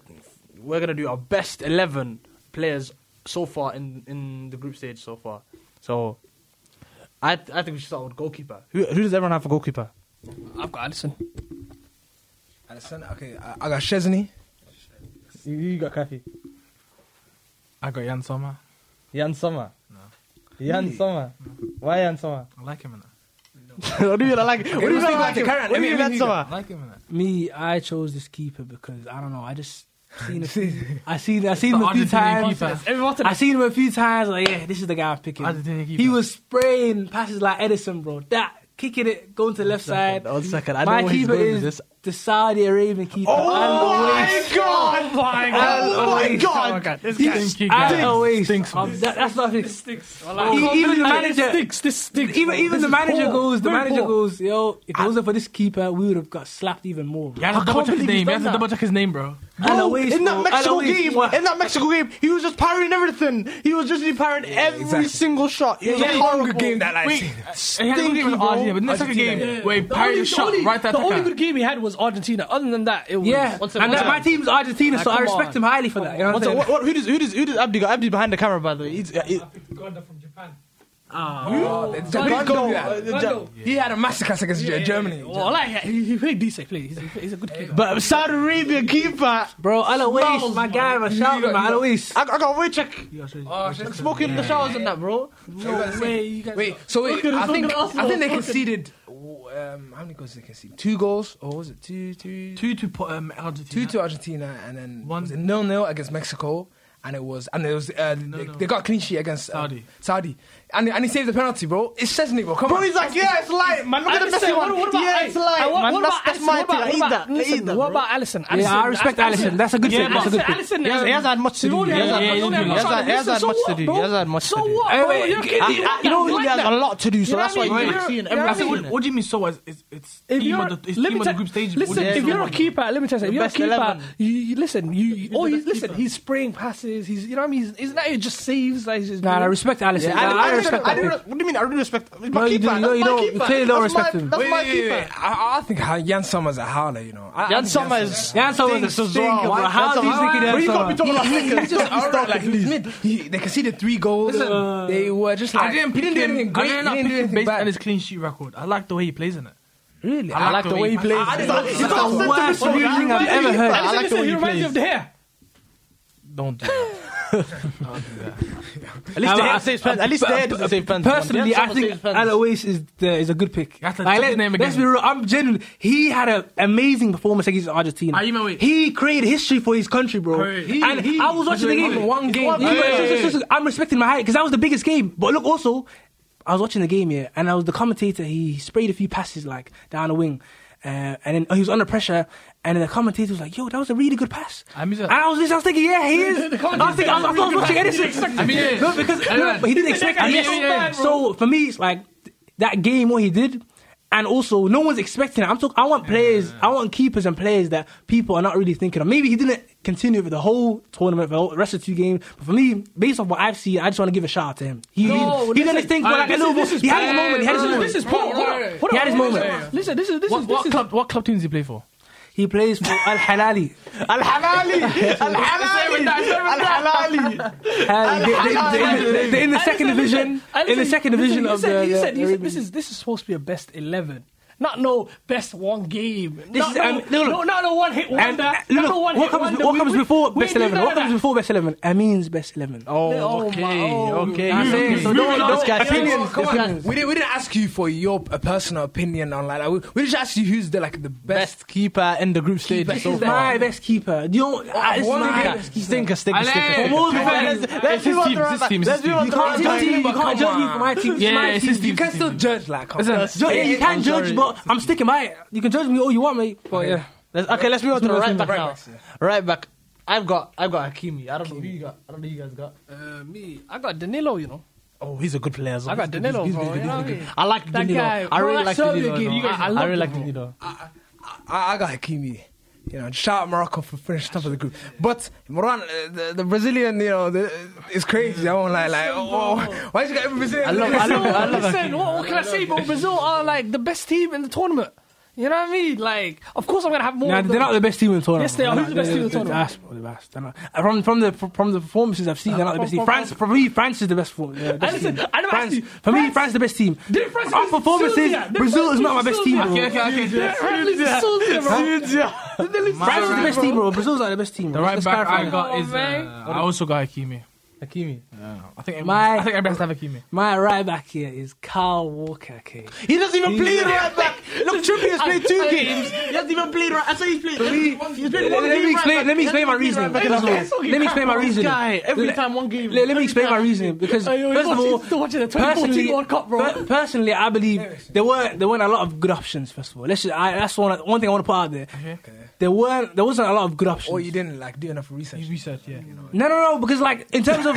S6: we're gonna do our best eleven players so far in in the group stage so far. So I th- I think we should start with goalkeeper. Who who does everyone have for goalkeeper?
S5: I've got Addison.
S3: Alison, okay, I, I got Chesney.
S6: You, you got Kafi.
S4: I got Jan Sommer.
S6: Jan Sommer. No. Jan Sommer. Why Jan Sommer?
S4: I like him in that.
S6: what do you mean I like? What do you mean I like? him?
S3: Karen,
S6: What do you mean
S3: Emi-
S6: Jan Sommer?
S4: I like him in that.
S7: Me, I chose this keeper because I don't know. I just seen it.
S3: See,
S7: I seen. I seen him
S4: the
S7: a few
S4: Argentinian
S7: times.
S4: keeper.
S7: I seen him a few times. Like, yeah, this is the guy I'm picking.
S4: Argentinian keeper.
S7: He was spraying passes like Edison, bro. That kicking it, going to the left side.
S6: One second. I know
S7: My
S6: where he's
S7: keeper
S6: going with
S7: is
S6: this.
S7: the Saudi Arabian keeper. Oh
S6: God!
S5: Oh my
S6: Oh my God!
S5: This
S6: He
S5: guy
S6: stinks.
S7: I always
S6: Stinks.
S3: Oh,
S7: um, that, that's nothing.
S5: stinks.
S7: Even- even the manager,
S6: This stinks.
S7: even even the manager
S6: poor.
S7: goes. The
S6: Very
S7: manager
S6: poor.
S7: goes. Yo, if it wasn't for this keeper, we would have got slapped even more.
S4: You have to double check his
S6: believe he's
S4: name. You have
S6: done
S4: to double check his name, bro.
S6: Bro,
S5: away
S6: Oh, in that
S5: score,
S6: Mexico
S5: and away
S6: game,
S5: score.
S6: in that Mexico game, he was just parrying everything. He was just parrying every
S3: exactly.
S6: single shot. He was
S4: yeah, he
S6: horrible.
S3: good game that I
S6: Wait,
S3: seen.
S4: And he had a good game with
S6: stinky, bro.
S4: Argentina, but in the second game,
S9: Argentina, yeah.
S4: where he
S9: The
S4: parried
S9: only-
S4: a
S9: the
S4: shot
S9: only-
S4: right at
S5: The only
S4: attacker.
S5: good game he had was Argentina. Other than that, it was
S9: Yeah,
S5: Once
S9: and that, my team's Argentina,
S5: Ah,
S9: so I
S5: come
S9: respect
S5: on.
S9: him highly for that. You know
S6: What's up,
S9: what I'm
S6: what,
S9: saying?
S6: what, who does who does who does Abdi got? Abdi behind the camera, by the way. He's, uh, he-
S5: Uganda from Japan.
S3: Oh, they-
S6: Gando,
S3: Gando,
S6: uh,
S3: yeah.
S6: the Ja-
S3: He had a massacre against Germany.
S5: Well, I like he, he played decent. Play. He's, a- he's a good player.
S6: But Saudi Arabia keeper.
S9: Bro, Alois, my guy, my shout man, Alois.
S6: I, I got a way check.
S4: Oh, shit.
S6: Smoking in the showers and that, bro.
S3: No
S9: Hey, you guys-
S3: Wait, so wait,
S6: at-
S3: I
S6: look
S3: think
S6: at
S3: I
S6: Arsenal,
S3: think they
S6: look at-
S3: conceded. Um, how many goals did they concede? Two goals, or was it two, two, two,
S4: Two to put um, Argentina.
S3: two to Argentina, and then
S4: One-
S3: one nil nil against Mexico, and it was and it was uh, they,
S4: no.
S3: they got a clean sheet against uh,
S4: Saudi.
S3: Saudi, and and he saved the penalty, bro. It's Chesney, bro. Come
S6: Bro,
S3: on,
S6: he's like, yeah, it's light, man. Look at the Messi one. yeah, it's light, man. that's that's my thing. I eat that. I eat that.
S5: What
S6: bro.
S5: about Allison?
S9: Yeah, I respect Allison. That's a good
S5: Yeah,
S9: thing. That's a good
S5: Allison- Allison
S9: thing.
S6: He has-
S5: is-
S6: he
S5: um,
S6: hasn't had much to
S5: He
S6: do.
S5: only
S6: He
S5: had-
S6: hasn't
S5: he
S6: had
S5: only
S6: much to
S5: had
S6: do.
S5: one
S6: He
S5: shot.
S6: hasn't- he hasn't had
S5: So
S6: much to
S5: what,
S6: do.
S5: bro?
S6: He hasn't had much to
S5: So
S6: do. Eh,
S5: what?
S3: Hey,
S5: bro?
S3: wait,
S5: You're
S3: you-
S5: kidding.
S6: I- I- ah, You know,
S5: You
S6: he
S5: like
S6: has a
S5: that?
S6: lot to do, so
S5: You know
S6: that's why
S5: what I mean?
S6: you keep
S5: You're-
S6: seeing
S5: you're
S6: everything.
S5: absolutely
S6: in
S4: What,
S6: it.
S4: what do you mean so? It's, it's, it's
S5: If
S4: team
S5: you're,
S4: of the, it's
S5: let
S4: team
S5: me
S4: of
S5: tell-
S4: the group stage. What do
S5: listen,
S4: you mean
S5: if
S4: so
S5: you're a
S4: much?
S5: keeper, let me tell you, if you're a
S6: best
S5: keeper,
S6: 11.
S5: you, you listen, you, you oh,
S6: the
S5: you,
S6: best
S5: listen,
S6: keeper.
S5: he's spraying passes, he's, you know what I mean? He's, isn't that he just saves? Like, he's just
S9: Nah, I respect Allison.
S6: I,
S9: Nah,
S6: I,
S9: I
S6: respect
S9: respect
S6: I
S9: that
S6: didn't,
S9: pick.
S6: re- what do you mean? I don't respect. It's my
S9: No, you
S6: keeper.
S9: don't- no,
S6: that's
S9: you
S6: my
S9: don't. You
S6: keeper.
S9: clearly don't
S6: That's my-
S9: respect him.
S6: That's
S3: Wait,
S6: my
S3: wait, wait,
S6: keeper.
S3: wait. I, I think Ha- Jan Sommer's a howler, you know. I, I
S6: Jan
S3: think
S6: Sommer is.
S9: Yeah, so
S3: Stinks,
S9: it's a
S3: stinks,
S9: Zorro.
S3: bro.
S9: How do you think it
S6: Bro,
S9: is?
S6: you can't be talking about
S3: He's
S6: Nickers.
S3: just alright, like he's mid. He, they conceded three goals.
S4: Listen,
S3: they were just like
S4: I didn't
S3: he didn't
S4: pick
S3: do anything
S4: him. I
S3: great.
S4: did
S3: He
S4: not
S3: didn't
S4: pick
S3: do
S4: him
S3: anything
S4: based on
S3: bad.
S4: his clean sheet record. I like the way he plays in it.
S3: Really,
S4: I
S3: I like the way he plays.
S4: I
S3: man.
S4: didn't
S6: That's
S4: like-
S6: the
S4: That's the
S6: most sentiment
S4: worst
S6: reviewing
S4: reviewing
S6: I've ever heard. I like the way
S5: he
S6: he
S5: reminds me of
S6: plays.
S5: the hair.
S4: Don't do that.
S6: At least the
S9: I-
S6: hair
S9: I-
S6: saves pens. At least the hair doesn't save pens.
S9: Personally, I think Alois is the, is a good pick.
S4: That's a
S9: Like,
S4: tough
S9: let,
S4: name
S9: let's
S4: again.
S9: be real. I'm genuinely. He had an amazing performance against Argentina.
S4: Ah, you mean wait.
S9: He created history for his country, bro.
S4: Hey, he-
S9: and
S4: he-
S9: I was watching the
S4: he-
S9: game.
S4: he-
S3: one game.
S9: Yeah,
S4: Yeah, yeah,
S9: yeah, yeah,
S4: yeah.
S9: yeah, yeah. I'm respecting my height because that was the biggest game. But look, also, I was watching the game here, and I was the commentator. He sprayed a few passes like down the wing, uh, and then he was under pressure. And then the commentator was like, "Yo, that was a really good pass."
S4: I mean,
S9: and I was, just, I was thinking, "Yeah, he is."
S4: the
S9: I was
S4: commentator
S9: thinking, I was, "Oh, I
S4: said it was a really
S9: was watching
S4: good pass. He
S9: Edison.
S4: didn't expect it. I mean, yeah.
S9: no, because
S4: I
S9: no,
S4: know.
S9: but he didn't
S4: He's
S9: expect.
S4: a
S9: it.
S4: guy, so bad, bro.
S9: So for me, it's like th- that game what he did. And also, no one's expecting it. I'm talking. I want players. I want keepers and players that people are not really thinking of. Maybe he didn't continue for the whole tournament, for the whole- rest of two games. But for me, based off what I've seen, I just want to give a shout out to him. He,
S5: No,
S9: he, he did
S5: listen,
S9: his thing, but
S4: alright,
S9: like a
S4: this
S9: little.
S4: is- this is
S9: he had his
S4: bad,
S9: moment. He had his
S4: bro.
S9: moment.
S5: This is poor. Hold on, hold on.
S9: He had his moment.
S5: Listen, this is this
S4: What,
S5: is this
S4: what
S5: is
S4: club? What club team does he play for?
S9: He plays for Al Halali.
S6: Al Halali. Al Halali. Al Halali.
S9: And they- they- they- They're in the
S5: Listen, listen,
S9: second division.
S5: listen,
S9: In the
S5: listen,
S9: second division
S5: you
S9: of the.
S5: said- you
S9: the
S5: said- you said
S9: Arabian-
S5: This is this is supposed to be a best eleven. Not no best one game.
S9: This
S5: not,
S9: is-
S5: no,
S9: um, no,
S5: no,
S9: no.
S5: not no one hit
S9: And
S5: wonder.
S9: uh,
S5: not
S9: look,
S5: no one
S9: what
S5: hit
S9: comes,
S5: wonder.
S9: what
S5: We-
S9: comes
S5: we-
S9: before
S5: we
S9: best
S5: do
S9: eleven? What
S5: that.
S9: comes before best eleven? Amin's best eleven.
S5: Oh,
S6: Oh,
S5: my-
S6: okay,
S5: oh,
S6: okay.
S5: I'm saying,
S6: So don't, don't,
S5: Yeah,
S3: Opinions,
S6: opinions.
S3: come
S6: It's
S3: on.
S6: not-
S3: Mm-hmm. We didn't, we didn't ask you for your uh, personal opinion on like, like we, we just asked you who's the like the best.
S6: Best keeper in the group stage
S3: Keeper is
S6: so
S9: He's
S3: that-
S6: far.
S9: my best keeper. Do you know? I- it's
S3: One
S9: my-
S3: guy.
S6: Stinker, stinker,
S5: oh.
S6: stinker,
S4: Ale-
S6: stinker.
S4: For all the
S6: Let's-
S4: fans-
S6: Let's
S4: It's his
S6: move on
S4: team,
S6: to
S4: it's his
S6: round-
S4: team, it's
S6: let's
S4: his
S6: move on
S4: team.
S6: to
S9: You can't
S6: round
S9: judge me. You
S6: nine.
S9: can't judge me for my team. It's
S4: Yeah,
S9: my
S4: it's
S9: team.
S4: his
S3: You
S4: team.
S3: can still judge like. come on.
S4: Listen,
S9: Yo,
S6: Yeah,
S9: you
S6: I'm
S9: can
S6: sorry.
S9: judge, but I'm sticking by it. You can judge me all you want, mate. But yeah,
S6: Let's, okay, let's move on to the
S9: move
S6: right
S9: on to
S6: back
S3: the right
S6: now.
S3: backs,
S6: Right back. I've got I've got Hakimi. I don't know who you got. I don't know who you guys got.
S5: Uh, me, I got Danilo. You know,
S6: Oh, he's a good player. as well.
S5: I got
S6: He's
S5: Danilo,
S6: good, he's
S5: bro.
S6: good, he's
S5: You know what I
S6: good,
S5: mean?
S6: he's good. I like
S5: That
S6: Danilo.
S5: guy,
S6: I
S5: bro,
S6: really
S5: that
S6: like
S5: Serbia
S6: Danilo.
S5: game,
S6: you
S5: you
S6: know.
S5: guys-
S6: I,
S5: I
S6: I
S5: love
S6: really
S5: him,
S6: like
S5: bro.
S6: Danilo.
S3: I, I got Hakimi. You know, shout out Morocco for finishing top of the group. But Moran, uh, the, the Brazilian, you know, the, it's crazy. I won't lie. Like, oh, why you got every Brazilian?
S6: I love- I love-
S5: Brazil, listen, what, what can I say? But Brazil are like the best team in the tournament. You know what I mean? Like, of course, I'm gonna have more.
S9: Nah,
S5: of
S9: they're
S5: them.
S9: not the best team in the tournament.
S5: Yes, they are. Who's the best team in the tournament?
S9: That's probably the best. They're not- From from the from the performances I've seen, they're not the best team. France, for me, France is the best. For, yeah, best
S5: listen,
S9: team.
S5: I never asked
S9: France,
S5: you.
S9: for me,
S5: France-
S9: France is the best team.
S5: They're France
S9: On
S5: versus
S9: performances,
S5: Serbia. They're
S9: Brazil
S5: France
S9: is not my
S5: versus
S9: best team,
S5: Serbia.
S9: bro.
S4: Okay, okay, okay.
S5: France is Serbia, bro.
S9: France is the best team, bro. Brazil's not the best team.
S4: The right back I got
S5: Oh,
S4: is.
S5: man.
S4: Uh, I also got Hakimi.
S6: Hakimi.
S4: I think.
S9: My-
S4: I think everybody has to have Hakimi.
S9: My right back here is Carl Walker. Okay.
S6: He doesn't even play the right back. Look, Trippier has played two games. He hasn't even played right. I say he's played. He's played one
S9: Let
S6: game
S9: me
S6: right
S9: explain.
S6: back.
S9: Let me
S6: He hasn't
S9: explain my
S6: even played
S9: reasoning.
S6: right back.
S9: Let me explain my
S6: This
S9: reasoning.
S6: guy, every
S9: Let-
S6: time one game.
S9: Let, let me explain my reasoning because first of all,
S5: still watching the 2014
S9: personally,
S5: World Cup, bro.
S9: per- personally, I believe there weren't there weren't a lot of good options. First of all, let's just, I, that's one one thing I want to put out there. There weren't there wasn't a lot of good options.
S3: Or you didn't like do enough research.
S4: Research, yeah.
S9: no, no, no, because like in terms of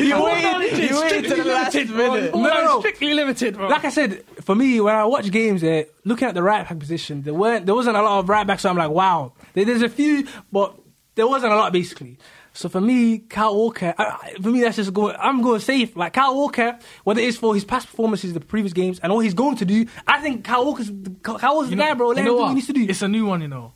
S6: You waited. You waited till the last minute.
S9: No, no, no.
S5: strictly limited, bro.
S9: like I said, for me when I watch games, games there, looking at the right back position, there weren't there wasn't a lot of right backs. So I'm like, wow, There- there's a few, but there wasn't a lot basically. So for me, Kyle Walker, I, I- for me that's just going. I'm going safe. Like Kyle Walker, what it is for his past performances, the previous games, and what he's going to do, I think Kyle Walker's Kyle Walker's the guy, bro. Let
S4: you
S9: him
S4: know
S9: do what
S4: what?
S9: he needs to do.
S4: It's a new one, you know.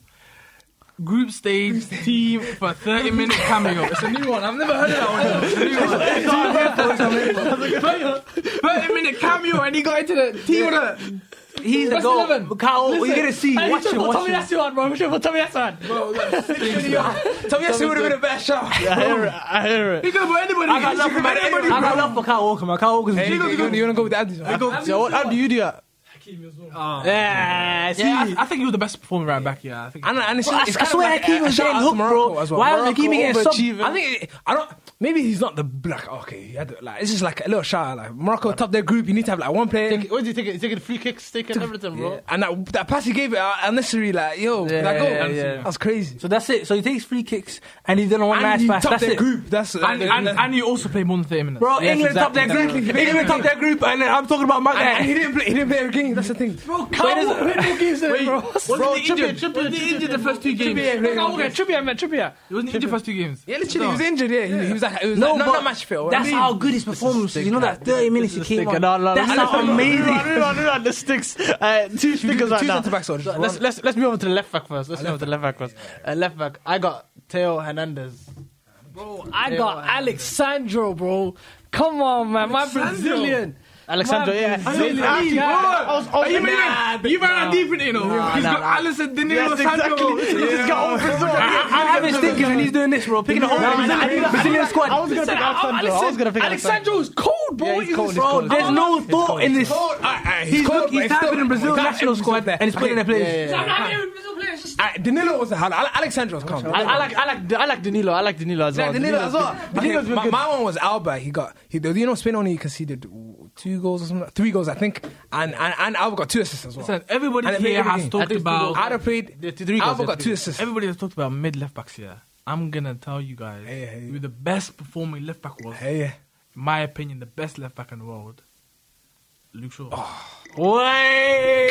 S4: Group stage team for 30 minute cameo. It's a new one. I've never heard of that one. It's a new one. Thir- 30 minute cameo, and he got into the team with the.
S9: he's the
S4: Best
S9: goal.
S4: 11.
S9: Kyle, you're gonna see.
S5: Hey,
S9: Watch it.
S5: Tell
S9: Watch
S5: me
S9: it.
S5: that's the one, bro. Tell me that's the one.
S3: Tell me yes, it would have been a better shot.
S6: I hear it. I hear it.
S4: He could put anybody.
S9: I got love for my, I got love for Kyle Walker, man. Kyle Walker's
S3: Hey, you, you, you wanna go with the Abdi's? one?
S6: So what how do you do that?
S3: Oh,
S9: Yeah, see.
S4: Yeah, I, I think he was the best performing right back. Yeah, I think.
S3: And, and it's,
S9: Bro, I-
S3: it's
S9: I
S3: kind of
S9: swear
S3: like
S9: Hakimi
S3: a- a
S9: was
S3: shout
S9: getting
S3: out to
S9: hooked, bro.
S3: Morocco as well.
S9: Why was
S3: Morocco
S9: Hakimi getting subbed?
S3: overachieving. I think it, I don't. Maybe he's not the black. Okay, he had, like it's just like a little shout. out, Like Morocco top their group. You need to have like one player.
S6: Take, what do you take? You taking free kicks, taking everything, bro.
S3: Yeah. And that, that pass he gave it uh, unnecessary. Like yo,
S6: Yeah,
S3: that goal.
S6: yeah, yeah.
S3: That was crazy.
S9: So that's it. So he takes free kicks and he's done one nice
S3: you
S9: pass.
S3: top
S9: That's
S3: their
S9: it.
S3: group. That's
S4: and, and, and you also played more than 30 minutes.
S9: Bro,
S6: Yes,
S9: England top their
S6: exactly.
S9: group. England top their group,
S3: uh,
S9: and then I'm talking about my
S3: and he
S9: guy.
S3: didn't play. He didn't play every game. That's the thing.
S9: Bro, Kyle Walker.
S4: Wait,
S6: bro.
S4: wasn't
S6: Bro,
S4: he
S6: Trippier,
S4: injured?
S6: Trippier,
S4: Wasn't he injured the first two games?
S5: Kyle Walker, Trippier, man, Trippier.
S4: He wasn't injured the first two games.
S3: Yeah, literally, he was injured. Yeah, He, he was like, it was
S9: No,
S3: like, not,
S9: but
S3: not match fit.
S9: That's how good his performance is. You know that 30 minutes he came on.
S6: No, no,
S9: That's
S6: no,
S9: how
S6: no, No,
S9: amazing.
S6: no, no, no, no, the sticks. Uh, two stickers right
S3: two
S6: now.
S3: centre-backs or just
S6: let's,
S3: one?
S6: let's, let's move on to the left back first. Let's move on to the left back first. Uh, left back. I got Teo Hernandez.
S5: I got Alexandro, bro. Come on, man. My Brazilian.
S6: Alexandro,
S5: Man,
S6: yeah.
S5: Brazil.
S6: Zidane.
S5: Nah,
S6: Yeah. I was-
S9: Oh,
S6: I was-
S4: you
S6: Nah,
S4: man, you man are deep in it, you know. He's
S6: nah,
S4: got
S6: nah.
S4: Alisson, De Niro,
S6: Yes,
S4: Sancho.
S6: exactly. He just got all Brazil.
S9: I have his thinking and he's doing this, bro. Picking the whole
S6: Nah, nah, I knew
S9: Brazilian-
S6: that- I knew
S9: Brazilian
S6: that- I
S9: squad.
S6: was gonna pick Alexandro. I was gonna pick Alexandro.
S5: Alexandro is cold, bro.
S6: Yeah, he's
S5: He's-
S6: cold, he's
S9: Bro,
S6: cold.
S9: there's no thought in this.
S3: he's
S9: He's
S3: cold, but
S9: look- he's
S3: he's
S9: typing
S3: still-
S9: in Brazil
S3: he's got
S9: national
S3: every
S9: squad
S3: single
S9: and he's putting in
S3: player.
S9: their players.
S6: Yeah, yeah, yeah.
S3: Uh, Danilo was a hard. Ale- Alexandro was calm.
S6: I, I like I like I like Danilo. I like Danilo as well.
S3: Yeah, Danilo as well. I
S6: Danilo's
S3: think
S6: been
S3: my,
S6: good.
S3: my one was Alba. He got he. You know, Spain only conceded two goals or something, three goals I think, and and, and Alba got two assists as well.
S4: Listen, everybody
S3: And it made
S4: here has
S3: everything.
S4: talked
S6: think
S4: about.
S6: people-
S3: I'd have played.
S6: The three goals,
S3: Alba
S6: the
S3: got
S6: three
S3: two
S6: goals.
S3: assists.
S4: Everybody has talked about mid left backs here. I'm gonna tell you guys
S3: Hey, hey.
S4: who the best performing left back was.
S3: Hey, yeah.
S4: In my opinion, the best left back in the world. Luke Shaw.
S9: Wait.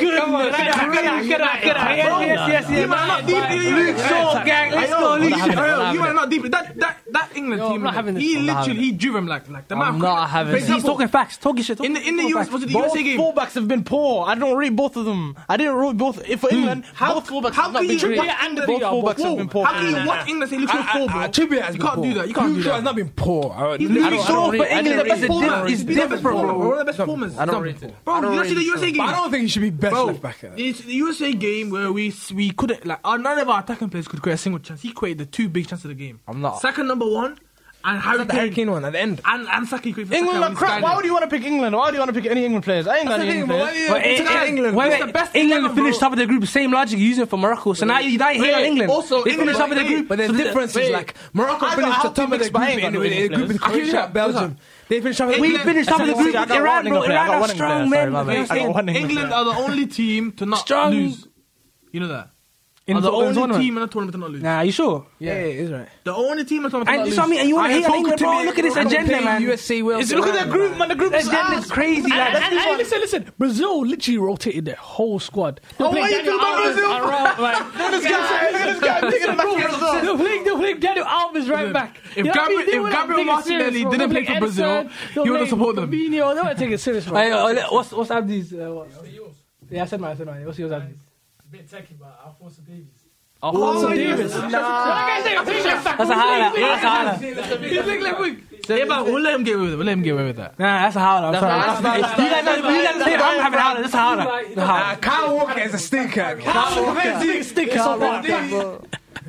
S9: Come on.
S5: Goodness.
S9: Yes, yes, yes.
S4: you man are not deep in it.
S9: Luke Shaw, gang. Let's go, Luke
S6: Hold on, hold on, hold
S4: Yo,
S6: on.
S4: You man are not deep. in- That that that England
S5: Yo, I'm
S4: team.
S5: not having this.
S4: He
S5: I'm not having
S4: literally he drew him like like the
S6: I'm
S4: man.
S6: not having
S4: For
S6: this.
S9: He's
S4: example,
S9: talking facts. Talking shit.
S4: in the in the
S9: talking
S4: US
S9: facts.
S4: was it the
S6: Both
S4: USA game?
S6: fullbacks have been poor. I don't rate both of them. Hmm. I didn't rate both. If for England,
S4: How-
S6: both fullbacks
S4: how
S6: have not
S4: can
S6: been
S4: you-
S6: great.
S4: yeah, and the
S6: both
S4: big-
S6: fullbacks have
S4: whoa.
S6: been poor.
S4: How
S6: for
S4: can you
S6: England.
S4: watch England say Luke Shaw poor, bro?
S3: Uh, Trippier has
S4: You
S3: been
S4: can't
S3: poor.
S4: do that. You can't
S3: Luke
S4: do
S3: Shaw
S4: that.
S3: has not been poor. I would-
S4: Luke
S3: I don't-
S4: Shaw
S6: don't
S9: Shaw
S6: rate-
S9: for
S6: I don't
S9: England
S6: rate
S9: is
S6: it.
S9: different. It's
S4: He's been the
S9: different,
S4: best performer.
S9: bro.
S4: One of the best performers.
S6: I don't rate it.
S4: Bro, you don't see the USA game.
S3: I don't think he should be best
S4: Bro,
S3: left back. uh,
S4: it's the USA game where we we couldn't like our, none of our attacking players could create a single chance. He created the two big chances of the game.
S6: I'm not-
S4: second number one, and Harry
S3: The
S4: Kane.
S3: Hurricane one at the end.
S4: and and Saka created for
S6: England
S4: Saka,
S6: are
S4: who's
S6: crap. Why
S4: guiding.
S6: would you want to pick England? Why do you want to pick any England players? I ain't got any England
S3: but why
S6: players.
S3: do you-
S9: But
S3: it's
S9: in-
S3: not
S9: in-
S3: England.
S9: Wait,
S4: It's
S9: wait,
S4: the best
S9: England
S4: eleven,
S9: finished
S4: bro.
S9: top of the group. Same logic you're using for Morocco. So now you now you hate on
S4: Wait,
S9: England.
S4: also,
S9: they
S4: England
S9: finished top of the
S4: wait,
S9: group.
S3: But the
S9: So the-
S3: difference is
S6: wait.
S3: like Morocco
S6: I got
S3: finished the
S6: healthy
S3: top of the
S6: mixed
S3: group
S6: bag
S3: in
S6: on
S3: with
S6: the
S3: the group with
S6: England.
S3: Croatia, Belgium. They finished top of the
S9: We
S3: group.
S4: England-
S9: finished top of the group
S6: I
S9: with
S6: got
S9: Iran,
S6: one
S9: bro.
S6: England player. I
S9: Iran
S6: got
S9: are
S6: one
S9: strong
S6: England player.
S9: men.
S6: Sorry, my bad.
S9: They
S6: I
S9: were
S6: got
S9: saying-
S6: one England
S4: England
S6: player.
S4: are the only team to not
S9: Strong-
S4: lose. You know that.
S9: in
S4: Are the
S9: the- in the
S4: only
S9: tournament.
S4: team in the tournament to not lose.
S9: Nah, you sure?
S3: Yeah, it is right.
S4: The only team in the tournament to
S9: And
S4: not
S9: you
S4: lose.
S9: saw me, and you
S3: I
S9: want to hate on
S3: talk
S9: England,
S3: to
S9: bro.
S3: me.
S9: Look at this
S3: Don't
S9: agenda,
S3: play
S9: man.
S3: USA, Wales.
S6: Is- Look at that group, man. The group is
S9: Agenda
S6: ass.
S9: is crazy.
S5: And,
S9: Like,
S5: and, and listen, listen. Brazil literally rotated their whole squad. They're
S6: Oh, why you talking about Brazil?
S5: Around, like,
S6: Look at this guy. Look at this guy. Picking him back against us.
S5: they're playing, they're playing Daniel Alves right back.
S4: if Gabriel- if Gabriel Martinelli didn't play for Brazil, he wouldn't support them.
S5: Fabinho, they weren't taking it serious, bro.
S9: Hey, uh, let- what's what's Abdi's? Uh, what? Yeah, I said mine. I said mine. What's yours, Abdi?
S5: Alfonso Davies.
S9: That's a highlight. That's a highlight.
S4: Yeah, but we'll let him get away with it. We'll let him get away with that.
S9: Nah, that's a highlight. I'm sorry.
S6: That's not-
S9: You guys, know- you guys say I'm having a highlight. That's a highlight. The highlight.
S3: Uh, Kyle Walker is a stinker.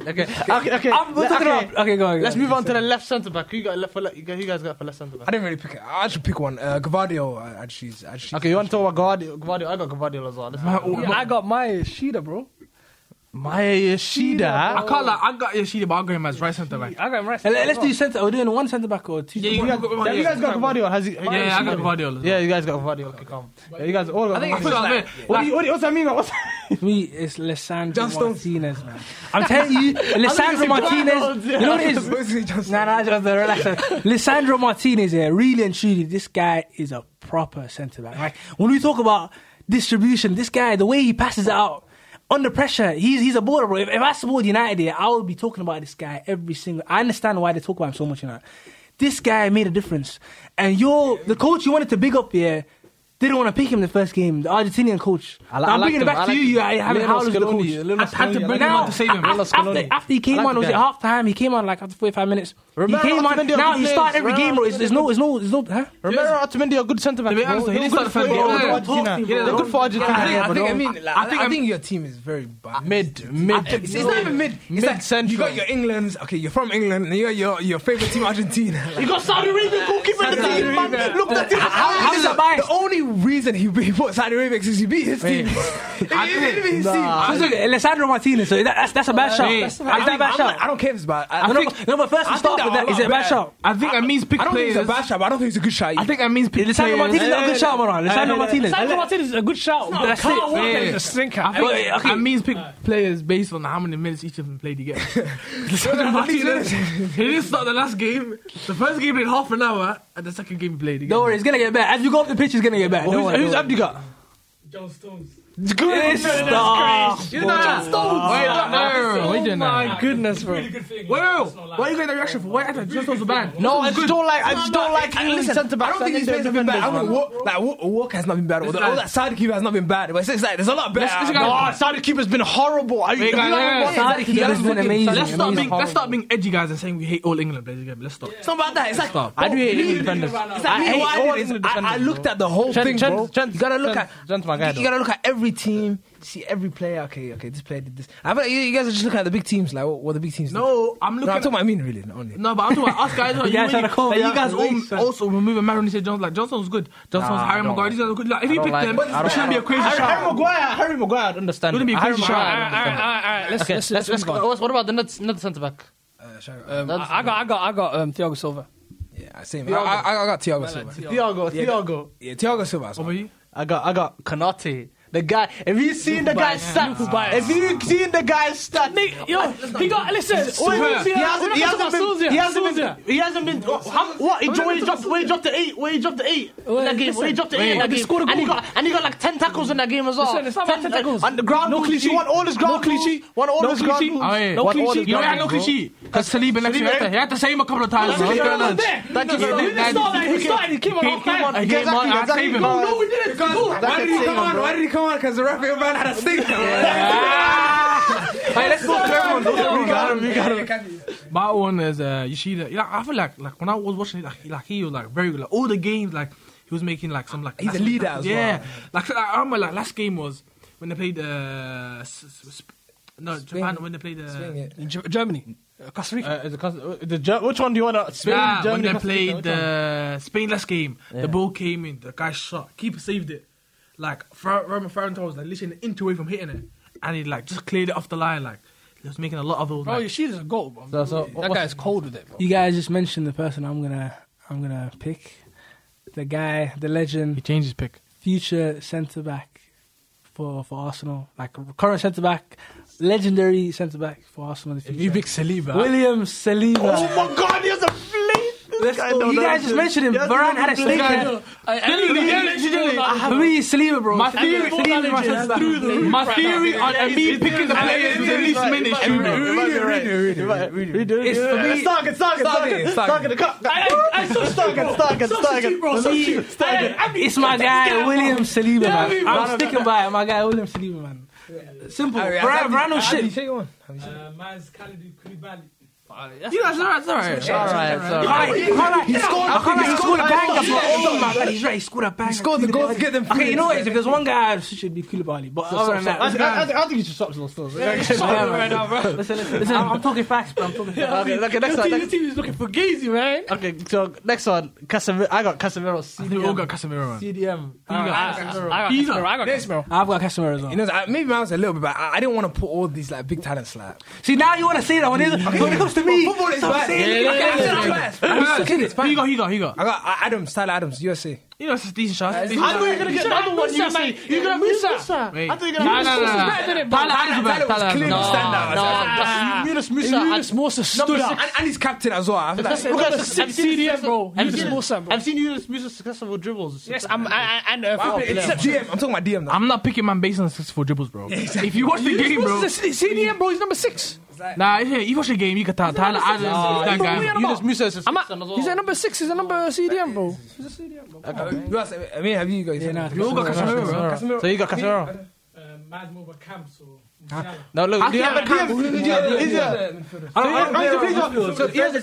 S6: Okay, okay, okay.
S9: I'm, we're talking
S6: okay.
S9: about. Okay, go on. Go
S6: Let's
S9: on.
S6: move on to the left centre back. Who you got left for? le- You guys- who you guys got for left centre
S3: I
S6: back?
S3: didn't really pick it. I should pick one. Uh, Gavardio, I- I'd choose. I'd choose.
S6: Okay, you want to talk about Guardiola? Guardiola. I got Guardiola as well. Let's move on.
S5: I got my Shida, bro.
S6: Maya
S4: I
S6: Yoshida.
S4: can't like I got Yoshida, but I got him as right centre back.
S5: I got him right.
S9: Let- Let's do centre. We're doing one centre back or two.
S4: Yeah, you
S9: centre-back.
S4: got- you
S6: Have you guys got Guardiola? Has he?
S4: Yeah, yeah, I got Guardiola. as well.
S6: Yeah, you guys got Guardiola. Okay, come. Yeah, you guys all got.
S4: I think it's
S6: Guardiola.
S4: like,
S6: What do you- what do you- What's that mean? What's
S9: me, it's Lissandro
S3: Just don't-
S9: Martinez, man. I'm telling you, Lissandro Martinez. You know what it is?
S3: Basically, just-
S9: Nah, nah, just relax. Lissandro Martinez, yeah, really and truly, this guy is a proper centre back. Like when we talk about distribution. This guy, the way he passes it out under pressure, he's he's a baller, bro. If, if I support United here, I would be talking about this guy every single. I understand why they talk about him so much now. This guy made a difference, and you're the coach you wanted to big up here. Didn't want to pick him the first game. The Argentinian coach.
S6: I li- I
S9: am
S6: liked
S9: bringing it
S6: him.
S9: back
S6: I
S9: to
S6: liked
S9: you. You
S6: him.
S9: having
S6: Lionel
S9: how the coach.
S6: Scaloni, Lionel
S9: I had to
S6: Scaloni, I
S9: bring
S6: liked
S9: him
S6: him.
S9: on
S6: I saved him. Lionel
S9: After,
S6: Scaloni.
S9: after he came
S6: I liked
S9: on, it was
S6: the
S9: it
S6: guy.
S9: half time? He came on like after 45 minutes.
S6: Romero
S9: he came on.
S6: Otamendi are
S9: Now
S6: good
S9: he starts
S6: players.
S9: every game, bro. It's, there's no, there's no, there's no. Huh?
S6: Romero Otamendi are good centre backs.
S4: To be
S6: bro.
S4: honest,
S6: They're
S4: he didn't start
S6: good
S4: the
S6: for-
S4: first game. Yeah,
S6: they're good for Argentina.
S4: yeah,
S6: They're good for
S3: I
S6: Argentina.
S3: think, I
S6: bro.
S3: think, I
S6: They're
S3: mean, like, I,
S4: I think
S3: think I
S4: I'm-
S3: think your team is very bad.
S6: Mid, mid.
S3: It's, it's not even mid. It's
S6: Mid
S3: like you
S6: central.
S3: got your England's. Okay, you're from England. And you got your your favorite team, Argentina. Like,
S9: You got Saudi Arabia goalkeeper in the team, man. Look at the
S3: how,
S9: How is that
S3: The only reason he, he put Saudi Arabia is 'cause he beat his team. If he didn't beat his team. I was like,
S9: Alessandro Martinez. So that, that's that's a bad shot.
S4: Hey,
S9: That's a
S3: I
S9: bad, is that a
S3: think-
S9: bad
S3: I'm
S9: shot.
S3: like, I don't care if it's bad. I,
S9: No,
S3: I
S9: no,
S3: think,
S9: but- no, but first
S3: I
S9: we
S3: think
S9: start
S3: they're
S9: with that.
S3: a
S9: Is it a
S3: lot
S9: bad
S3: better.
S9: shot?
S4: I think I means pick
S3: I don't think
S4: players.
S3: it's a bad shot, but I don't think it's a good shot.
S4: I
S3: either.
S4: think I means pick
S9: Alessandro
S4: players.
S9: Martinez is not a good shot, Moran. Alessandro Martinez.
S5: Sandro Martinez is a good shout. but That's
S9: That's Kyle
S5: it.
S9: Walker
S4: Yeah.
S9: is a stinker.
S4: I, think,
S9: But, okay.
S4: I means pick players based on how many minutes each of them played together. Sandro
S3: At least
S4: Martinez, he didn't start the last game. The first game played half an hour, and the second game he played again.
S9: Don't worry, it's gonna get better. As you go up the pitch, it's gonna get better. Don't
S6: Who's
S9: worry,
S6: who's
S9: don't
S6: Abdi got?
S5: John Stones.
S9: worry. Stop.
S4: You know,
S6: Ah.
S4: Wait,
S3: Oh
S4: no,
S6: Wait, no.
S4: my goodness, bro.
S5: Good thing.
S4: Whoa, why are you getting that reaction for? Why are you just was a band?
S6: No, I just don't like. I just don't like
S3: I,
S6: England
S3: listen,
S6: centre
S3: I
S6: backs.
S3: don't think these players have been bad. I don't know what, like what, Walker has not been bad. Or the, all that Sidekick has not been bad. But it's, it's like there's a lot better.
S4: Let's- let's go.
S6: Oh, Saudi keeper's been horrible. Are you,
S4: Wait,
S6: have
S4: guys,
S6: you
S4: wait,
S6: ever
S4: wait,
S6: watched-
S4: wait.
S9: Sadik has been amazing.
S4: Let's stop
S9: amazing.
S4: being let's stop being edgy guys and saying we hate all England players again. Let's stop.
S3: It's not about that. It's like
S6: I do hate
S3: me-
S6: England defenders.
S3: It's
S6: I
S3: like me
S6: hate all
S3: why I, did
S6: England
S3: this. I, I
S6: defenders,
S3: looked at the whole
S6: Chen-
S3: thing,
S6: Chen-
S3: bro.
S6: Chen-
S3: you gotta look
S6: Chen-
S3: at
S6: Chen's my guy,
S3: You,
S6: though.
S3: gotta look at every team. See every player. Okay, okay, this player did this. I feel like you, you guys are just looking at the big teams, like what, what the big teams. do.
S4: No, I'm
S3: no, I'm
S4: looking.
S3: talking about I mean really, not only.
S4: No, but I'm talking about us guys. Like,
S9: You guys
S4: really,
S9: had a call,
S4: like,
S9: yeah.
S4: you guys
S9: Release,
S4: all, also removing Maroney said Johnson. Like Johnson was good. Johnson was
S6: Nah, I
S4: Harry
S6: don't
S4: Maguire.
S6: like-
S4: These guys are good. Like, if
S6: I
S4: he
S6: don't
S4: picked
S6: like-
S4: them,
S6: I don't
S4: it shouldn't be a
S6: like-
S4: crazy
S6: Harry, Harry
S4: shot.
S6: Maguire, Harry Maguire, I'd understand.
S4: Wouldn't be a
S6: Harry
S4: crazy
S6: Maguire,
S4: shot.
S6: I'd
S5: All
S6: understand.
S5: right, all right, all right. Let's
S6: Okay,
S5: let's let's,
S6: let's- let's
S5: move
S6: go.
S5: on. What, what about the nuts, another centre back?
S3: Uh, shout out.
S5: Um, I, I got I got I got um, Thiago Silva.
S3: yeah, same. I, I, I got Thiago Silva.
S6: Thiago, Thiago.
S3: Yeah, Thiago Silva. as
S4: What
S3: well.
S4: about you?
S6: I got, I got Kanate. The guy. If you seen the guy's stats, if you seen the guy's stats,
S5: Yo, he got listen.
S6: Wait, he hasn't, he hasn't been. He hasn't
S5: Sousa.
S6: been. He hasn't been. What? How, what? He, when he dropped. When he dropped the eight. When he dropped the eight in that game. When he dropped the eight in that
S5: He
S6: game.
S5: scored a
S6: And he
S5: goal.
S6: got. And he got like ten tackles in that game as well.
S5: Listen, it's not about 10 tackles.
S6: And the ground.
S5: No
S6: No cliche.
S5: cliche.
S6: He won all his
S5: No
S6: ground.
S5: cliche.
S6: rules. Won all
S5: No
S6: his ground.
S5: cliche.
S6: rules.
S5: Oh, yeah. No
S6: Won all
S5: cliche.
S6: his
S4: You know,
S6: ground
S4: I had no
S6: rules, bro.
S4: cliche because Saliba next year. He had to save him a couple of times. bro.
S6: Thank you very much.
S5: He started. He came on
S4: He
S5: half
S4: came on.
S5: time.
S4: He came on. I saved him.
S6: No,
S3: we did it. Why did he come on? Why did he come on? Because the referee man had a stinker.
S4: Hey, let's go.
S3: We got him. We got him.
S4: My one is uh, Yoshida. Yeah, I feel like like when I was watching it, like, he- like he was like very good. Like, all the games, like he was making like some like
S3: He's a
S4: last-
S3: leader as
S4: yeah.
S3: well.
S4: Like I remember like last game was when they played uh, s- s- sp- no Japan when they played uh,
S3: Swing it.
S5: G- Germany, Uh, Costa Rica.
S6: Uh, is it cons- uh, the Ger- which one do you want to Spain,
S4: nah,
S6: Germany,
S4: when they
S6: Costa Rica,
S4: played
S6: which one?
S4: uh, Spain last game, the ball came in, the guy shot, keeper saved it. Like Fer- Roman Ferrantino was like literally an inch away from hitting it, and he like just cleared it off the line. Like he was making a lot of
S3: Oh,
S4: those.
S5: Bro,
S4: Like,
S5: you see, there's a goal. Bro.
S6: So- so
S5: that
S6: what's-
S5: guy is cold with it. Bro.
S9: You guys just mentioned the person I'm gonna I'm gonna pick. The guy, the legend,
S4: changed his pick.
S9: future centre back for for Arsenal, like current centre back, legendary centre back for Arsenal. In the future.
S4: You pick Saliba.
S9: William Saliba.
S6: Oh my God, he has a flea.
S9: Let's go. You guys just mentioned him. Varane had a stake. there. For me, it's Saliba, bro.
S4: My
S9: Saliba-
S4: theory-
S9: Saliba is my centre back.
S4: My theory on Embiid picking the players in the least minute.
S6: Read
S4: shooter.
S6: it, read it, read it, read it, read it.
S9: It's for me-
S6: It's Stark, it's Stark, it's Stark, it's Stark, it's Stark. Stark, it's Stark, it's Stark.
S9: For me, It's my guy, William Saliba, man. I'm sticking by it. My guy, William Saliba, man. Simple. Varane Varane was shit.
S3: Take one.
S5: Man's Khalid Koulibaly.
S4: You guys are alright.
S6: All right, it's all
S9: I
S6: right.
S9: can't lie, I can't lie, He scored a banger for Oh my God, he's right. He scored a banger. He
S3: Score the goal to get them.
S9: Okay, you know what? If there's one guy, it should be Koulibaly. But other than
S6: I think-
S9: that,
S6: I think- I think you should stop still, still.
S9: listen, listen, listen. I'm I'm talking facts, bro. I'm talking facts.
S6: Okay, okay, next one. next-
S5: team is looking for Gazy, man.
S6: Okay, so next one, Casemiro. I got Casemiro.
S4: We all got
S6: CDM.
S4: Casemiro. man.
S6: CDM.
S5: I
S4: He's
S5: got I got Casemiro.
S9: I've got Casemiro as well.
S3: You know, I- maybe mine was a little bit, but I, I didn't want to put all these like big talents like.
S9: See, now you want to say that when, it, when it comes
S3: to me.
S4: Football is
S3: Stop
S4: bad.
S3: saying it.
S4: Yeah, yeah,
S3: Okay, I said
S4: yeah,
S3: I'm
S4: yeah.
S3: biased. I'm just saying it's
S4: Who
S3: bad.
S4: you got? Who you got? Who you got?
S3: I got uh, Adams, Tyler Adams, USA.
S4: You know, it's a decent shot. It's a
S9: I
S4: decent
S9: thought you were
S4: shot.
S9: gonna get another one. You say you're gonna Musa. I thought you were
S4: Nah,
S9: gonna
S4: nah,
S9: Musa.
S4: nah.
S9: better than it, bro.
S4: Tyler Adams, Tyler
S3: No,
S4: Adams. No,
S3: no,
S5: Yunus Musa and Musa stood up.
S3: And, and he's captain as well. I feel like,
S9: Look at
S5: I've seen CDM, bro. You're just Musa, bro.
S9: I've seen you Musa successful dribbles. Yes, I'm. I, I, and uh,
S3: wow,
S9: football
S3: it's
S9: player.
S3: DM. I'm talking about DM now.
S4: I'm not picking man based on successful dribbles, bro. If you watch the game, bro.
S5: CDM, bro. He's number six.
S4: Nah, if you- you watch the game, you can tell Tyler Adams, that
S5: Bro, we
S4: guy.
S5: are number- I'm at-
S9: as well.
S5: He's at number six. He's at number CDM, bro.
S3: Uh, who else? I mean, have you guys? Yeah,
S5: nah,
S4: You all got Casemiro, bro.
S3: Casemiro.
S6: So you got Casemiro.
S5: uh,
S7: Mad Mobile Camps or.
S6: No, look, do you have a
S4: Casemiro.
S6: Yeah,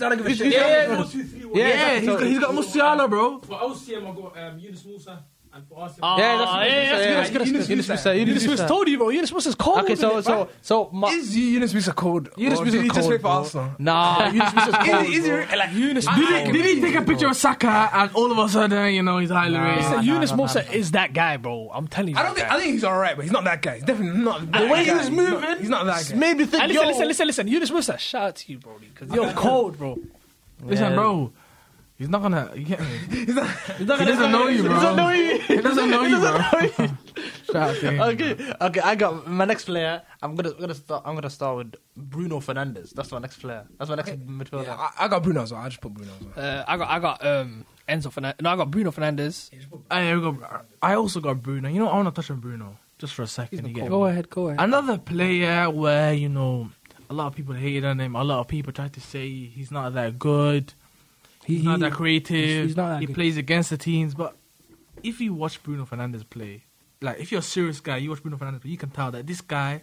S4: Yeah, he's got- he's got Musiala, bro.
S7: For LCM, I got um, Yunus Musa, and for Arsenal.
S9: Ah,
S6: Oh, Yeah,
S9: yeah,
S6: that's good. That's good. Yunus Musa. Yunus
S5: Yunus
S6: Musa.
S5: told you, bro. Yunus Musa's cold.
S6: Okay, so so so my
S3: Is Yunus Musa cold?
S6: Yunus
S3: Or
S6: Musa
S3: did he just
S6: cold,
S3: play for
S6: bro.
S3: Arsenal?
S6: nah. Yunus Musa's cold.
S3: Is, is he re- like Yunus?
S4: Did he, did he take a picture of Saka and all of a sudden, you know, he's highly raised?
S5: Listen, Yunus Musa is that guy, bro. I'm telling you.
S3: I don't think. I think he's alright, but he's not that guy. He's definitely not. The
S6: way he was moving
S3: he's not that guy.
S6: Made me think.
S5: And listen, listen, listen, listen. Yunus Musa, shout out to you, bro, because you're cold, bro.
S4: Listen,
S6: Yeah.
S4: bro. He's not gonna. You get me? He doesn't know you, bro. He doesn't know you,
S6: Yo.
S4: bro. Shout out to him.
S6: Okay, okay. I got my next player. I'm gonna, gonna start. I'm gonna start with Bruno Fernandez. That's my next player. That's my next midfielder.
S3: I, I got Bruno as well. I just put Bruno as well.
S5: Uh, I got, I got um, Enzo Fernandez. No, I got Bruno Fernandez.
S4: Hey, here we go. I also got Bruno. You know, I wanna touch on Bruno just for a second. You get me?
S5: Go ahead, go ahead.
S4: Another player where you know a lot of people hated on him. A lot of people tried to say he's not that good. He's not that creative.
S5: he's not that
S4: he
S5: good.
S4: plays against the teams, but if you watch Bruno Fernandez play, like if you're a serious guy, you watch Bruno Fernandez play, you can tell that this guy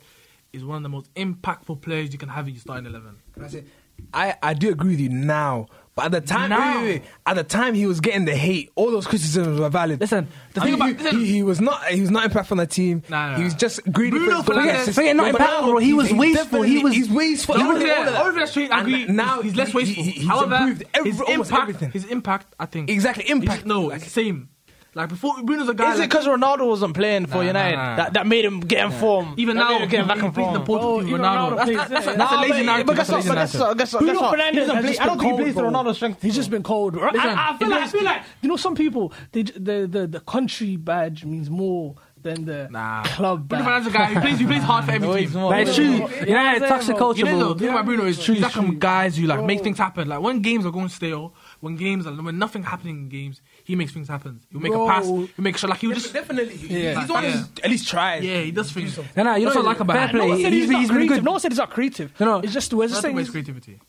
S4: is one of the most impactful players you can have in your starting eleven.
S3: I say, I, I do agree with you now. But at the time,
S4: Now.
S3: wait, wait, wait. at the time he was getting the hate, all those criticisms were valid.
S4: Listen, the
S3: he,
S4: thing about-
S3: he- he, he was not he was not impactful on the team.
S4: Nah, nah,
S3: he was
S4: nah.
S3: just greedy.
S4: Bruno
S3: for his goal.
S4: Fernandes-
S3: But
S4: Saying
S5: not
S3: now
S5: impactful, bro, he
S3: he's-
S5: was
S3: he's
S5: wasteful, he
S3: definitely-
S5: was-
S3: he's wasteful.
S4: The
S3: Look at
S4: only thing
S3: all of
S4: that-
S3: that.
S4: only thing that's straight, I
S3: And
S4: agree,
S3: now
S4: he's less
S3: he-
S4: wasteful.
S3: he- he's
S4: However,
S3: improved every-
S4: his
S3: almost
S4: impact,
S3: everything.
S4: his impact, I think,
S3: Exactly,
S4: It's,
S3: impact.
S4: no,
S3: Like,
S4: it's the same. Like before, Bruno's a guy.
S6: Is it
S4: like,
S6: because Ronaldo wasn't playing for
S4: Nah,
S6: United
S4: nah, nah.
S6: that, that made him get in form?
S4: even
S6: That
S4: now,
S6: made him get
S4: he-
S6: back
S4: he
S6: and
S4: plays the
S6: form.
S4: Portugal team,
S5: even Oh, Ronaldo
S4: Ronaldo. That's,
S5: plays
S4: that's,
S5: it,
S4: that's, that's
S5: yeah.
S4: a
S6: Nah,
S4: lazy
S6: but-
S4: narrative.
S6: But
S4: That's
S6: guess
S4: a
S6: what?
S4: lazy
S6: But guess
S4: narrative.
S6: what? Guess what?
S5: Bruno
S6: guess what?
S5: Fernandes
S6: He doesn't
S5: has
S6: play-
S5: just
S6: I don't
S5: been
S6: think he plays
S5: cold,
S6: to
S5: bro.
S6: Ronaldo's strength.
S5: He's just been cold. Bro.
S4: Listen,
S5: I, I feel
S4: it
S5: like, I
S4: does-
S5: feel like you know some people. They, j- the the the country badge means more than the
S4: Nah.
S5: club
S4: Bruno
S5: badge.
S4: Fernandes is a guy who plays, he plays hard for every
S6: No,
S4: team.
S6: he's not.
S9: But it's true.
S5: You know
S9: You know, it's toxic
S4: You
S9: culture,
S4: know,
S9: bro.
S4: the thing about Bruno is he's like some guys who like make things happen. Like when games are going stale, when games are when nothing happening in games, he makes things happen. He'll make a pass. He'll make a shot. Like he'll just
S3: definitely.
S5: Yeah.
S3: He's the one who's at least tried.
S4: yeah, he does things.
S9: No, no, you
S4: That's
S9: know,
S4: what I like
S9: fair
S4: about him.
S9: play.
S5: No one said he's,
S9: He's been-
S5: not
S9: he's been
S5: creative.
S9: good.
S5: No one said he's not creative.
S9: No, no.
S5: it's just we're just
S4: That's the
S5: saying.
S4: waste creativity.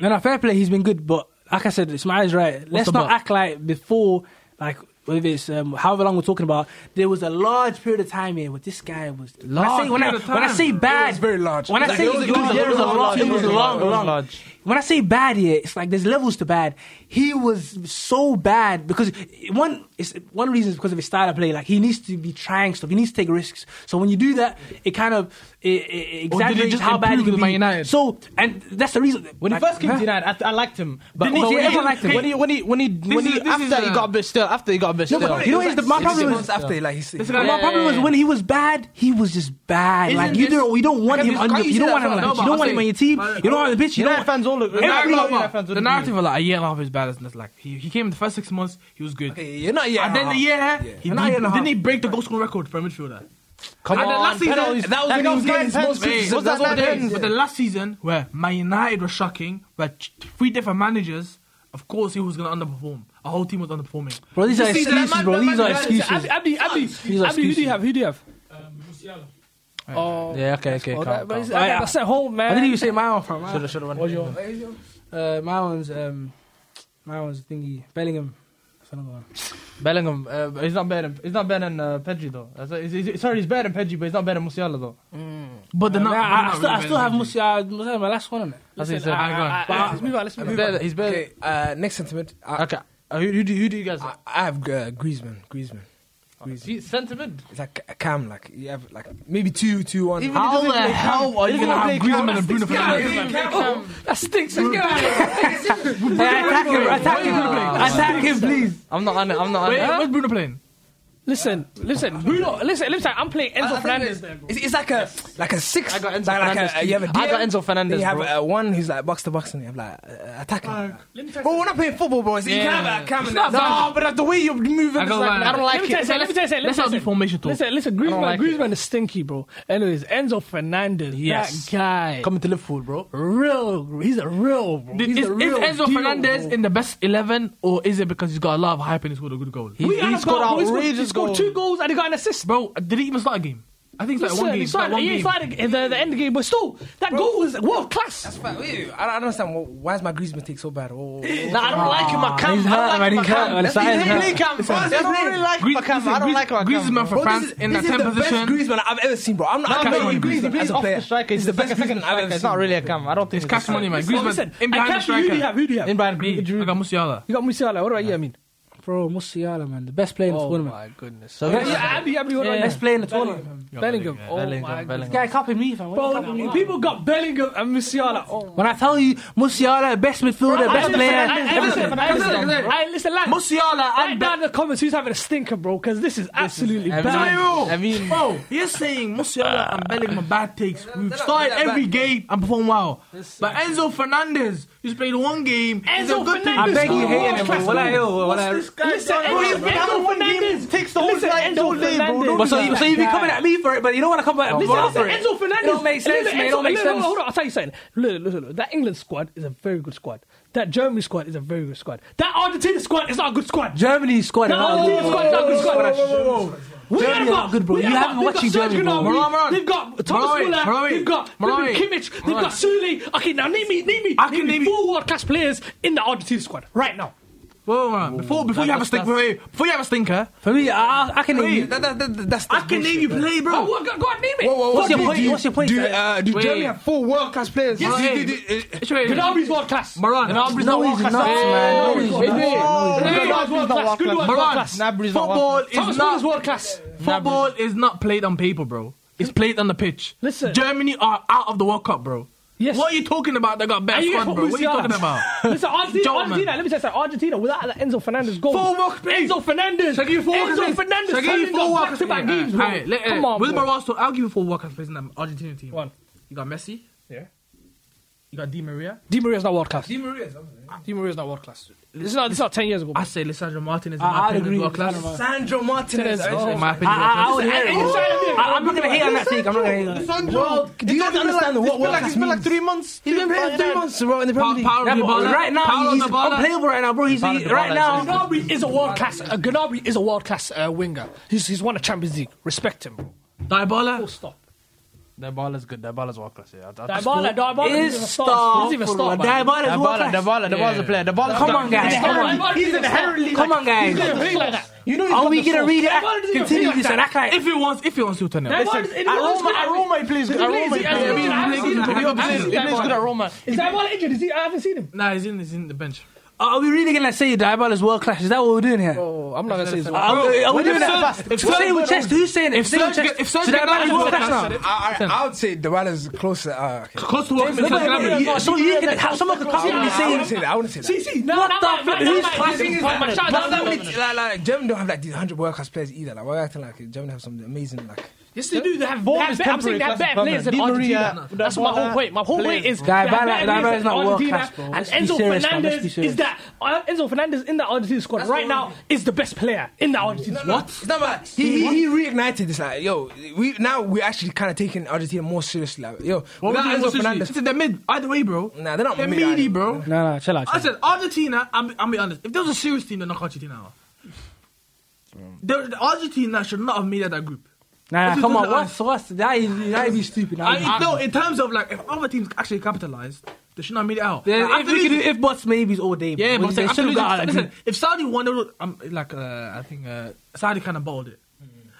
S9: No, no, fair play. He's been good, but like I said, Ismail's right. Let's
S4: the
S9: not
S4: but?
S9: act like before, like whether it's um, however long we're talking about, there was a large period of time here where this guy was. Large when I say, when,
S4: period of
S9: I, when I
S4: time.
S9: say bad,
S3: was very large.
S9: When I
S3: Like,
S9: say
S3: it was- it was-
S9: there was a lot, it was long,
S6: It was
S9: long.
S6: large.
S9: When I say bad here, it's like there's levels to bad. He was so bad because one it's one reason is because of his style of play. Like he needs to be trying stuff. He needs to take risks. So when you do that, it kind of it,
S4: Or
S9: it
S4: did he
S9: exaggerates
S4: just
S9: how bad he
S4: improve
S9: can
S4: with
S9: be.
S4: Man United?
S9: So and that's the reason.
S6: When he
S9: like,
S6: first came
S9: huh?
S6: to United, I, I liked him. But,
S9: Didn't
S6: but
S9: you?
S6: when,
S9: Everyone liked him.
S6: When he, when he, when he, when
S4: is-
S6: he
S4: this is,
S6: after he
S4: uh,
S6: got a bit still, after he got a bit
S9: but
S6: still.
S9: You know what is the- my
S3: Six
S9: problem is-
S3: months after, like he said.
S4: This
S9: My
S4: guy-
S9: problem was when he was bad, he was just bad. like you
S4: this-
S9: don't, you don't want
S4: Can
S9: him
S4: you-
S9: on
S4: can
S9: your,
S4: you
S9: you
S4: see
S9: don't
S4: that
S9: want him on
S4: as well?
S9: your,
S4: No,
S9: you don't
S4: but
S9: want
S4: I
S9: him on your
S4: think-
S9: team. You don't want the bitch. You
S6: United
S9: don't.
S6: fans all agree.
S4: The narrative,
S6: United
S4: about-
S6: fans all
S4: the
S6: agree.
S4: narrative of like a year and a half is bad. That's like he, he came the first six months, he was good.
S3: Okay, you're not yet.
S4: And then the year, he,
S3: Not a year and a half.
S4: didn't he break the goal scoring record for a midfielder?
S6: Come
S4: And then
S6: on,
S4: last season-
S6: penalties.
S3: that was when he was getting his most
S4: Hey,
S3: criticism.
S6: was that
S3: That's what
S6: nine
S3: it
S4: Hey,
S3: is.
S6: pens?
S4: But the last season, where Man United was shocking, where ch- three different managers, of course, he was going to underperform. Our whole team was underperforming.
S9: Bro, these are
S4: This season,
S9: excuses,
S4: that man-
S9: bro.
S4: that
S9: These
S4: man-
S9: are
S4: that-
S9: excuses.
S5: Abdi, Abdi, Abdi,
S9: These are
S5: Abdi, who do
S9: excuses.
S5: you have? Who do you have?
S7: Um, Musiala.
S5: Oh,
S6: Yeah, okay, okay.
S5: oh, that, but
S6: calm, calm.
S5: it's- that- that's at home,
S9: I didn't
S5: man.
S9: even say my one from. My,
S6: Should've- should've won.
S9: uh, my one's um, my one's thingy Bellingham. That's another one.
S6: Bellingham, uh, he's not better. Than, he's not better than uh, Pedri though. That's- he's- he's- sorry, he's better than Pedri, but he's not better than Musiala though.
S4: But they're
S9: Nah,
S4: not. they're
S9: I, I
S4: not
S9: still, I
S4: really
S9: still have
S4: bad.
S9: Musiala. Musiala, my last one on it.
S6: That's what he
S5: Listen,
S6: said.
S5: I-
S4: Hang on.
S5: I- I-
S9: But-
S5: let's move on. Let's move
S6: he's
S5: on.
S6: better. He's better.
S3: Okay, uh, next sentiment. I,
S6: Okay, uh, who, who, do, who do you guys?
S3: I, I have uh, Griezmann. Griezmann. Griezmann.
S6: Gee, sentiment.
S3: It's like a cam, like you have like maybe two, two, one.
S6: Even
S4: How
S6: He
S4: the
S6: doesn't play
S4: hell are you
S6: He
S4: going to
S6: doesn't
S4: have
S6: play
S4: Griezmann and Bruno Fernandes?
S5: That stinks. Let's get out of here.
S9: Hey, attack him! Attack him! Attack him, please.
S6: I'm not on it. I'm not on
S4: Wait,
S6: it.
S4: where's Bruno playing?
S5: Listen, listen, Bruno, listen, listen. I'm playing Enzo Fernandez.
S3: It's, it's like a like a six.
S6: I got Enzo
S3: like,
S4: uh,
S3: like
S6: Fernandez.
S3: a, you have a DM,
S6: I got Enzo
S3: then
S6: Fernandez,
S3: You have
S6: bro.
S3: uh, one who's like box to box, and you have like uh, attacking. bro, we're not playing football, bro. So You can have a cam and that.
S6: No, but the way you're moving,
S4: I
S6: I,
S4: don't like
S6: I don't
S4: it.
S5: Let me
S6: like
S5: tell you, something,
S6: it.
S5: let me tell you, something, let
S4: Let's
S5: me tell you.
S4: not do
S5: something.
S4: formation talk.
S5: Listen, listen, Griezmann,
S6: like it.
S5: Griezmann is stinky, bro. Anyways, Enzo Fernandez,
S6: Yes.
S5: that guy,
S6: coming to Liverpool, bro.
S5: real, he's a real, bro.
S4: Did-
S5: He's
S4: is,
S5: a
S4: is
S5: real
S4: Enzo
S5: deal,
S4: Fernandez
S5: bro.
S4: in the best 11 or is it because he's got a lot of hype and he scored a good goal?
S6: He, he
S5: had a
S6: scored
S5: goal, bro. He
S6: outrageous
S5: he scored
S6: goals.
S5: two goals and he got an assist.
S4: Bro, did he even start a game? I think it's like one game.
S5: Listen, he
S4: it's like
S5: started,
S4: one
S5: yeah, he
S4: game.
S5: started the, the, the end game, but still, that goal was world class.
S3: But wait, I don't understand. wh- Why is my Griezmann take so bad? Oh, oh.
S5: Nah, I don't like him, I can't. I don't like him, I can't.
S6: That's his name, Cam.
S3: It's
S6: I
S3: his
S6: don't
S3: name.
S6: really like
S4: Grie-
S6: Macam. I
S4: listen,
S6: don't
S4: Grie-
S6: like Macam.
S4: Griezmann for
S3: Bro,
S4: France
S3: this is,
S4: in
S3: this
S4: that
S3: is
S4: 10
S3: the
S4: position.
S3: best Griezmann I've ever seen, bro. I'm not. I
S6: No, no,
S3: can't
S6: he
S3: even
S6: plays- he
S3: Griezmann
S6: plays
S3: as a
S6: off
S3: player.
S6: the striker. He's
S3: It's
S6: the best
S3: Griezmann I've ever
S6: It's
S3: seen.
S6: not really a cam. I don't think
S4: It's cash money, man.
S5: So listen,
S4: Griezmann in
S5: I
S4: behind the
S5: can't. Who do you
S4: striker.
S5: have? Who do you
S6: In
S5: have?
S6: Bayern
S4: Me, I
S6: Munich.
S4: got Musiala.
S5: You got Musiala. What about you? I mean,
S9: Bro, Musiala, man, the best player in the tournament.
S6: Oh goodness.
S9: Yeah,
S6: So
S5: yeah, Abby, Abby, what about
S9: Best player in the tournament.
S5: you? Bellingham. Oh my
S6: Bellingham,
S5: god.
S6: Bellingham.
S9: Guy copying me, fam. What you talking
S5: Bro,
S9: about?
S5: people got Bellingham and Musiala. Oh.
S9: When I tell you Musiala, best midfielder, best player.
S5: Listen, I listen,
S9: Listen,
S5: I listen, lad.
S9: Musiala
S5: Write
S9: and
S5: down in the comments who's having a stinker, bro, because this is absolutely
S6: I mean,
S5: bad.
S6: I mean,
S4: Bro, you're saying Musiala and Bellingham are bad takes. We've
S3: they're not-
S4: started
S3: they're not
S4: every
S3: bad.
S4: game and performed well. But Enzo Fernandez, he's played one game. he's a
S5: Enzo
S4: good
S5: Fernandez.
S4: Take.
S5: beg you hating him, bro. What I Listen, Enzo,
S6: Bro, that
S5: Enzo
S6: one
S5: Fernandez
S6: takes the whole
S5: Listen,
S6: night, the whole
S5: Enzo
S6: day, bro.
S5: Fernandez.
S6: Don't
S9: But so,
S6: do
S9: so you be coming at me for it, but you don't want to come at me
S5: Listen,
S9: for
S5: listen,
S9: it.
S5: Enzo Fernandez.
S9: It don't make sense,
S5: Listen,
S9: man. It
S5: Enzo-
S9: don't make
S5: listen,
S9: sense.
S5: Hold on, I'll tell you something. Look, look, look, that England squad is a very good squad. That Germany squad is a very good squad. That Argentina squad is not a good squad.
S9: Germany squad.
S5: that Argentina squad is not a good squad. We
S9: Germany
S5: haven't
S9: are
S5: got-
S9: good, bro.
S5: we
S9: You
S5: haven't
S9: haven't
S5: got-
S9: watched
S5: they've got
S9: Germany, bro.
S5: Serge
S9: Moran,
S5: Gnabry,
S4: Moran.
S5: They've got Thomas
S4: Moran,
S5: Müller.
S4: Moran.
S5: They've got
S4: Moran.
S5: Ruben Kimmich. They've
S4: Moran.
S5: got Sule. Okay, now name me, name me,
S4: I can
S5: name
S4: name
S5: me
S4: you-
S5: four world class players in the Argentina squad right now.
S4: Whoa, man. Before, before you have a stinker, wait, wait. before you have a stinker,
S9: For me, I, I can name
S3: Wait,
S9: you.
S3: that- that- that- That's
S4: I can name you play,
S5: Oh,
S4: bro.
S5: what- go, go on, name it.
S3: Whoa, whoa, whoa.
S9: What's your
S3: Do-
S9: point?
S3: do-
S9: What's your point,
S3: Do,
S9: sir?
S3: uh, do
S4: Wait.
S3: Germany have four world class players?
S6: Oh,
S4: Yes,
S3: Right.
S4: you
S3: Do- do- uh,
S5: Gnabry's world class.
S4: Moran.
S5: Gnabry's not world class.
S9: man.
S5: Hey,
S9: No,
S5: hey,
S9: he's
S5: hey.
S9: not.
S5: Hey,
S6: Gnabry's
S5: world
S6: not
S5: class,
S6: world
S5: good
S6: class.
S5: world
S4: Moran.
S5: class.
S6: Gnabry's not
S4: Football
S6: world
S4: is
S5: Thomas Müller
S4: not
S5: is world class.
S4: football is not played on paper, bro. It's played on the pitch.
S5: Listen.
S4: Germany are out of the World Cup, bro.
S5: Yes.
S4: What are you talking about? They got
S5: Are
S4: best
S5: you
S4: squad,
S5: guys
S4: bro. What are you
S5: Musiala?
S4: talking about?
S5: Listen, Argentina,
S4: Gentlemen.
S5: Argentina, let me tell you something. Argentina, without that Enzo Fernandez goal.
S4: Four walk plays.
S5: Enzo Fernandez.
S4: Shall I give you four
S5: Enzo
S4: walkers, please?
S5: Fernandez.
S4: Shall I give you
S5: Fernandez
S4: four
S5: back
S4: walkers,
S5: to back
S4: please?
S5: games,
S4: All
S5: bro.
S4: right, let-
S5: Come
S4: uh,
S5: on,
S4: With
S5: bro.
S4: Barroso, I'll give you four walkers plays in the Argentina team.
S5: One.
S4: You got Messi.
S5: Yeah.
S4: You got Di Maria.
S5: Di Maria's not world class. Di Maria's, Di Maria's not world class. This is not, this is not 10 years ago.
S4: I
S5: bro.
S4: say Lissandro Martinez.
S9: I- I'd
S4: in
S9: agree
S4: my opinion, is
S9: with
S4: world class.
S9: Lisandro
S3: Sandro Martinez.
S5: Martinez.
S4: In my opinion,
S9: I, I
S4: world
S9: would hear it. I, I'm not going to hate on that take. I'm not going to hate on that.
S3: Bro, do you guys understand what world class means?
S6: like three months.
S9: He's been playing three months bro, in the Premier League.
S4: Paolo
S9: Yeah, but
S4: Dybala.
S9: right now,
S4: Paolo
S9: he's
S4: Dybala.
S9: unplayable right now, bro. He's
S6: Paolo
S9: he-
S6: Dybala
S9: right
S6: is
S9: now.
S5: Gnabry is a world class. Uh, Gnabry is a world class uh, winger. He's, he's won a Champions League. Respect him, bro.
S4: class.
S5: Full
S4: Dybala.
S5: stop.
S6: Their ball is good. Their ball is world class. Yeah,
S5: Dybala, Dybala
S9: Is
S5: is a
S9: star.
S5: star. He's even a star. man.
S9: Dybala
S6: The
S9: is
S6: ball, the
S9: world class.
S6: ball, the ball is a player. The ball.
S9: Come on, guys. Come on.
S5: Dybala is a star.
S9: Come on,
S5: He's
S9: guys.
S5: gonna play like that.
S9: You know Are we going to read it? Continue this and act like
S4: If he wants, if he wants to turn it.
S5: Dybala is- Dybala's good at-
S6: he plays
S5: He
S6: good.
S5: plays- he- I haven't seen- I haven't seen him.
S4: He
S5: I haven't
S4: plays-
S5: seen
S4: he plays
S5: Dybala.
S4: good at
S6: Roma.
S5: Is Dybala injured? Is he? I haven't seen him.
S4: Nah, he's in. He's in the bench.
S9: Are we really gonna say Diabol is world class? Is that what we're doing here?
S5: Oh, I'm not gonna say he's
S9: are, we- are we
S4: when
S9: doing
S4: if
S9: that?
S4: Serge- if
S9: Who's saying
S4: Serge
S9: with chest? Who's saying it?
S4: If
S9: Who's saying
S4: Serge
S9: with
S4: get-
S9: chest?
S4: if Serge
S9: So
S4: get
S9: Dybala
S4: that
S9: is
S4: goal,
S9: world
S4: that's
S9: class now.
S4: it.
S3: I, I, I would say Dybala's closer. Uh, okay.
S4: Close to work.
S9: Wait, wait, wait, you- So you can how someone could come
S5: Yeah,
S9: and be
S5: I
S3: I
S9: saying
S3: wouldn't say that. I wouldn't say that.
S5: See, see, now
S9: What
S5: that
S9: the
S5: might-
S9: fuck?
S5: that
S9: Who's
S5: might-
S9: fighting
S5: this is
S9: this
S5: my- my
S9: man?
S5: child,
S3: But
S5: that
S3: that many,
S5: might-
S3: like, like, Germany don't have like these hundred world class players either. Like we're acting like Germany have some amazing like.
S5: Yes, they do. They have, they
S6: Form
S5: have
S6: is
S5: better, I'm saying they have better
S6: temporary,
S5: players than
S6: Di Maria,
S5: Argentina.
S6: Di
S5: That's my
S6: Maria,
S5: whole point. My whole point is
S9: Guy,
S5: they have
S9: Bala-
S5: better players
S9: Bala
S5: than
S9: is not world
S5: Argentina,
S9: class, bro.
S5: And
S9: Let's be
S5: Enzo
S9: serious, man. Let's be
S5: Fernandez
S9: serious.
S5: is that uh, Enzo Fernandez in the Argentina squad right now is the best player in the Argentina squad.
S3: It's not about he, he, he reignited this like yo we now we're actually kind of taking Argentina more seriously like yo without Enzo Fernandez
S4: It's in the mid. Either way, bro.
S3: Nah, they're not
S4: They're
S3: mid,
S4: meaty,
S3: either.
S4: bro.
S9: No, no, chill out.
S4: I said Argentina. I'm, I'm be honest. If there was a serious team, they'd knock Argentina out. There, the Argentina should not have made it that group.
S9: Nah,
S4: This
S9: come
S4: is
S9: on.
S4: the-
S9: What's what's that? Is, that is stupid. Nah,
S4: I, no, in terms of like, if other teams actually capitalized, they should not have made it out.
S9: Yeah,
S4: Like,
S9: if,
S4: after
S9: we could
S4: losing-
S9: do if buts maybes all day.
S4: yeah,
S9: bro.
S4: but I'm
S9: they
S4: saying, after
S9: should have
S4: losing-
S9: got out.
S4: listen, if Saudi won, they would- um, like uh, I think uh, Saudi kind of balled it,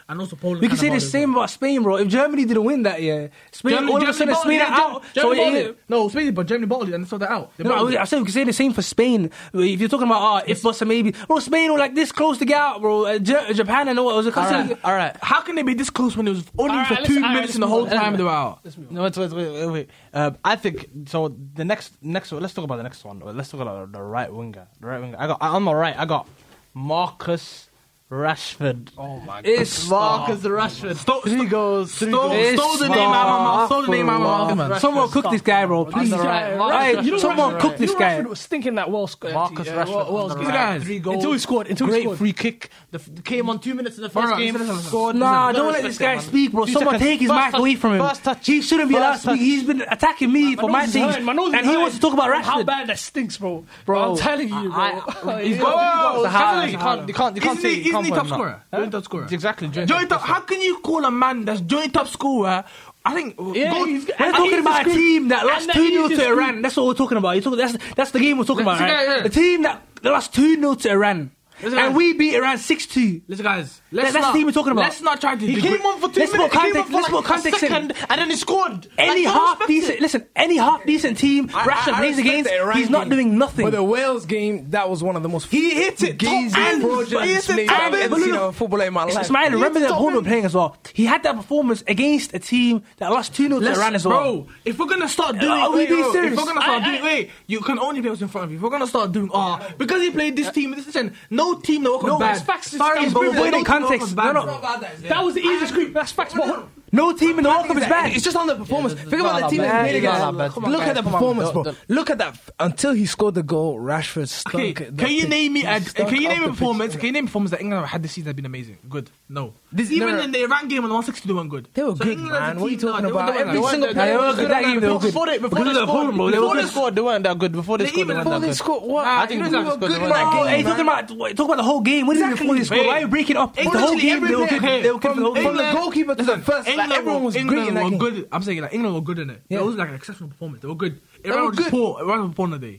S4: and also Poland.
S9: We can
S4: kinda
S9: say the
S4: balled it, bro.
S9: same about Spain, bro. If Germany didn't win that year, Spain
S4: Germany-
S9: all of a
S4: Germany
S9: sudden
S4: bottled
S9: Spain
S4: it,
S9: are out.
S4: Germany- Germany
S9: so
S4: bottled
S9: it-
S4: it. no, Spain, but Germany bottled it and so they're out. They
S9: No, I,
S4: bottled
S9: was-
S4: it.
S9: I said we could say the same for Spain. If you're talking about uh, if buts maybe, bro, Spain were like this close to get out, bro. Uh, J- Japan and all it was a
S6: All
S9: cousin.
S6: right, all right.
S4: How can they be this close when it was only
S5: All right,
S4: for
S5: let's-
S4: two
S5: all right,
S4: minutes in the
S5: let's
S4: whole
S5: move on.
S4: time they were out?
S6: No, wait, wait, wait, wait. wait. Uh, I think so. The next, next one. Let's talk about the next one. Let's talk about the right winger. The right winger. I got on my right. I got Marcus Rashford.
S4: Oh my god.
S6: It's Marcus Rashford. three goals, three
S4: Stole,
S6: goals.
S4: stole the name out of my mouth. Stole the name out of my mouth.
S9: Someone cook this guy, bro. Please.
S6: the right.
S9: Hey,
S6: Rashford. You know
S9: someone cook this
S5: You know
S9: guy.
S5: Rashford was stinking that Welsh guy.
S6: Marcus
S5: yeah,
S6: Rashford on
S5: Welsh
S6: the
S5: guy.
S6: right.
S4: guys.
S5: Three goals. Until he scored. Until he
S6: Great
S5: scored.
S6: free kick. The f- came on two minutes in the first
S4: Alright,
S6: game.
S4: listen, listen,
S6: Scored.
S9: Nah,
S6: Listen,
S9: don't
S6: gotta
S9: let this
S6: respect
S9: guy
S6: that, man.
S9: speak, bro.
S6: Two
S9: Someone
S6: seconds.
S9: take his
S6: First
S9: mic
S6: touch-
S9: away from him.
S6: First touch.
S9: He shouldn't be allowed to
S6: First touch.
S9: speak. He's been attacking me for my
S5: He's
S9: things,
S5: hurt. My nose is
S9: and he
S5: hurt.
S9: wants to talk about
S5: How
S9: Rashford.
S5: bad that stinks, bro.
S9: Bro.
S5: I'm telling you, bro.
S6: He's
S5: Yeah.
S6: got.
S4: Whoa,
S6: He's got.
S4: Salah.
S6: You can't. You can't. You can't
S4: Isn't
S6: say.
S4: he,
S6: you
S4: isn't
S6: can't
S4: he
S6: put
S4: top
S6: him up.
S4: scorer? Joint top scorer.
S6: Exactly.
S4: Joint top. How can you call a man that's joint top scorer? I think.
S5: Yeah,
S4: goal-
S5: he's-
S9: We're
S5: and
S9: talking
S5: he's
S9: about a
S5: just-
S9: team that lost
S5: and
S9: 2
S5: he's
S9: 0
S5: just-
S9: to Iran. That's what we're talking about. You talk, that's, that's the game we're talking about,
S4: Listen,
S9: right?
S4: yeah, yeah.
S9: The team that lost 2 0 to Iran.
S4: Listen,
S9: and
S4: guys.
S9: we beat Iran 6 2.
S4: Listen, guys. Let's
S9: that's the
S4: not,
S9: team we're talking about.
S4: Let's not try to.
S6: He came on for two
S9: Let's
S6: minutes.
S9: put
S6: he came
S9: context-
S6: on for
S9: let's
S6: like
S9: put context
S6: a
S9: in.
S6: second, and then he scored.
S9: Any
S6: like, don't
S9: half
S6: respect
S9: decent,
S6: it.
S9: listen, any half decent team Rashford
S3: I
S9: plays
S3: respect
S9: against,
S3: the Iran
S9: he's not
S3: game.
S9: doing nothing.
S3: But the Wales game, that was one of the most
S9: He hit it,
S3: gazing
S9: top end.
S3: fraudulent
S9: He hit it,
S3: displays
S9: top
S3: I've
S9: end.
S3: ever
S9: But
S3: seen
S9: look,
S3: on football in my life.
S9: Ismail, remember that opponent playing as well. He had that performance against a team that lost 2 0 to Iran as well. Uh,
S4: Bro, if we're gonna start doing,
S9: Are we
S4: wait,
S9: being
S4: bro,
S9: serious?
S4: if we're gonna start
S9: I-
S4: doing, wait, you can only play what's in front of you. If we're gonna start doing, ah, because he played this team, this is no team that works
S9: Uh, No,
S4: bad.
S9: it's facts, it's
S4: Sorry,
S9: facts,
S4: but
S9: but
S4: no
S9: we're in
S4: team that
S9: context.
S4: works bad,
S9: No, no.
S4: bro.
S5: That was the easiest group. That's facts. But
S9: No team in the World Cup is bad.
S3: It's just on the performance. Think about the team
S6: bad.
S3: that played
S6: It's not
S3: against.
S6: that bad. Come on,
S3: Look at the performance, bro.
S6: Don't-
S3: Look at that. Until he scored the goal, Rashford stunk.
S4: Okay,
S3: the
S4: can you
S3: pitch.
S4: name me?
S3: He
S4: A,
S3: stunk
S4: can you
S3: up
S4: name
S3: the
S4: a
S3: pitch.
S4: performance? Can you name a performance that England have had this season that have been amazing? Good. No.
S3: This-
S4: Even
S3: no,
S4: in the Iran game on the 160 they weren't good.
S3: They were good,
S4: England as a
S3: man. What are you
S4: team, nah,
S3: talking
S4: they
S3: about?
S4: weren't- they
S3: Every
S4: weren't
S3: single
S4: that
S3: player
S4: good.
S3: was
S6: Before
S3: good. That game, they were good.
S6: they- Before
S4: Because of
S6: they
S4: the
S6: scored,
S4: opponent, bro. They
S6: before
S4: were
S6: they
S4: good.
S6: scored, they weren't that good. Before they
S4: They
S6: scored, they
S4: even-
S6: weren't
S4: before
S6: that
S4: they
S6: good.
S3: scored, what?
S4: Nah,
S6: I think
S4: you
S6: we
S4: know
S6: were
S4: that
S6: good
S4: was
S6: in
S4: good.
S6: that
S3: Nah,
S6: game.
S9: Oh, hey,
S3: game,
S9: talking
S3: man.
S9: about talking about the whole game. What do you mean before they score? Why are you breaking up the whole
S4: Exactly,
S9: game? They were
S4: everything.
S9: good. They were good for the whole
S4: Hey,
S3: From
S9: game.
S3: the
S4: England-
S3: goalkeeper to the first, like,
S4: England
S3: everyone
S4: were-
S3: was
S4: England
S3: great in that
S4: were
S3: game.
S4: good. I'm saying like England were good in it.
S3: Yeah.
S4: It was like an exceptional performance. They were good.
S3: were
S4: Iran was just
S3: good.
S4: poor. Iran was poor on the day.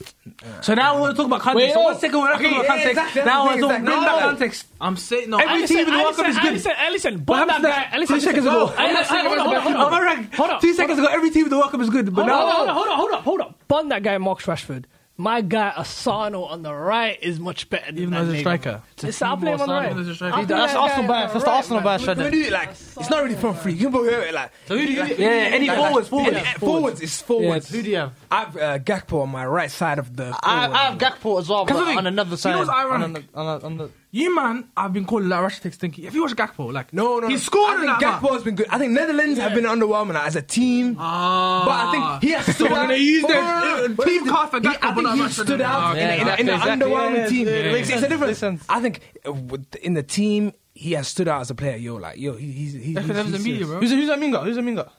S9: So now we're talking about context.
S3: Wait,
S9: So
S3: no.
S9: one second we're not talking
S3: Okay,
S9: about
S3: yeah,
S9: context.
S3: exactly,
S9: Now we're
S3: exactly,
S9: talking
S3: exactly.
S9: about
S3: No.
S9: context.
S4: I'm saying no.
S9: Every team in the World Cup is
S5: Allison,
S9: good.
S5: Allison, Allison,
S9: What
S5: bomb
S9: happened
S5: that
S9: to
S5: guy.
S9: that
S5: Allison,
S9: two seconds ago?
S5: I- I- I- Hold on, hold on, hold on.
S9: I'm right.
S5: Hold on.
S9: Two seconds ago, every team in the World Cup is good, but
S5: Hold on,
S9: now
S5: hold on, hold on, hold on, hold on. Bun that guy, Marcus Rashford. My guy Asano on the right is much better than
S4: Even
S5: that
S4: as a
S5: nigga.
S4: striker.
S5: It's I play him on the
S6: Asano.
S5: right.
S4: Even as a striker.
S5: I play
S6: That's
S5: that
S6: Arsenal
S5: guy on
S6: bias. That's
S5: the
S6: the
S5: right,
S6: Arsenal
S5: man.
S6: bias.
S3: Can we
S6: Shredder.
S3: do it like it's not really from free. You can go here like
S9: yeah, any forwards, forwards.
S3: Yeah, eh, forwards. It's forwards.
S6: Who do you have?
S3: I've uh, Gakpo on my right side of the.
S6: I,
S3: forward
S6: I have Gakpo as well, but
S4: the thing-
S6: on another side.
S4: You know what's ironic?
S6: On the, on the, on the,
S4: You man, I've been calling like Rashford thinking. If you watch Gakpo, like
S3: No, no,
S4: he
S3: no.
S4: scored in
S3: I
S4: that
S3: think Gakpo
S4: match.
S3: has been good. I think Netherlands have been underwhelming like, as a team.
S4: Ah,
S3: but I think he has stood
S4: we're
S3: out.
S4: gonna use
S3: But
S4: them.
S3: no, no, no, no.
S4: Uh, team
S3: He-
S4: card for Gakpo,
S3: I
S4: but not
S3: think he
S4: Rashford.
S3: stood out
S6: Yeah,
S3: in, a, in, a, in
S6: exactly.
S3: an underwhelming
S6: Yes,
S3: team.
S6: yeah, yeah.
S3: It's a
S6: Makes sense.
S3: difference. I think uh, with- in the team he has stood out as a player. Yo, like yo, he, he's he's.
S4: Because that was the
S3: he's
S4: media,
S3: serious.
S4: bro.
S6: who's, who's Aminga? Who's Aminga?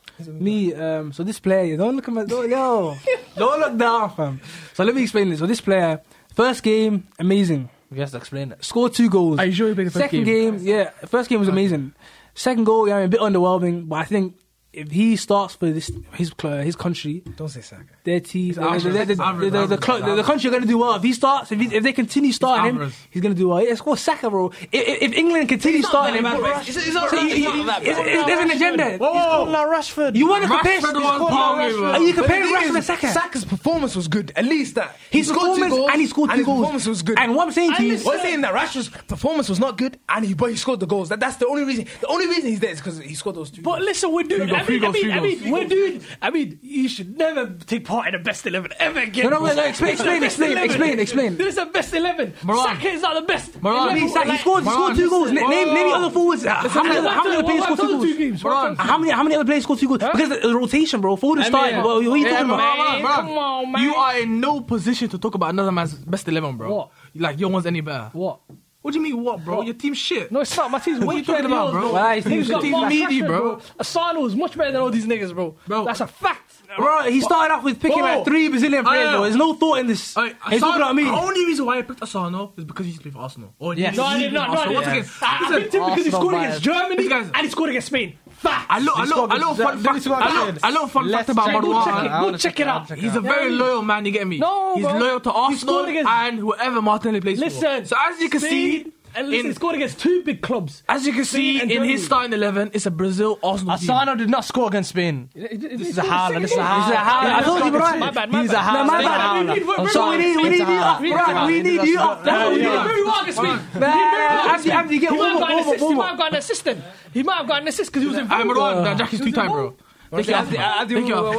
S9: Me, um, so this player, don't look at my, don't, yo, don't look down, fam. So let me explain this. So this player, first game, amazing.
S6: You have to explain it.
S9: Scored two goals.
S4: Are you sure he played the first
S9: Second
S4: game?
S9: game, yeah, first game was amazing. Second goal, yeah, a bit underwhelming, but I think if he starts for this his cl- uh, his country,
S3: Don't say Saka.
S9: their team, the
S4: Alvarez.
S9: the- the-
S4: It's Alvarez.
S9: the- the cl- the- the country are going to do well. If he starts, if, he, if they continue starting him,
S4: Alvarez.
S9: he's going to do well. Yeah, score Saka, bro. If, if if England continues starting him, so you- you- it's- it's- there's an agenda.
S6: Whoa! Now Rashford.
S9: You want to compare?
S4: Rashford was bomb, bro.
S9: Are you
S3: But the
S9: comparing
S3: thing
S9: Rashford
S3: is,
S9: and Saka?
S3: Saka's performance was good. At least that
S9: His
S3: scored two
S9: performance
S3: goals,
S9: and he scored two
S3: his
S9: goals.
S3: Performance was good.
S9: And what I'm saying to you,
S3: We're saying that Rashford's performance was not good, and he but he scored the goals. That, that's the only reason. The only reason he's there is because he scored those two.
S5: But
S3: goals.
S5: listen, we're doing.
S4: Three
S5: I
S4: goals, three
S5: mean, I
S4: goals,
S5: mean,
S4: three
S5: I mean,
S4: goals.
S5: we're doing. I mean, you should never take part in the best eleven ever again.
S9: No, no, no,
S5: bro.
S9: no, explain,
S5: This is the
S9: explain,
S5: best
S9: explain,
S5: 11.
S9: explain, explain.
S5: This is the best eleven.
S4: Moran.
S5: Saka is not the best.
S4: Moran.
S9: I mean, Saka, he scored, he scored
S4: Moran,
S9: two goals. Name,
S4: listen.
S9: name, name the
S4: Whoa.
S9: other forwards. Uh, How many,
S5: Listen,
S9: other- how many other players scored two goals?
S5: Two games.
S4: Moran.
S9: How many, how many other players scored two goals? Because the the rotation, bro. Forward and starting. Well, what are you
S4: Yeah,
S9: talking
S4: bro, bro,
S9: about?
S4: bro.
S5: Come on, man.
S4: You are in no position to talk about another man's best eleven, bro.
S5: What?
S4: Like your one's any better?
S5: What?
S4: What do you mean what, bro? Your team's shit.
S5: No, it's not. My team's
S4: What
S5: way
S4: you talking
S5: better
S4: about,
S5: than
S4: bro?
S5: yours,
S9: Why is he-
S5: He's got
S4: he's
S5: Mark
S4: meaty,
S5: Rashford,
S4: bro.
S5: Asano is much better than all these niggas, bro.
S4: Bro.
S5: That's a fact.
S9: Bro, he started off with picking
S4: Bro.
S9: like three Brazilian players,
S4: Aye.
S9: bro. There's no thought in this.
S4: Alright,
S9: Hey, talking about me.
S4: The only reason why I picked Asano is because he used to play for Arsenal. Oh,
S6: Yes.
S5: No, I did not. No, I
S4: Arsenal.
S5: did
S4: Once
S5: not.
S4: again,
S5: I I picked him because he
S6: Arsenal
S5: scored
S6: bias.
S5: against Germany
S4: These guys-
S5: and he scored against Spain.
S4: I
S5: Fact.
S4: know, I know, I know.
S6: Zidane-
S4: Fun fact.
S6: Zidane-
S4: I know, I know. Fun fact about
S5: Check- go check it.
S4: Marwan.
S5: Go
S6: wanna
S5: check it
S6: I'll
S5: out.
S6: check
S4: He's a very loyal man. You get me?
S5: No,
S4: he's
S5: bro.
S4: loyal to
S5: He
S4: Arsenal
S5: scored against-
S4: and whoever Martinelli plays for.
S5: Listen.
S4: So as you can see,
S5: Spain- and listen,
S4: in-
S5: he scored against two big clubs.
S4: as you can see
S5: and
S4: in his
S5: Germany.
S4: starting eleven, it's a Brazil Arsenal team.
S6: Asano did not score against Spain. This is a Haaland. This is a
S9: This is a Haaland. I told you, bro.
S6: Haaland.
S5: My bad, my
S6: He's a
S5: bad.
S6: Haaland.
S9: No, my
S6: He's a
S9: bad.
S6: Haaland.
S5: We- we-
S6: I'm
S9: So we
S6: sorry.
S9: need, we
S6: It's
S9: need
S6: a
S9: you up,
S6: Haaland.
S9: bro. We need you up. That's what we
S5: He did
S9: need.
S5: very well against Spain. He did
S9: Man,
S5: very well against
S9: Abdi, Abdi, get
S5: He might
S9: one
S5: have
S9: more,
S5: got an
S9: one more,
S5: assist. He
S9: one
S5: might
S9: more.
S5: have got an assistant. He might have got an assist because he was
S4: I'm
S5: involved.
S4: Marwan. That Jackie's too tight, bro. Thank you. Thank you. It's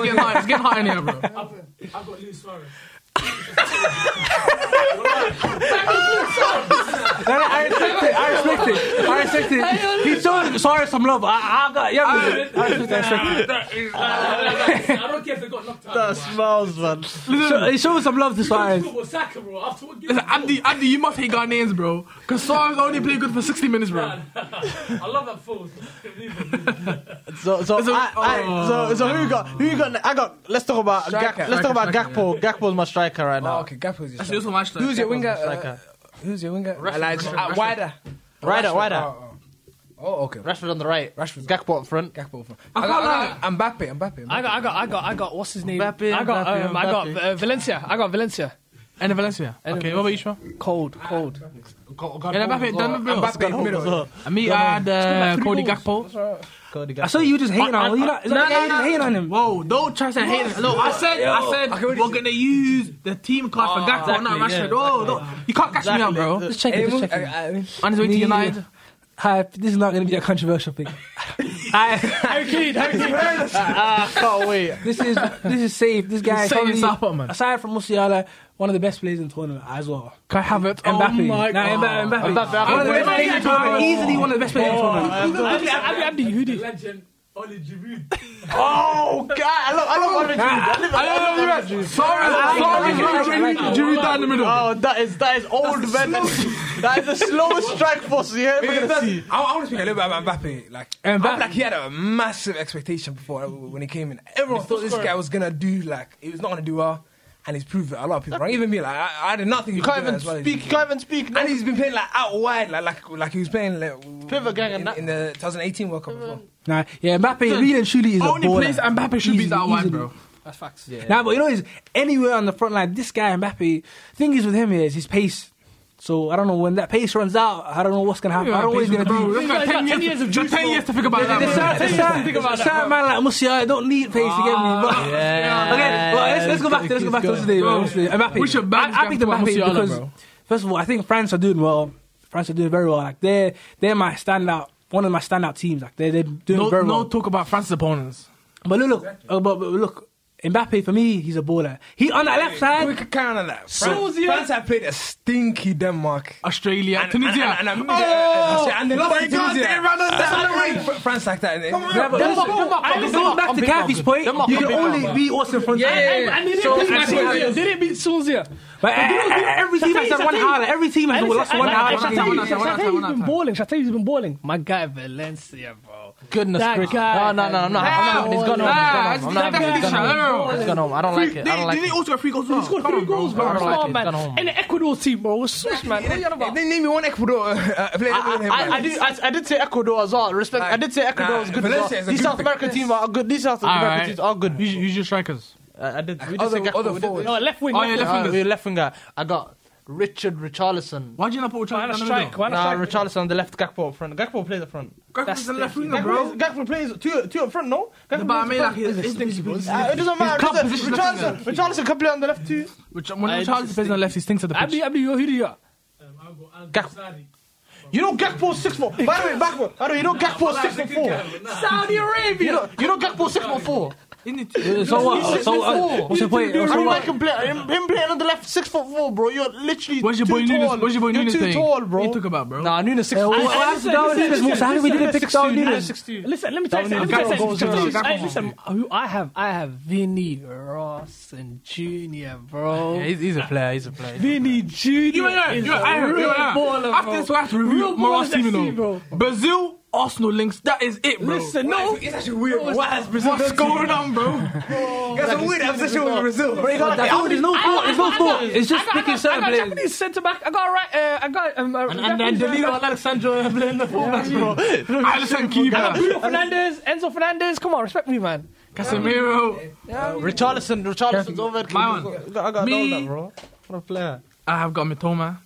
S4: getting hot. It's getting hot in here, bro.
S7: I've got Luis Suarez.
S9: No, no, I respect it. I respect it. I respect it. He showed sorry some love. I, I got yeah. I, I respect it. I respect it.
S7: I don't care if they got knocked out.
S6: That smiles, man.
S9: So, he showed some love to Suarez.
S7: Well, Saka, bro, after what game?
S4: Listen, Andy, Andy, you must hate Ghanaians, bro. Because Suarez only played good for 60 minutes, bro.
S7: I love that fool.
S6: So, so, I, I, so, so who you got? Who you got? ne- I got. Let's talk about. Gak,
S3: oh, Striker.
S6: let's talk about Gakpo. Gakpo's my striker right now.
S3: Oh, okay, Gap was your
S4: That's also my striker.
S3: Who's your winger? Uh,
S6: striker.
S3: who's your winger?
S4: Rashford,
S3: Like,
S4: Rashford,
S3: uh,
S4: Rashford.
S3: wider.
S6: Rider, Rider.
S3: Oh, oh. Oh, okay.
S6: Rashford on the right.
S3: Rashford.
S6: Gakpo up front.
S3: Gakpo. I got, I got Mbappe. Mbappe.
S5: I
S3: Mbappe.
S5: got, I got, I got, I got. What's his name?
S6: Mbappe,
S5: I got,
S6: Mbappe,
S5: um, I got
S6: Mbappe.
S5: uh, Valencia. I got Valencia.
S4: And then Valencia.
S5: And
S4: okay,
S5: then
S4: what about you, Sean?
S5: Cold, cold.
S4: And Mbappe, done with Mbappe.
S3: Mbappe. Middle.
S4: And me, I had uh, Cody Gakpo.
S6: Cody
S9: I saw you just hating on him. You not,
S4: Nah, nah, nah.
S9: hating on him.
S4: Whoa, don't try to hate him. No, I said, I said, we're going to use the team card for Gakpo, not Rashford.
S6: yeah,
S4: Whoa, don't, you can't catch me out, bro.
S6: Exactly.
S9: Let's check it. Let's check it.
S3: I, I mean,
S4: On his way to
S9: Me-
S4: United.
S9: Hi, this is not going to be a controversial thing. I,
S6: I can't wait.
S9: this is this is safe. This guy is
S4: Setting
S9: probably-
S4: yourself up, man.
S9: aside from Musiala, one of the best players in the tournament as well.
S4: Can I have it?
S9: Mbappe.
S4: Oh my
S9: Nah, Mbappe.
S4: God.
S9: Mbappe.
S6: Mbappe, I
S9: One of
S6: can't
S9: the best players in the tournament. Easily one of the best players in the
S5: Andy,
S9: tournament.
S5: Andy, Andy, who did?
S7: Legend, Oli Giroud.
S6: Oh God, I love, I love Andre Druid. I love, I love you,
S4: Sorry, sorry,
S9: like
S4: sorry, Giroud down the middle.
S6: Oh, that is that is old man. That is the slowest strike force you ever gonna
S3: that's-
S6: see.
S3: I, I want to speak a little bit about Mbappe. Like, Mbappe, like he had a massive expectation before uh, when he came in. Everyone thought this guy was gonna do like he was not gonna do well, and he's proved it. A lot of people, right? Even me, like I, I did not think he
S6: You
S3: could
S6: can't
S3: do it
S6: even
S3: as well as he
S6: speak.
S3: did.
S6: You can't even speak. No.
S3: And he's been playing like out wide, like like, like he was playing like,
S6: Pivot gang and
S3: in,
S6: that.
S3: in the 2018 World Cup. Before.
S9: Nah, yeah, Mbappe really and truly is a
S4: Only
S9: baller.
S4: place Mbappe should be
S9: Easily,
S4: is out wide,
S9: easily.
S4: bro.
S9: Nah, but you know, he's anywhere on the front line. This guy Mbappe. Thing is with him is his pace. So I don't know when that pace runs out. I don't know what's gonna happen. I don't know what he's gonna do.
S4: Bro, we've got 10 years, of juice. 10 years to think about that,
S9: The
S4: bro.
S9: sound, the sound, the sound man like Musiala don't need pace to get me. But
S6: Yeah.
S9: okay, well, let's, let's go back. To, let's go back to today.
S4: Bro,
S9: Bro. Mbappe.
S4: we should ban
S9: I, I picked
S4: Gakpo
S9: Mbappe
S4: and Musiala,
S9: because
S4: bro.
S9: first of all, I think France are doing well. France are doing very well. Like they're they're my standout. One of my standout teams. Like they're they're doing
S4: No,
S9: very
S4: no
S9: well.
S4: talk about France's opponents.
S9: but look, look, uh, but, but look, Mbappe for me, he's a baller. He on that left
S3: We
S9: side.
S3: could count on that. France, France have played a stinky Denmark.
S4: Australia,
S3: And- and-
S4: Tunisia.
S3: and, and, and,
S4: Oh!
S3: and they lost
S4: My
S3: to
S4: God,
S3: Tunisia.
S4: they ran us
S3: That's not right. France like that.
S9: Yeah, but
S6: Denmark-
S9: listen,
S6: Denmark-
S9: I- Going
S6: Denmark
S9: back to
S6: unbeatable.
S9: Kathy's point,
S6: Denmark
S9: you can
S6: unbeatable.
S9: only beat what's in front of you.
S5: And they didn't
S9: So-
S5: beat
S9: and-
S5: Tunisia. They didn't beat Tunisia.
S9: But uh, every team has had one highlight. Every team has
S5: Listen,
S9: lost one
S5: I- I-
S9: highlight.
S4: One
S5: Shatay's
S4: time, one time, one time,
S5: been
S4: one time.
S5: balling. Shatay's been balling. My guy Valencia, bro.
S6: Goodness
S5: That
S6: gracious.
S5: guy-
S6: No, no, no, I'm not. I'm not. He's gone home.
S4: Nah,
S6: He's gone home. I'm not.
S4: that's
S6: He's gone
S4: Tunisia.
S6: home. He's gone home. I don't like it. I don't like
S4: They
S6: it.
S4: also got three goals. He
S5: Scored three goals, bro.
S6: I don't
S5: Come
S6: like
S5: on,
S6: it.
S5: man.
S6: Gone home.
S5: And the Ecuador team, bro, was swish, man. What are you on about?
S3: They name me one Ecuador uh, player.
S6: I, I, I, did, I, I did say Ecuador as well. Respect. I did say Ecuador
S3: Nah,
S6: was good.
S3: Valencia
S6: as
S3: is a
S6: well. These
S3: good
S6: South
S3: pick.
S6: American uh, teams are good. These South American
S4: right.
S6: teams are good.
S4: Who's who's your strikers?
S6: I I did. We did
S3: other-
S6: say Gakpo.
S3: other
S6: we did-
S3: forwards.
S5: No, left wing.
S4: Oh,
S5: left
S4: yeah,
S5: wing.
S4: left
S6: Uh, we left winger. I got Richard Richarlison.
S4: Why did you not put Richarlison
S5: Why not
S4: on the
S5: strike?
S4: middle?
S5: Why
S6: Nah,
S5: not strike?
S6: Richarlison on the left. Gakpo up front. Gakpo plays up front.
S4: Gakpo's the left winger,
S6: Gakpo
S4: bro.
S6: plays- Gakpo plays two two up front. No.
S4: No,
S6: Gakpo
S4: But I
S6: plays
S4: mean,
S6: up
S4: like,
S6: front.
S4: his his thinks he was.
S6: Uh, it doesn't matter.
S4: cup
S6: It doesn't-
S4: position is
S6: Richarlison,
S4: left
S6: Richarlison can play on the left too.
S4: Which- When Richarlison plays on the left, he stinks at the pitch.
S5: Abdi, Abdi, who do you got?
S7: Um, I've got Andy
S6: Gakpo.
S7: Sadi.
S6: You know Gakpo's six foot. By the way, backward. I know you know Gakpo's six foot four.
S5: Saudi Arabia.
S6: You know you know Gakpo's six foot four.
S9: So what?
S6: He's six
S9: So
S6: foot
S9: what?
S6: four.
S9: What's your point?
S6: I
S9: So
S6: don't
S9: what?
S6: like him play. Him, him playing on the left, six foot four, bro. You're literally
S4: Where's your
S6: too
S4: boy Nunes?
S6: tall.
S4: Where's your boy
S6: You're
S4: Nunes
S6: too
S4: thing?
S6: tall, bro.
S4: What you talk about, bro?
S6: Nah, Nunes six.
S9: Uh,
S6: foot.
S9: what happened to Darwin Nunes, Musa? How come we didn't pick Darwin Nunes?
S5: Listen, let me tell you
S6: Darwin
S5: something. Let me
S6: Nunes
S5: tell you
S6: goes
S5: something.
S6: on.
S5: Hey, Listen, who I have, I have Vinny Rawson Jr., bro.
S6: he's, a player. He's a player.
S5: Vinny Jr.
S4: You ain't right.
S5: is
S4: You ain't right.
S5: a
S4: You ain't
S5: real
S4: right.
S5: baller,
S4: After
S5: bro.
S4: this, we have to
S5: Real
S4: review Morales
S5: ballers I see,
S4: Team.
S5: bro.
S4: Brazil, Arsenal links. That is it, bro.
S5: Listen, no.
S3: It's actually weird.
S5: What has Brazil
S4: What's
S5: done to you?
S4: going on, bro?
S3: That's a weird obsession with Brazil.
S9: That's all. There's no thought. There's no
S5: I
S9: thought.
S5: got-
S9: It's just
S5: I got-
S9: picking
S5: I
S9: certain
S5: got
S9: players.
S5: Japanese centre back. I got right. Uh, I got um, uh,
S6: And then Danilo Alexandro playing the fullback, bro.
S4: Alisson Keeper,
S5: Bruno Fernandez, Enzo Fernandez. Come on, respect me, man.
S4: Casemiro.
S6: Richarlison, Richarlison's over. at
S4: My
S6: Kings.
S4: one.
S6: I got- I got
S4: Me.
S6: all that, bro. What a player.
S4: I have got Mitoma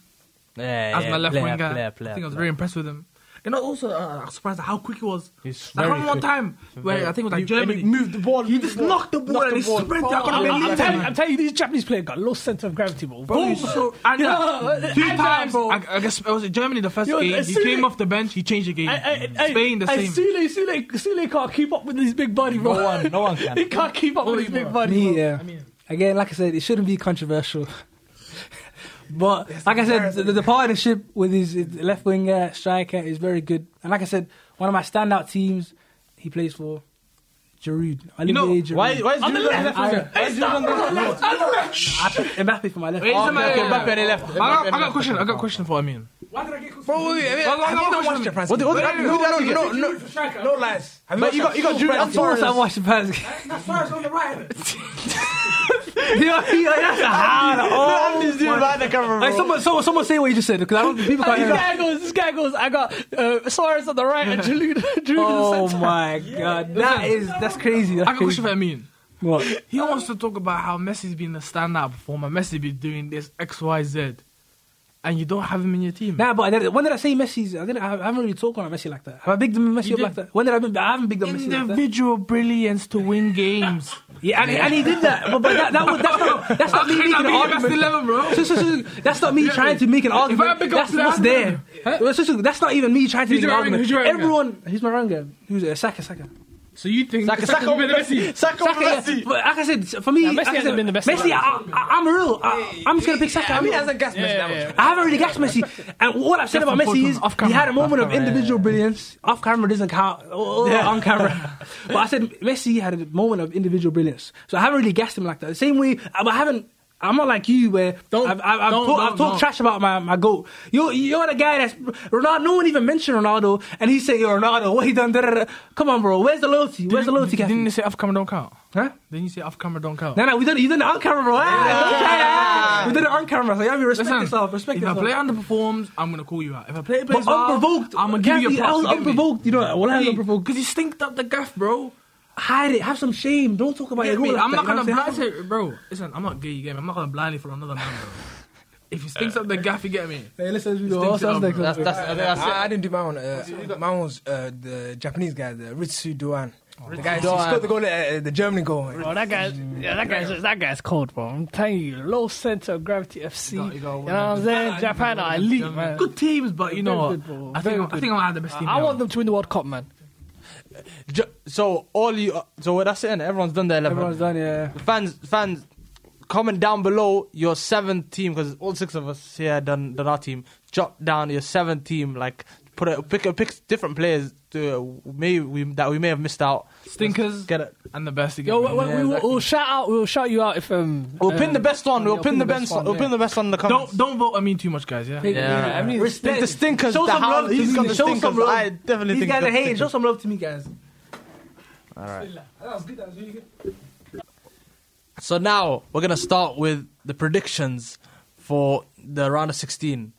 S6: Eh, Yeah,
S4: as my left winger. I think I was very impressed with him. And I was also uh, surprised at how quick he was.
S6: He's
S4: I remember one
S6: quick.
S4: time where I think it was like
S6: You- and
S4: Germany.
S6: He moved the ball.
S4: He just knocked the ball
S6: Knocked
S4: and
S6: the
S4: he
S6: ball.
S4: sprinted. I
S5: I'm,
S4: couldn't
S5: I'm,
S4: believe
S5: telling,
S4: him.
S5: I'm telling you, these Japanese players got low centre of gravity, bro.
S4: Boom. So, and
S5: Yeah,
S4: two
S5: I- I-
S4: times,
S5: bro.
S4: I, I guess it was Germany the first
S5: Yo,
S4: game. He
S5: Sule-
S4: came off the bench, he changed the game.
S5: I, I,
S4: Spain the
S5: I,
S4: same.
S5: Sule, Sule, Sule can't keep up with his big body, bro.
S6: No one, no one
S5: he
S6: can.
S5: can't keep up with his big body.
S9: Me, yeah. again, like I said, it shouldn't be controversial. but like I said, the, the partnership with his his left winger striker is very good. And like I said, one of my standout teams he plays for, Giroud. Olivier
S6: You know,
S9: Giroud.
S6: why, why is
S4: On the
S6: Giroud on the
S4: left.
S6: left winger? Why is Giroud on the left?
S9: I put Mbappe for my left.
S4: Wait,
S9: Oh,
S4: is it
S9: okay.
S4: my-
S6: Okay, Mbappe on the left.
S4: I got, I got a question. I got a question for Amin.
S7: Why did I get called?
S3: Bro, wait, wait, have
S4: Well, I
S3: you
S4: don't
S3: not
S4: watch
S3: watched
S4: the
S3: the France
S6: What-
S3: game?
S6: what-
S3: Wait, wait, wait, No,
S6: what-
S3: no,
S7: for striker.
S3: no lies. Have
S6: But you got, you got Giroud
S9: Of
S6: and
S9: course, I
S6: Torres.
S9: watched the Palace game.
S7: That's Suarez on the right.
S9: That's a hard.
S6: Oh, Andy's doing behind the camera,
S9: Hey,
S6: bro.
S9: someone, someone, someone say what you just said because I don't. People can't
S6: This
S9: hear.
S6: guy goes, this guy goes, I got uh, Suarez on the right and Giroud, Giroud on
S9: Oh
S6: the centre.
S9: my god, that is that's crazy. That's
S4: I got a
S9: crazy.
S4: question for Amin.
S9: What?
S4: He wants to talk about how Messi's been the standout performer. Messi be doing this X Y Z, and you don't have him in your team.
S9: Nah, but I did, when did I say Messi's? I didn't. I haven't really talked on Messi like that. Have I bigged him Messi
S4: You
S9: up like that? When did I? Been, I haven't bigged up Messi like that.
S4: Individual brilliance to win games.
S9: Yeah, and, and he did that. But, but that, that, was- that's not that's not me making
S4: I'll
S9: an
S4: be your best
S9: argument.
S4: 11, bro.
S9: So, so, so, that's not me trying to make an argument.
S4: pick up
S9: that's what's there.
S4: Zidane-
S9: So, so, so, that's not even me trying to
S4: Who's
S9: make an
S4: your Wenger?
S9: argument.
S4: Who's your Wenger?
S9: Everyone, who's my Wenger? Who's uh, Saka? Saka.
S4: So you think
S6: Saka, Saka over Messi. Saka over
S9: Saka, yeah.
S6: Messi.
S9: But like I said, for me,
S5: Messi
S9: like I
S5: hasn't
S9: said,
S5: been the best
S9: Messi,
S5: player.
S9: I, I, I'm real. I, I'm just gonna pick Saka. I mean,
S3: a gas mess
S4: yeah,
S3: now.
S4: yeah.
S9: I haven't really guessed Messi. And what I've said about Messi is
S4: Off
S9: he
S4: camera.
S9: had a moment
S4: Off
S9: of
S4: camera,
S9: individual brilliance. Off camera doesn't count. Oh, oh, On camera. but I said Messi had a moment of individual brilliance. So I haven't really guessed him like that. The same way I I haven't. I'm not like you where
S4: Don't-
S9: I've, I've, I've,
S4: don't-
S9: talked-
S4: don't-
S9: I've talked
S4: don't.
S9: trash about my, my goat. You're, you're the guy that's Ronaldo. No one even mentioned Ronaldo, and he said, "Yo, Ronaldo, what he done?" Da, da, da. Come on, bro. Where's the loyalty? Where's the loyalty,
S4: Didn't
S9: Kathy?
S4: you say off camera don't count?
S9: Huh?
S4: Then you say off camera don't count.
S9: No, no, we did it. You did it on camera, bro. Ah, don't try that. We did it on camera. So you have to respect
S4: Listen,
S9: yourself. Respect
S4: if
S9: yourself.
S4: a player underperforms, I'm gonna call you out. If a player plays
S9: But
S4: well,
S9: unprovoked,
S4: I'm gonna give you a
S9: Kathy, I
S4: props.
S9: was unprovoked, you know. Well, I was unprovoked.
S4: because you stinked up the gaff, bro.
S9: Hide it. Have some shame. Don't talk about
S4: Get
S9: your
S4: me?
S9: goal. like
S4: I'm
S9: that,
S4: not
S9: you know
S4: gonna
S9: what I'm
S4: blind
S9: saying?
S4: it, bro. Listen, I'm not gay you game. I'm not gonna blind it for another man, bro. if he stinks up the gaff, you get me.
S9: Hey, listen, you know,
S4: Stinks
S9: all sounds
S4: it up,
S9: like
S4: bro.
S6: That's, that's, I think that's it.
S3: I, I didn't do my own. Uh, my own was uh, the Japanese guy, the Ritsu Doan.
S4: Oh,
S3: The guy who
S6: Doan.
S3: scored the goal, at, uh, the Germany goal.
S5: Bro, that guy's yeah, that guy's that guy's cold, bro. I'm telling you, low center of gravity FC. You,
S4: You got- you got
S5: know
S4: one
S5: what I'm saying? Japan are elite, man.
S4: Good teams, but you know
S5: Very
S4: what?
S5: good, bro.
S4: I
S5: Very
S4: think I
S5: good.
S4: think I'm gonna have the best team.
S5: I, I
S4: now.
S5: want them to win the World Cup, man.
S6: Ju- So all you, so that's it. innit? Everyone's done their eleven.
S9: Everyone's done, yeah.
S6: Fans, fans, comment down below your seventh team because all six of us here done done our team. Jot down your seventh team. Like put a pick a pick different players to maybe we that we may have missed out.
S4: stinkers
S6: Get it.
S4: and the best. to get
S5: Yo,
S4: me.
S5: we, we, we, will
S6: exactly.
S5: we'll shout out. We'll shout you out if um.
S6: We'll
S5: uh,
S6: pin the best one. We'll
S5: yeah,
S6: pin the best. one. We'll pin the best one in the comments.
S4: Don't don't vote Amin too much, guys. Yeah.
S6: Yeah.
S9: I mean,
S6: Respect the stinkers.
S9: Show
S6: the
S9: some
S6: hound-
S9: love. to
S6: he's
S9: me.
S6: got the
S9: Show
S6: stinkers.
S9: some love.
S6: I definitely
S9: These
S6: think
S9: guys
S6: he's got the
S9: are hating. Show
S6: stinkers.
S9: some love to me, guys.
S6: So now we're gonna start with the predictions for the round of sixteen.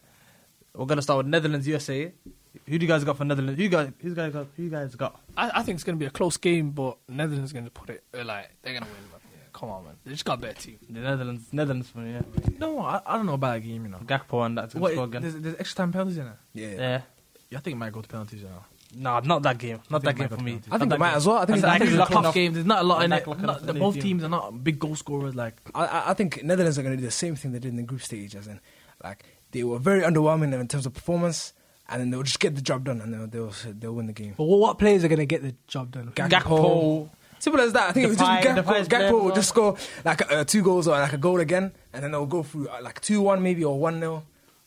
S6: We're gonna start with Netherlands USA. Who do you guys got for Netherlands? You guys, who you guys got? Who you guys got?
S5: I, I think it's gonna be a close game, but Netherlands gonna put it uh, like they're gonna win. Man. Come on, man. They just got a better team.
S6: The Netherlands, Netherlands for me. Yeah.
S4: No, I, I don't know about that game. You know.
S6: Gakpo and that's gonna
S4: What,
S6: score again.
S4: there's, there's extra time penalties in it.
S3: Yeah.
S6: yeah.
S4: Yeah, I think it might go to penalties. You know.
S6: Nah, not that game. Not
S4: think
S6: that game
S4: it
S6: for
S4: might
S6: me.
S3: I think
S6: Not
S3: it
S6: that
S3: might
S6: game.
S3: as well. I think,
S6: That's
S3: I think,
S6: actually
S4: It's a
S6: lucky
S4: tough
S6: enough.
S4: game. There's not a lot in
S6: Not
S4: it.
S6: lucky
S4: Not-
S6: enough
S4: the,
S6: for
S4: both
S6: the team.
S4: teams are not big goal scorers. Like
S3: I- I, I think Netherlands are going to do the same thing they did in the group stage, as in, like, they were very underwhelming in terms of performance, and then they'll just get the job done and they'll, they'll, they'll win the game.
S9: But what what players are gonna get the job done?
S6: Gakpo.
S3: Simple as that. I think it was just
S6: Depay-
S3: Gakpo, Gakpo
S6: Depay's playing
S3: will
S6: well.
S3: just score like uh, two goals or like a goal again, and then they'll go through uh, like 2 1 maybe or 1 0,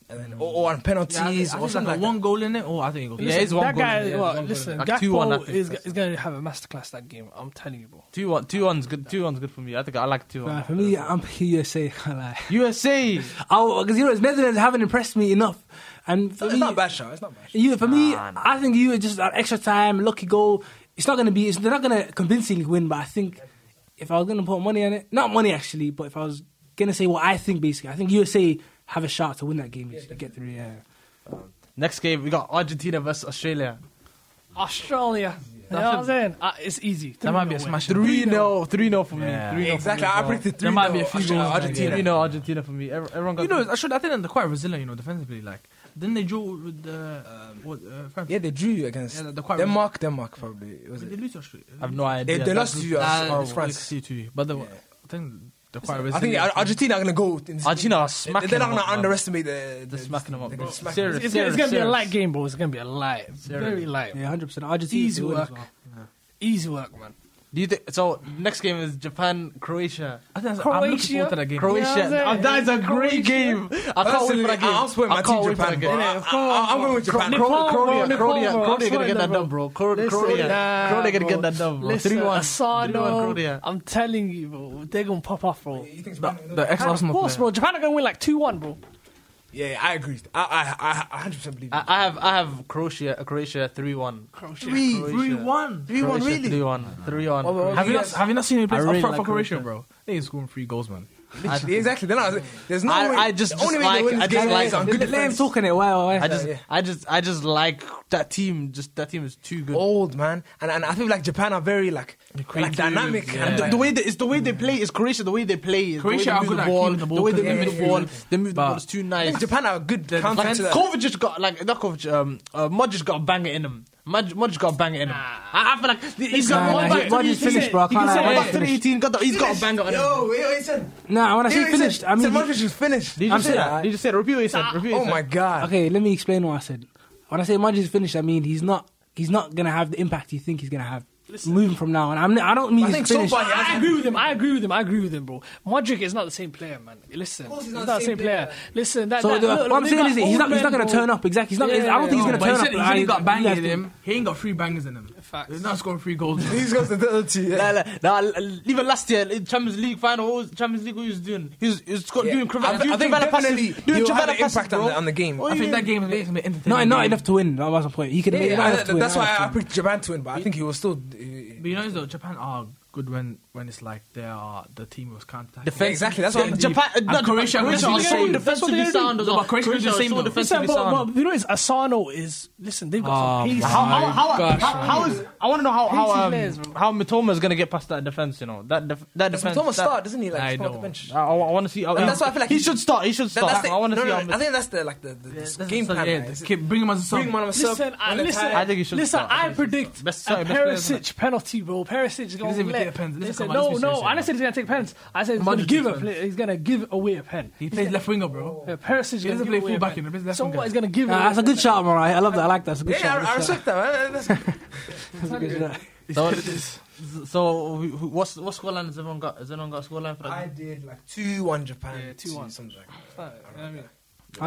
S3: and then or, or on penalties
S4: I think, I
S3: or
S4: think
S3: something
S4: like
S3: like
S4: a
S3: that.
S4: one goal in it. Oh, I think it goes.
S6: Yeah, it's one
S5: that
S6: goal.
S5: guy,
S6: yeah,
S5: well,
S6: it's one
S5: listen,
S6: goal.
S5: Gakpo
S6: Like two one. I think.
S5: is, is going to have a masterclass that game. I'm telling you, bro.
S6: Two one. Two one's good. Two one's good for me. I think I like two
S9: Nah,
S6: one.
S9: for me, I'm picking USA. Can't lie.
S6: USA.
S9: Because you know, Netherlands haven't impressed me enough, and for
S3: It's
S9: me,
S3: not a bad shot. It's not a bad shot.
S9: You, for me,
S6: Nah, nah.
S9: I think you are just an extra time, lucky goal. It's not going to be. It's, they're not going to convincingly win, but I think if I was going to put money on it, not money actually, but if I was going to say what I think, basically, I think USA have a shot to win that game. basically, get through. Yeah.
S6: Next game we got Argentina versus Australia.
S5: Australia. You know what I'm saying? Uh, it's easy.
S4: That might be a
S5: Three-nil
S4: smash.
S6: Three 0 Three 0 for me. Three 0
S3: Exactly. I predicted 3
S4: There might be a few goals in that
S3: Argentina.
S6: Three 0 Argentina for me. Every- Everyone got.
S4: You know, I should. I think they're quite resilient. You know, defensively. Like then they drew with the um, what uh, France.
S3: Yeah, they drew against
S4: Yeah, they're quite
S3: Denmark. Denmark probably. Was
S4: Did
S3: it?
S4: they lose to Australia?
S6: I have no
S3: They,
S6: idea.
S3: they lost to
S4: Nah,
S3: us or
S4: it's
S3: France.
S4: really two, but they were- I think they're quite
S3: I think
S4: resilient.
S3: Ar- Argentina are going to go. in this-
S6: Argentina are
S3: They-
S6: smacking.
S3: They're not
S6: them
S3: going
S6: up,
S3: to
S6: man.
S3: underestimate the.
S6: They're smacking them up.
S3: they're
S6: Bro.
S3: gonna smack them
S6: Serious.
S5: It's,
S6: serious,
S5: going to be a
S6: serious.
S5: light game, bro. It's going to be a light. Very light.
S9: Yeah, hundred percent. Argentina.
S5: Easy
S9: they win as
S5: work.
S9: well.
S5: Easy work, man.
S6: Do you think so? Next game is Japan Croatia.
S4: I think that's, I'm looking
S5: Croatia?
S4: forward to that game.
S6: Croatia.
S5: Yeah, I'm saying.
S6: Uh, that is a great game. I can't wait
S3: Personally,
S6: for that game.
S3: I'm supporting my
S6: I can't
S3: team,
S6: wait for
S3: Japan,
S6: that
S3: bro.
S6: game.
S3: I- I- I'm going with Japan.
S6: Cro-
S5: Nepal, bro,
S6: Croatia,
S5: Nepal,
S3: Uh,
S6: Croatia,
S5: bro. I'm
S6: Croatia gonna
S5: swearing
S6: get that
S5: that,
S6: done, bro. Cro-
S5: Listen,
S6: Croatia,
S5: nah,
S6: Croatia gonna
S5: bro.
S6: get that done, bro.
S5: Listen,
S6: Three one, three one,
S5: Asano,
S6: Croatia.
S5: I'm telling you, bro, they're gonna pop off, bro.
S4: The ex
S5: Of
S4: Arsenal
S5: course,
S4: player.
S5: bro. Japan are gonna win like two one, bro.
S3: Yeah, yeah, I agree. I, I, I, I 100% believe.
S6: I, I have, I have Croatia, Croatia three one.
S4: Three, three, one.
S6: Three one, really? Three one, three one.
S4: Have you, not, have you not seen him play
S6: I
S4: up
S6: really
S4: front
S6: like
S4: for Croatia,
S6: Croatia.
S4: bro? They ain't scoring three goals, man.
S3: Literally, exactly. They're not, there's no
S6: I-
S3: way.
S6: I just
S3: the only way
S6: dislike-
S3: they win
S6: I
S3: this game
S6: dislike
S3: is on good
S9: Let him
S3: defense.
S9: talk in it. Why? why?
S6: I just,
S3: yeah.
S6: I just, I just like that team. Just that team is too good.
S3: Old man, and, and I feel like Japan are very like, like
S4: creative,
S3: dynamic.
S4: yeah.
S3: And
S6: The,
S3: like,
S6: the way they, it's the way they play is Croatia. The way they play is
S4: Croatia are
S6: the way they move
S4: good
S6: the
S4: at
S6: ball.
S4: keeping the ball,
S6: The way they
S4: yeah,
S6: move the
S4: yeah,
S6: ball.
S4: yeah.
S6: They move the
S4: But-
S6: ball. It's too
S3: I think
S6: nice.
S3: Japan are good counter.
S6: Like, Kovacic just got like not Kovacic. Um, uh, Modric got a banger in him. Mod- Modric got a banger in him. I, I feel like th- he's got
S9: Nah,
S6: one
S9: nah,
S6: back.
S9: he- Modric finished, bro. I
S6: He can
S9: can't
S6: say
S9: lie,
S6: one
S9: Modric
S6: back to
S9: finished.
S6: 18. Got the, he's got a banger on him.
S3: Yo, wait, wait, he said.
S9: Nah, when I
S3: He
S9: say finished,
S3: said,
S9: I mean,
S3: said Modric is finished.
S6: Did you
S9: I'm
S6: say
S9: saying-
S6: that? Did you say that? Repeat what you said. Repeat what
S3: Oh
S6: you
S3: my
S6: said.
S3: god.
S9: okay, let me explain what I said. When I say Modric's finished, I mean he's not he's not gonna have the impact you think he's gonna have moving from now on. I'm, I don't mean
S3: I
S9: he's
S3: think so
S9: finished.
S3: far he
S5: I
S3: has.
S5: agree with him. I agree with him. I agree with him, bro. Modric is not the same player, man. Listen,
S3: course he's
S5: not the same player. Listen, that,
S9: So
S5: that,
S9: the-
S5: look,
S9: what I'm
S5: they
S9: saying
S5: got
S9: is, he's
S5: old
S9: not he's not
S5: men,
S9: going to
S5: bro.
S9: turn up. Exactly, he's not.
S5: Yeah,
S9: I don't think he's
S5: yeah,
S9: going to
S4: But he
S9: turn
S4: said
S9: up.
S4: he said he
S9: I-
S4: got bangers
S9: that's
S4: in
S9: the-
S4: him. He ain't got three bangers in him.
S5: Facts.
S4: He's not scoring three goals.
S3: He's got the dirty. Yeah.
S6: Nah, nah, nah, even last year, in Champions League final, what was Champions League, what he was doing? He was, he was got,
S3: Yeah. I
S6: doing Cravat,
S3: th-
S6: doing
S3: I think
S6: Cravat passes,
S3: definitely
S6: doing
S3: he'll have
S6: Cravat
S3: an
S6: passes,
S3: impact on
S6: bro.
S3: the- on the game.
S6: What
S4: I
S6: do you
S4: think that
S6: mean?
S4: game makes him an entertaining.
S9: Not, not
S4: game.
S9: enough to win. That was my point. He could
S3: Yeah,
S9: make
S3: yeah,
S9: not
S3: I-
S9: enough to win.
S3: that's
S9: not
S3: why
S9: enough
S3: I,
S9: to
S3: I
S9: win.
S3: picked Japan to win, but I think he was still. uh,
S4: But you know, though, Japan are good when when it's like they are the team was counter.
S3: Defense. Exactly, that's what I'm-
S6: Japan,
S4: And
S6: not
S4: uh, Croatia are
S6: Japan,
S4: gonna be the
S6: so
S4: same.
S6: defensively
S5: That's what they're
S6: sound as
S4: doing.
S6: well.
S4: No, but Croatia is the
S6: Croatia are
S4: same,
S6: so
S4: though.
S5: Listen,
S6: defensively
S5: but,
S6: sound.
S5: but you know, it's Asano is. Listen, they've
S9: Ah,
S5: got some pieces.
S6: How, how, how, how, how is I want to know how how
S5: Crazy
S6: um,
S5: players, bro.
S6: how Mitoma is gonna get past that defense? You know that def- that defense.
S3: Thomas
S6: that,
S3: start, doesn't he? Like,
S4: I
S3: he's come off the
S4: know.
S3: bench.
S6: I, want to see. And
S3: that's why I feel like
S6: he
S3: he-
S6: should start. He should
S3: That-
S6: start.
S3: that's the,
S6: I want to
S3: no,
S6: see.
S3: no,
S6: how
S3: no, I think that's the like the, the, the game plan.
S4: Yeah,
S3: man.
S4: just keep- bring him as a sub.
S3: Bring him on himself.
S5: Listen, I,
S3: when they're
S5: listen,
S3: tired.
S6: I think he should
S5: listen,
S6: start. I
S5: I
S6: think he should
S5: predict
S6: Best- sorry,
S5: a
S6: best player, isn't
S5: Perisic penalty, bro. Perisic is going
S4: doesn't
S5: to
S4: even
S5: let.
S4: take a pen. Listen,
S5: Listen,
S4: come on, let's
S5: no,
S4: be
S5: no,
S4: serious
S5: I
S4: here.
S5: didn't say he's going to take pens. I said he's going to
S4: Modric
S5: give a
S4: takes
S5: play,
S4: pens.
S5: he's going to give away a pen.
S4: He plays left winger, bro.
S5: Yeah, Perisic is
S4: He
S5: going to
S4: doesn't
S5: give
S4: play
S5: away
S4: full
S5: a
S4: back
S5: pen.
S4: in. He plays left
S5: So what
S4: winger.
S5: is going to give?
S9: Nah,
S5: away
S9: that's a good
S5: pen.
S9: shot, Mariah. I love that. I like that. That's a good
S3: Yeah, I,
S9: shot.
S3: I
S9: good shot.
S3: respect that. Man. That's-
S9: That's a good shot.
S6: So, so who- who- what's what scoreline has everyone got? Has anyone got a scoreline for that?
S3: I
S6: game?
S3: did like two one Japan.
S5: Yeah, 2-1.
S3: something like that.
S9: I
S4: Yeah,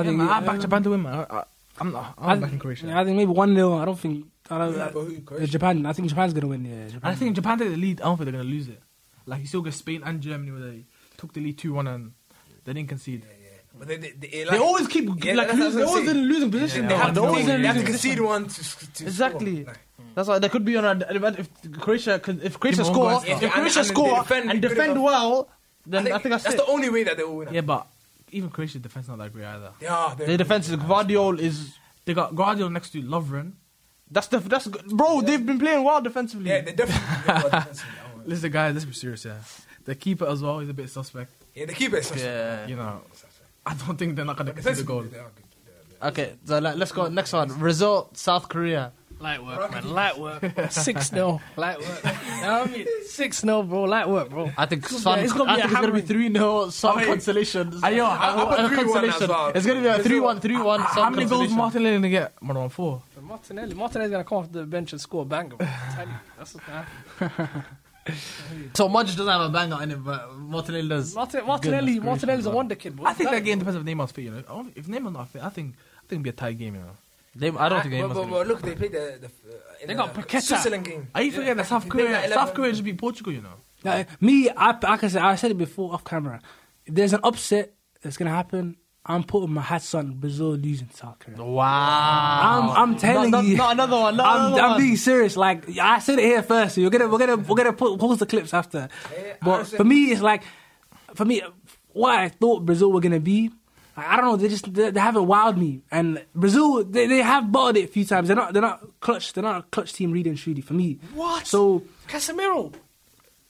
S9: think.
S4: man, I
S9: I
S4: back Japan to win, man. I, I, I'm not. I'm backing Croatia.
S9: I think maybe one 0 I don't think. I don't.
S3: Yeah,
S9: uh,
S3: but who, Croatia?
S9: Japan. I think Japan's going to win. Yeah. Japan.
S4: And I think if Japan take the lead, I don't think they're gonna lose it. Like you still get Spain and Germany where they took the lead two one and they didn't concede.
S3: But they, they, they,
S6: They
S3: like,
S6: always keep
S3: Yeah,
S6: like
S3: that's what I was
S6: lose, they
S3: gonna
S6: always
S3: say.
S6: in losing position.
S3: they have,
S6: they
S3: to,
S6: always in
S3: they have to
S6: losing
S3: concede one to, s- to
S6: Exactly.
S3: Score. Like,
S6: That's why they could be on a if Croatia could- if Croatia
S4: Give them
S6: score
S4: one
S6: if
S3: goal.
S6: Croatia
S3: And- and
S6: score
S3: they defend
S6: and
S3: good
S6: defend
S3: enough.
S6: well,
S3: I
S6: then
S3: think
S6: I think
S3: that's
S6: that's it.
S3: the only way that they will win.
S4: Yeah, but even Croatia's defense not that great either.
S3: They are.
S6: Their
S3: They're,
S6: defense is Guardiol is
S4: They got Guardiola next to Lovren.
S6: that's the that's bro. They've been playing well defensively.
S3: yeah, they're definitely. they're defensive. Oh, well.
S4: Listen, guys, let's be serious. Yeah, the keeper as well is a bit suspect.
S3: yeah, they keep it. so-
S6: Yeah.
S4: You know, I don't think they're not gonna concede the
S3: Defensively,
S4: goal.
S3: they are good. They're- they're-
S6: Okay, so let, us go next one. Result South Korea.
S5: Light work, man. Light work. Six 0 Light work. You know what I mean? Six 0 bro. Light work, bro.
S6: I think
S5: It's
S6: Sun.
S5: gonna be- it's gonna
S6: I
S5: be a
S6: think it's gonna be
S5: hammering.
S6: three 0 Sun
S3: Aye.
S6: consolation.
S4: Aye, yo, I- I
S6: Uh,
S4: put
S6: uh,
S3: 3-1 as
S6: consolation.
S3: well.
S6: It's gonna be a
S3: Result.
S6: 3-1, 3-1 Sun
S4: How many goals
S6: consolation.
S4: Martinelli gonna get? More than four.
S5: Martinelli. Martinelli's going to come off the bench and score a banger. Bro. I tell you, that's what's going to happen.
S6: So Modric doesn't have a banger in it, but Martinelli does.
S5: Martin, Martinelli,
S6: gracious,
S5: Martinelli's a
S6: bro.
S5: wonder kid, bro.
S4: I think that game depends if Neymar's fit. You know, I don't- if Neymar's not fit, I think I think it'll be a tight game. You know.
S6: They, I don't think they
S3: but,
S6: must.
S3: but, but look, they played the. the uh, in
S5: They got
S3: the
S5: Paqueta.
S3: Switzerland game.
S4: Are you forgetting that South
S3: They got
S4: Korea?
S3: 11.
S4: South Korea just beat Portugal. You know.
S9: Now, me, I, like I said, I said it before off camera. If there's an upset that's gonna happen, I'm putting my hats on Brazil losing to South Korea.
S6: Wow.
S9: I'm- I'm telling
S6: not,
S9: you.
S6: Not another one. Not
S9: I'm,
S6: another
S9: I'm
S6: one.
S9: being serious. Like I said it here first. So you're gonna, we're gonna, we're gonna put, pause the clips after. But for me, it's like, for me, what I thought Brazil were gonna be. I don't know. They just they, they haven't wowed me. And Brazil, they, they have bottled it a few times. They're not they're not clutch. They're not a clutch team. Reed and Trudy for me.
S5: What?
S9: So
S5: Casemiro.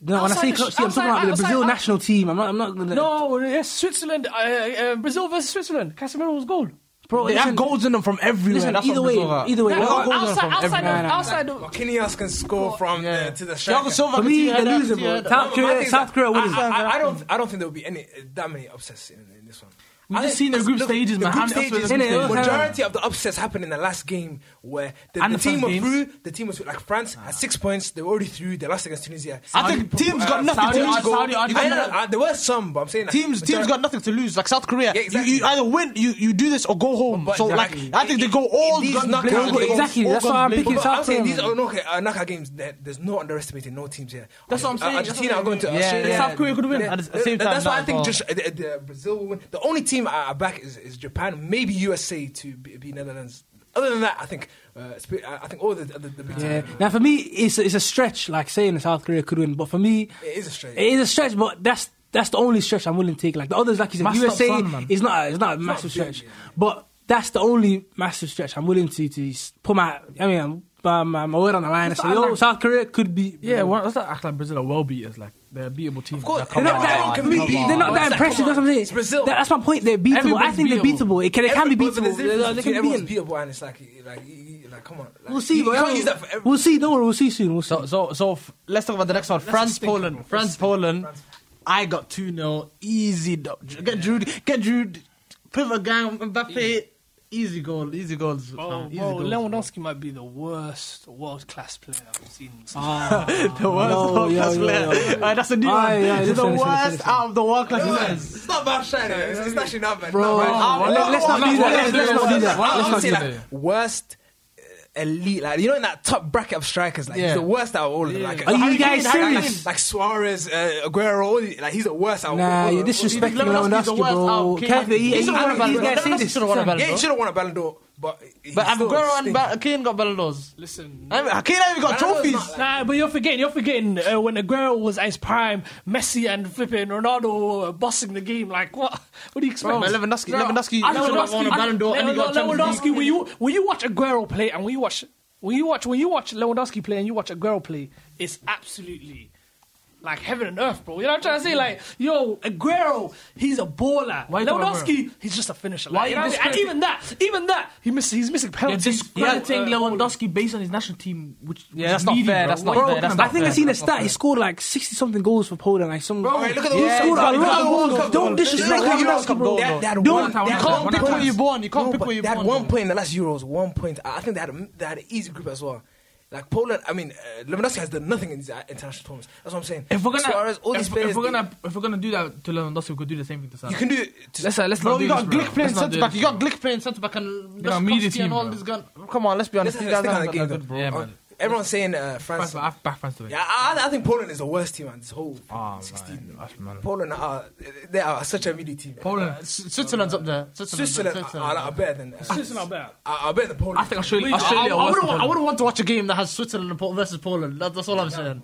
S9: no, when I say
S5: Outside the-
S9: clutch team, I'm
S5: outside-
S9: talking about the
S5: outside-
S9: Brazil
S5: out-
S9: national team. I'm not. I'm not. gonna-
S5: No, it's Switzerland, uh, uh, Brazil versus Switzerland. Casemiro was goal.
S9: bro.
S6: They have
S9: listen-
S6: goals in them from everywhere.
S9: Listen,
S6: That's
S9: either
S6: what
S9: way,
S6: Brazil got.
S9: either way,
S5: That
S6: They
S5: goal-
S6: got goals in them
S5: outside,
S6: from
S5: outside,
S6: everywhere.
S9: everywhere.
S5: of,
S9: Nah, nah.
S5: outside of,
S3: Marquinhos can score from
S6: Yeah.
S3: the, to the
S6: Thiago
S3: striker.
S6: Silva
S9: For
S6: can
S9: me,
S6: see
S9: they're
S6: that,
S9: losing,
S6: see
S9: bro.
S6: that.
S9: South
S3: My
S9: Korea,
S3: thing is
S9: South Korea winning.
S3: I, I, I don't. I don't think there will be any uh, that many upsets in, in this one.
S5: We've
S3: I
S5: just
S3: think-
S5: seen the group
S3: look,
S5: stages, man.
S3: The
S5: How
S3: group
S5: many upsets
S3: stages,
S5: are there?
S3: the majority of the upsets happened in the last game where the,
S5: And
S3: the
S5: the
S3: team
S5: first
S3: were
S5: games.
S3: through, the team was like France had six points, they were already through, they lost against Tunisia.
S1: I think teams
S3: Uh,
S1: got nothing
S3: Saudi
S1: to lose.
S3: Arabia-
S5: Saudi Arabia-
S3: I know, uh, there were some, but I'm saying like,
S1: Teams, teams
S3: majority-
S1: got nothing to lose. Like South Korea,
S3: Yeah, exactly.
S1: you, you either win, you, you do this or go home.
S3: But
S1: so
S3: exactly.
S1: like, I think they go all
S3: These
S1: guns
S3: knockout
S1: blazing.
S3: games-
S9: Exactly,
S1: All
S9: that's
S1: guns
S9: why I'm
S1: blazing.
S9: picking
S3: But I'm
S9: South
S3: saying
S9: Korea.
S3: these are okay, uh, knockout games. There, there's no underestimating no teams here. Uh,
S4: That's what I'm saying, that's
S3: Argentina
S4: what
S3: are going to
S4: I'm
S6: saying.
S3: Australia.
S6: Yeah, South Korea could win at the same time
S3: That's why I
S6: now,
S3: think
S6: but-
S3: just, uh, the, the Brazil will win. The only team I I back is, is Japan, maybe USA to be, be Netherlands. Other than that, I think uh, sp- I I think all the the, the big
S9: Yeah.
S3: teams.
S9: Now, for me, it's it's a stretch, like saying South Korea could win. But for me,
S3: It is a straight.
S9: it is a stretch. But that's that's the only stretch I'm willing to take. Like the others, like you said,
S5: Must
S9: USA
S5: stop fun, man.
S9: is not a, it's not a massive
S3: big,
S9: stretch. But that's the only massive stretch I'm willing to to s- put my I mean I'm- my, my, my word on the line and say, yo,
S5: like-
S9: South Korea could be
S5: Yeah, well, let's not act like Brazil are well beaters. Like they're a beatable team. Of
S3: course,
S9: They're not,
S3: Come
S9: that,
S3: on,
S9: can be
S3: come
S9: beat-
S3: on.
S9: they're not
S3: What's
S9: that
S3: that?
S9: impressive.
S3: Come
S9: That's what I'm saying.
S3: It's Brazil.
S9: That- that's my point. They're beatable. I
S5: Everybody's
S9: think they're
S5: beatable.
S9: beatable. It can, they can be
S3: Everyone- but
S9: beatable.
S3: there's a difference
S9: They
S3: between
S9: can be
S3: everyone's
S9: beaten.
S3: beatable, and it's like, like, you- you- like come on. Like,
S9: We'll see.
S3: You, you
S9: but
S3: can't use that for everyone.
S9: We'll see. Don't worry. We'll see soon. We'll see.
S6: So, so, so f- let's talk about the next one. France, Poland. France, Poland. I got 2 0. Easy. do- Get Drew. Get Drew. Pivot gang. Mbappe. Easy goal. Easy goals.
S5: Oh,
S6: fam, easy
S5: bro,
S6: goals.
S5: Lewandowski might be the worst world class player I've seen. Ah.
S6: The worst
S9: Yo,
S6: world
S9: yo,
S6: class
S9: yo,
S6: player.
S9: yo.
S6: Alright, that's a new
S9: Aye,
S6: one.
S9: aye,
S6: He's the
S9: listen, listen,
S6: worst
S9: listen.
S6: out of the world class players.
S3: It's not bad shine. It's, it's actually not bad.
S9: Bro,
S3: not bad.
S9: let- let's not do that. Let's not do that.
S3: I
S9: Let's
S3: would
S9: not
S3: say
S9: do that.
S3: like worst uh, elite, like you know, in that top bracket of strikers, like he's
S6: Yeah.
S3: the worst out of all of them. Like,
S9: Are you
S3: Harry
S9: guys
S3: Kane, Harry Kane,
S9: serious?
S3: Like Suarez, uh, Aguero, all the, like he's the worst out. of
S9: Nah,
S3: all
S9: you're
S3: of them.
S9: disrespecting
S6: Lewandowski's the
S9: Lewandowski,
S6: worst
S9: bro.
S6: out.
S9: Can't be-
S6: He
S9: he-
S6: should have won a
S9: he-
S6: Ballon
S9: These guys
S6: d'Or.
S9: say
S6: Lewandowski
S9: this.
S6: should have won a Ballon
S3: Yeah, he
S6: d'Or.
S3: should have won a Ballon d'Or, but he's
S6: But
S3: still
S6: Aguero and
S3: stinks.
S6: ba- Kane got Ballon d'Ors.
S5: Listen,
S6: I mean, Kane even got
S3: Ballon d'Or's
S6: trophies.
S3: not like-
S5: Nah, but you're forgetting. You're forgetting uh, when Aguero was at his prime, Messi and flipping Ronaldo were bossing the game. Like what? What do you expect?
S6: But Lewandowski- Lewandowski-
S5: I-
S6: Lewandowski won a Ballon d'Or and he got Champions
S5: Lewandowski, when you when you watch Aguero play and when you watch when you watch when you watch Lewandowski play and you watch Aguero play, it's absolutely. Like heaven and earth, bro. You know what I'm trying to say? Like, yo, Aguero, he's a baller.
S4: Why you talking about
S5: Lewandowski, he's just a finisher. Like,
S4: Why
S5: you
S4: you
S5: know what I'm saying? and
S4: discredit-
S5: even that, even that, he miss, he's missing
S4: They're
S5: penalties.
S4: discrediting
S5: Yeah, uh,
S4: Lewandowski based on his national team, which
S6: Yeah,
S4: which
S6: that's
S4: is
S6: not
S4: needy,
S6: fair,
S4: bro.
S6: that's
S4: What
S6: not
S4: are you
S6: fair, that's
S4: talking
S6: not
S9: I
S4: about?
S9: think I
S6: fair.
S9: seen a
S6: That's not
S9: stat. He scored like sixty something goals for Poland. Like some.
S3: All right, look at the
S9: He
S3: World Cup.
S9: scored a
S3: Look at
S9: lot
S3: the
S9: of
S3: World
S9: goals.
S3: Cup.
S9: Don't
S3: Look at the
S9: disrespect
S3: World Cup.
S9: Lewandowski, bro.
S3: They had- they had one-
S9: Don't- they
S3: they
S6: You
S3: had
S6: can't
S3: one
S6: pick where
S3: point.
S6: you're born. You can't
S3: No,
S6: pick
S3: but
S6: where you're
S3: they had
S6: born.
S3: one point in the last Euros, one point. I I think they had a, they had an easy group as well. Like Poland, I mean, uh, Lewandowski has done nothing in these uh, international tournaments. That's what I'm saying.
S4: If we're gonna,
S3: Suarez, all
S4: if,
S3: these players,
S4: if we're gonna, if we're gonna do that to Lewandowski, we could do the same thing to Salah.
S3: you can do. it to-
S4: Let's uh, let's
S6: Bro,
S4: not
S6: you
S4: do
S6: got
S4: this,
S6: Glick playing centre back. You got Glick playing centre back and
S4: They're a media
S6: Lewandowski and
S4: team,
S6: all
S4: bro.
S6: this gun. Come on, let's be honest.
S3: Let's,
S6: These
S3: let's
S6: guys
S3: stick on
S6: haven't
S3: the game.
S6: got that
S3: though.
S6: good, bro.
S4: Yeah,
S3: Uh,
S4: man.
S3: Everyone's saying uh, France.
S4: France, back, back France away.
S3: Yeah, I, I- I think Poland is the worst team. man. This whole
S4: Oh,
S3: 16.
S4: man. That's mad.
S3: Poland are they are such a media team.
S4: Poland.
S6: S- Switzerland's up there. Switzerland's
S3: Switzerland
S6: Up
S3: are,
S6: there.
S3: are, are better than Switzerland. Are, are better than Poland.
S4: I think Australia.
S6: I, I,
S4: Australia.
S6: I,
S4: are worse
S6: wouldn't,
S4: than
S6: want- I
S4: Poland.
S6: wouldn't want to watch a game that has Switzerland and Pol- versus Poland. That, that's all I'm saying.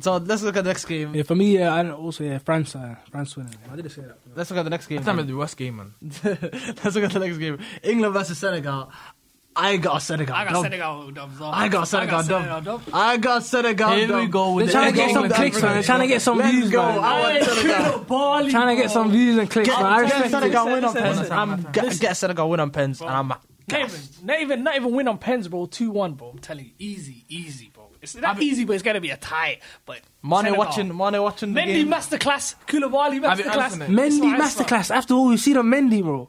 S6: So let's look at the next game.
S9: Yeah, for me, yeah, I don't- also yeah, France, uh, France winning. I didn't say that.
S6: Let's look at the next game.
S4: That's not the worst game, man.
S6: Let's look at the next game. England versus Senegal. I got Senegal.
S5: I got
S6: dub.
S5: Senegal dubs. on.
S6: I got Senegal.
S5: Senegal
S6: dub.
S5: dub.
S6: I got Senegal.
S4: Here we
S6: dub.
S4: go with
S9: They're trying to
S4: the
S9: get some
S4: England
S9: clicks, man. They're trying to get some
S6: Let's
S9: views,
S6: go.
S9: man.
S6: I want Senegal.
S9: Trying to get some views and clicks,
S6: Get,
S9: man. I
S6: get
S9: respect it.
S6: Senegal win on pens. I'm get, get Senegal win on pens, and I'm
S5: Not even, not even, not even win on pens, bro. Two one, bro. I'm telling you, easy, easy, bro. It's not easy, but it's gonna be a tie. But
S6: Mane
S5: Senegal.
S6: watching. Mane watching the
S5: Mendy
S6: game.
S5: masterclass, Koulibaly
S4: Have you
S5: masterclass,
S4: answered it?
S5: It's
S9: Mendy
S5: not- it's not-
S9: masterclass. After all, we've seen on Mendy, bro.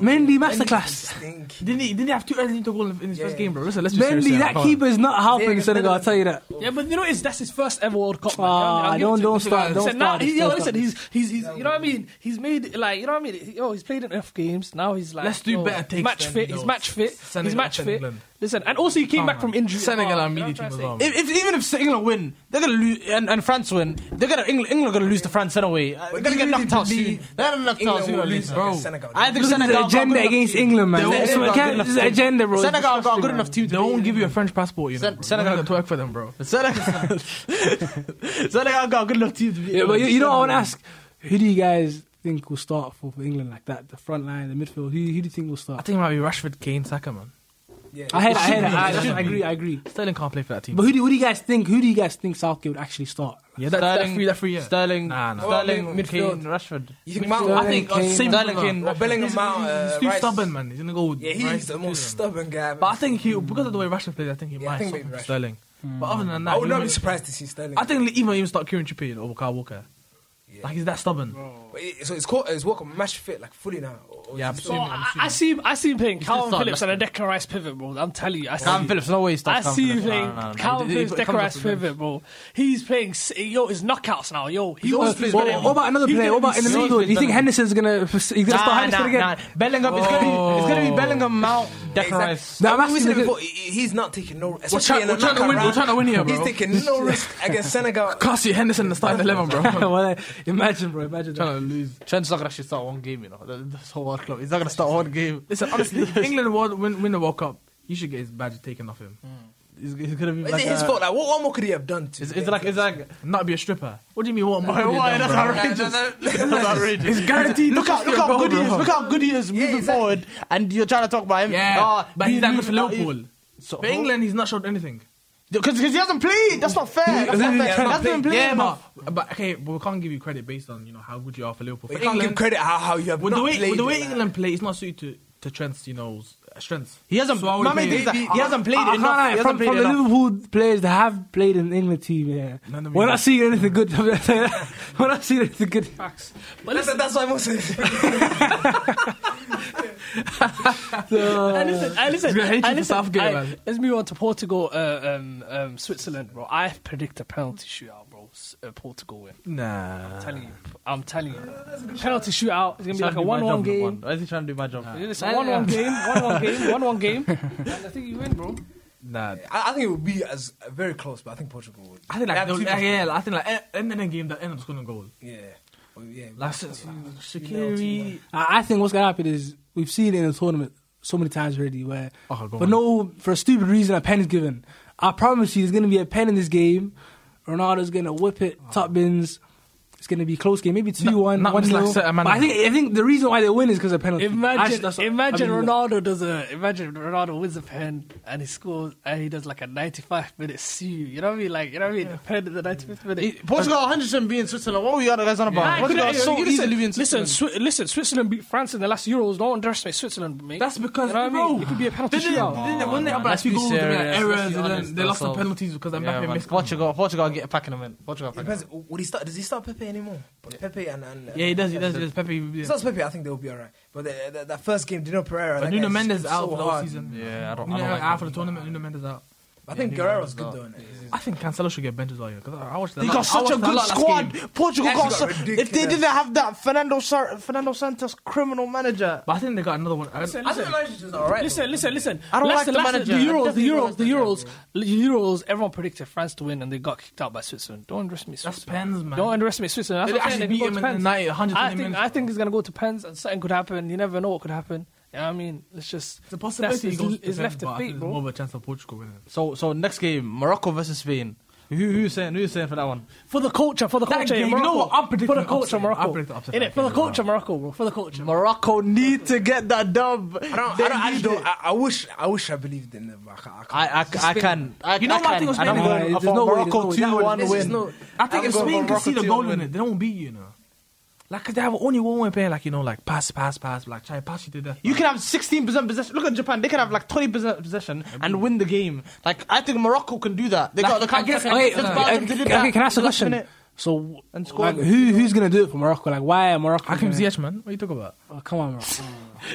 S9: Mendy masterclass.
S3: Stinky.
S4: Didn't he? Didn't he have two errors into goal in his first game, bro? Listen, let's be serious.
S9: Mendy,
S4: here,
S9: that
S4: come on.
S9: keeper's not helping
S3: Yeah,
S9: Senegal. I'll tell you that.
S5: Yeah, but you know it's that's his first ever World Cup. man.
S9: Ah,
S5: I'll give it
S9: don't-
S5: to him.
S9: don't
S5: Listen,
S9: start,
S5: guys,
S9: don't
S5: listen, now-
S9: start,
S5: he-
S9: don't
S5: Yo,
S9: start.
S5: listen, he's he's he's. You know what I mean? He's made like you know what I mean? He- Yo, he's played in F games. Now he's like.
S4: Let's do
S5: yo,
S4: better takes
S5: Match
S4: than,
S5: fit.
S4: you
S5: He's
S4: know,
S5: match fit.
S4: Senegal
S5: He's match
S4: and
S5: fit.
S4: England.
S5: Listen, and also he came
S4: Come
S5: back
S4: on.
S5: from injury.
S4: Senegal
S5: Oh,
S4: are
S5: you
S4: media
S5: know what
S4: team
S5: I'm trying to
S4: as
S5: say?
S4: well. man.
S6: If, if even if England win, they're gonna lose, and, and France win, they're gonna England England gonna lose to France anyway. Uh, They're
S3: do
S6: gonna
S3: you
S6: get
S3: really
S6: knocked out soon.
S3: believe
S6: They're gonna knocked out
S3: England
S6: sooner or
S3: will lose
S6: later.
S3: against Senegal.
S6: I think
S9: Look at the
S6: Senegal got
S9: agenda
S6: good
S9: against
S6: enough team.
S9: England, man.
S6: They
S9: This
S6: won't-
S9: this is agenda, bro.
S6: Senegal got a good enough team.
S4: They won't give you a French passport, you know.
S6: Sen-
S4: bro.
S6: Senegal-
S4: You're not gonna work for them, bro.
S6: Senegal, Senegal got a good enough team. To beat
S9: Yeah, but you,
S6: England.
S9: you know what I want to ask? Who do you guys think will start for, for England like that? The front line, the midfield. Who, who do you think will
S4: I
S9: start?
S4: think it might be Rashford, Kane, Saka, man.
S3: Yeah.
S9: I heard, I
S6: should
S9: heard,
S6: be,
S9: I,
S6: it
S9: that's-
S6: should
S9: I agree, I agree.
S4: Sterling can't play for that team.
S9: But who do, who do you guys think? Who do you guys think Southgate would actually start?
S4: yeah, that, that free, that free, yeah.
S6: Sterling,
S4: Nah, nah.
S6: Sterling,
S3: Well, mid- midfield.
S6: Kane, Rashford.
S3: You think Mount?
S4: I
S3: I
S4: think
S3: think
S4: uh,
S9: Kane.
S4: same
S6: Sterling,
S4: Mount.
S6: Kane,
S4: He's-
S6: Rashford.
S3: Bellingham,
S4: he's,
S3: Mount, uh,
S4: too
S3: Rice.
S4: stubborn, man. He's gonna go. with
S3: Yeah,
S4: Rice
S3: he's the
S4: and
S3: most
S4: Kane, man.
S3: stubborn guy.
S4: But I think he, because of the way Rashford plays, I think he
S3: Yeah, I
S4: might
S3: think
S4: start
S3: maybe
S4: from
S3: Rashford.
S4: Sterling. But other than that,
S3: I would
S4: he
S3: not be
S4: might-
S3: surprised to see Sterling.
S4: I think even even start Kieran Trippier or Kyle Walker.
S6: Like he's that stubborn.
S3: But it- So it's called it's what match fit like fully now. or- or
S6: Yeah,
S3: is it
S5: So
S3: still-
S5: I, I see, I see him playing Calvin
S6: start
S5: Phillips and a Declan Rice pivot, bro. I'm telling you, I see.
S6: Calvin Phillips, no way he
S5: I
S6: starts Calvin
S5: see you
S6: Phillips. No,
S5: playing
S6: no, no.
S5: Calvin
S6: He- he-
S5: Phillips,
S6: it comes
S5: Declan Rice
S6: off the bench.
S5: pivot, bro. He's playing, s- yo, his knockouts now, yo. He
S6: always
S5: always
S6: plays
S5: plays
S6: better.
S5: better.
S6: Well,
S9: What about another
S5: He's
S9: player? What
S5: gonna
S9: about
S5: be
S9: in the
S5: so-
S9: middle? Do you think
S6: Bellingham.
S9: Henderson's gonna he's gonna start
S1: Nah,
S9: Henderson
S1: nah,
S9: again?
S1: nah. Bellingham, it's gonna be it's gonna be Bellingham, Mount, Declan
S3: Exactly.
S1: Rice.
S9: No, I'm
S3: Like we
S9: asking
S3: said
S9: the-
S3: before, he- he's not taking no.
S4: We're,
S3: especially
S4: try,
S3: in
S4: we're,
S3: a
S4: trying to win,
S3: knockout
S4: we're trying to win here,
S3: round.
S4: bro.
S3: He's taking no risk against Senegal.
S4: Can't see Henderson in the starting 11, bro.
S9: Well, imagine, bro. Imagine. That.
S6: Trying to lose. Trent's not gonna actually start one game, you know. Th- This whole World Cup, he's not gonna start one game.
S4: Listen, honestly, England world, win, win the World Cup. You should get his badge taken off him.
S6: He's, he's gonna be
S3: Is
S6: like
S3: it his
S6: a-
S3: fault? Like what, what more could he have done to?
S6: It's, it's like it's like
S4: Not be a stripper. What do you mean? What? Why?
S6: why? That's
S3: Nah,
S6: outrageous.
S3: nah, nah.
S6: That's outrageous.
S4: It's guaranteed.
S1: Look how look how good he is. Look how good he is moving
S3: exactly.
S1: forward, and you're trying to talk about him.
S4: Yeah,
S1: Ah,
S4: but
S1: he-
S4: he's that good
S1: he-
S4: for Liverpool.
S6: So,
S4: For England, he's not showed anything.
S1: Because he hasn't played. That's not fair. That's not fair. He hasn't been playing
S4: Yeah,
S1: enough.
S4: but, but okay, but we can't give you credit based on you know how good you are for Liverpool.
S3: You
S4: For
S3: can't give
S4: England,
S3: credit how, how you have
S4: with
S3: not
S4: the way
S3: played
S4: with the way
S3: it, like-
S4: England play, it's not suited to to Trent's you know s- strengths.
S1: He hasn't.
S4: So I would
S1: my main thing
S4: agree.
S1: is that
S4: Maybe-
S1: he hasn't played
S9: I can't
S1: enough.
S9: lie,
S1: He
S9: from,
S1: hasn't
S9: from
S1: played
S9: the
S1: enough.
S9: Liverpool players that have played in the England team, yeah,
S4: None of
S9: we're
S4: them.
S9: not seeing anything good. we're not seeing anything good.
S5: But
S3: That's,
S5: listen,
S3: that's why I'm saying.
S5: and listen, and listen,
S4: gonna hate you
S5: and
S4: for
S5: listen,
S4: Southgate,
S5: I-
S4: man.
S5: Let's move on to Portugal, uh, um, um, Switzerland, bro. I predict a penalty shootout, bro. S- Uh, Portugal win.
S4: Nah.
S5: I'm telling you, I'm telling you, penalty shootout. It's gonna be like
S6: Trying to
S5: a
S6: do my job,
S5: one-one
S6: not
S5: game.
S6: Why is he trying to do my job?
S5: It's a one-one game, one-one game, one-one game. And I think you win, bro.
S4: Nah.
S3: I, I think it would be as uh, very close, but I think Portugal would.
S4: I
S3: They
S4: think like
S3: have
S4: they'll-
S3: two-
S4: yeah, yeah, I think like e- end of the game that end up scoring a goal.
S3: yeah, Well, yeah.
S4: Like Shakiri.
S9: I I think what's gonna happen is we've seen it in the tournament so many times already, where
S4: Oh, go
S9: for
S4: on.
S9: no for a stupid reason a pen is given. I promise you, there's gonna be a pen in this game. Ronaldo's gonna whip it, top bins. It's gonna be a close game, maybe two one,
S4: Oh. not
S9: one
S4: just like
S9: nil.
S4: certain man-
S9: But I think I think the reason why they win is because of penalty. I just-
S5: Imagine,
S9: that's what- I
S5: imagine
S9: believe that.
S5: Ronaldo does a imagine Ronaldo wins a pen and he scores and he does like a 95 minute sue. You know what I mean? Like you know what I mean? The pen in the 95th minute.
S1: He- Portugal 100 being Switzerland. What were you other guys on about?
S5: Nah,
S1: Portugal
S5: couldn't-
S1: are so
S5: you
S1: easily being
S5: listen, listen,
S1: Switzerland.
S5: Swi- listen, Switzerland beat France in the last Euros. Don't underestimate Switzerland, mate.
S4: That's because
S5: you know what I mean? It could be a penalty
S4: Didn't,
S5: shootout.
S4: didn't, wasn't it about
S6: Let's
S4: like two
S6: be
S4: goals and then
S6: serious,
S4: errors
S6: let's be
S4: and
S6: honest,
S4: then they lost the
S6: that's all.
S4: penalties because Mbappe
S6: Yeah, man.
S4: missed.
S6: Portugal, Portugal get a pack in a minute. Portugal, pack in a
S3: Depends,
S6: minute.
S3: would he start? Does he start Pepe anymore? But Pepe and, and uh,
S4: Yeah, he does. He does. He does. Pepe.
S3: If he
S4: Yeah.
S3: starts Pepe, I think they'll be alright. But the, the, that first game, Dino Pereira.
S4: But
S3: that
S4: Nuno
S3: guy's
S4: Mendes
S3: so
S4: out for the whole
S3: hard.
S4: season.
S6: Yeah, I don't.
S4: Nuno
S6: I don't like
S4: out for the tournament. Nuno Mendes out.
S3: I think
S6: Nuno
S3: Guerrero's
S6: Mendes
S3: good though. innit?
S4: I think Cancelo should get benched as well. Because I watched that.
S1: They
S4: lot-
S1: got
S4: I
S1: such a
S4: watched that
S1: good
S4: lot last
S1: squad.
S4: game.
S1: Portugal
S3: Actually
S1: got
S3: got
S1: so, if they
S3: ridiculous.
S1: didn't have that Fernando Sar- Fernando Santos criminal manager.
S4: But I think they got another one. I-
S3: I think the manager's alright.
S5: Listen, listen, listen.
S1: I don't
S5: last,
S1: like the
S5: last,
S1: manager.
S5: The
S1: I
S5: Euros, the
S1: definitely don't
S5: Euros,
S1: like
S5: the
S1: that
S5: Euros, the Euros. Everyone predicted France to win, and they got kicked out by Switzerland. Don't underestimate
S4: That's
S5: Switzerland.
S4: pens, man.
S5: Don't underestimate Switzerland. That's
S4: They
S5: what I'm
S4: actually
S5: saying.
S4: beat
S5: They
S4: him
S5: can
S4: in
S5: go to
S4: the
S5: pens.
S4: night, 120
S5: I think
S4: minutes.
S5: I think it's gonna go to pens, and something could happen. You never know what could happen. You know what I mean, it's just
S4: The possibility
S5: that's-
S4: he goes
S5: is- is
S4: to defend,
S5: left
S4: but
S5: to
S4: I
S5: fate,
S4: think
S5: bro.
S4: There's more of a chance of Portugal winning.
S6: So, so next game, Morocco versus Spain. Who, who's saying? Who's saying for that one?
S5: For the culture, for the culture,
S4: game,
S5: in
S4: you know
S5: Morocco.
S4: what? I'm predicting
S5: for the
S4: an
S5: culture,
S4: upset.
S5: Morocco.
S4: I'm predicting an upset in
S5: In it
S4: that
S5: for the
S4: game as well.
S5: culture, Morocco, bro. For the culture.
S6: Morocco need to get that dub.
S3: I don't. I, don't, I, don't I, I wish. I wish I believed in them. but I, can't-
S6: I, I, I can. I,
S4: You know
S6: I
S4: what I
S6: can.
S4: think was
S6: And I'm
S4: mainly-
S6: going
S9: Nah,
S6: for
S9: there's no way,
S6: Morocco
S9: there's no way.
S6: two one
S9: There's
S3: There's
S6: win.
S3: no-
S4: I think
S6: I'm
S4: if
S6: going
S4: Spain
S6: for
S4: can see
S6: Morocco
S4: the
S6: two
S4: goal
S6: one
S4: in
S6: win.
S4: it, they don't beat you, you know. Like, 'cause they have only one way player, like, you know, like, pass, pass, pass, like, try and pass you to death.
S1: You can have 16% possession. Look at Japan. They can have like 20% possession and win the game. Like I think Morocco can do that. They got the counter.
S9: Okay, okay, okay, can I ask a question? So, like, who who's gonna do it for Morocco? Like, why are Morocco?
S4: Hakim
S9: gonna-
S4: Ziyech, man. What are you talking about?
S9: Oh, come on, Morocco.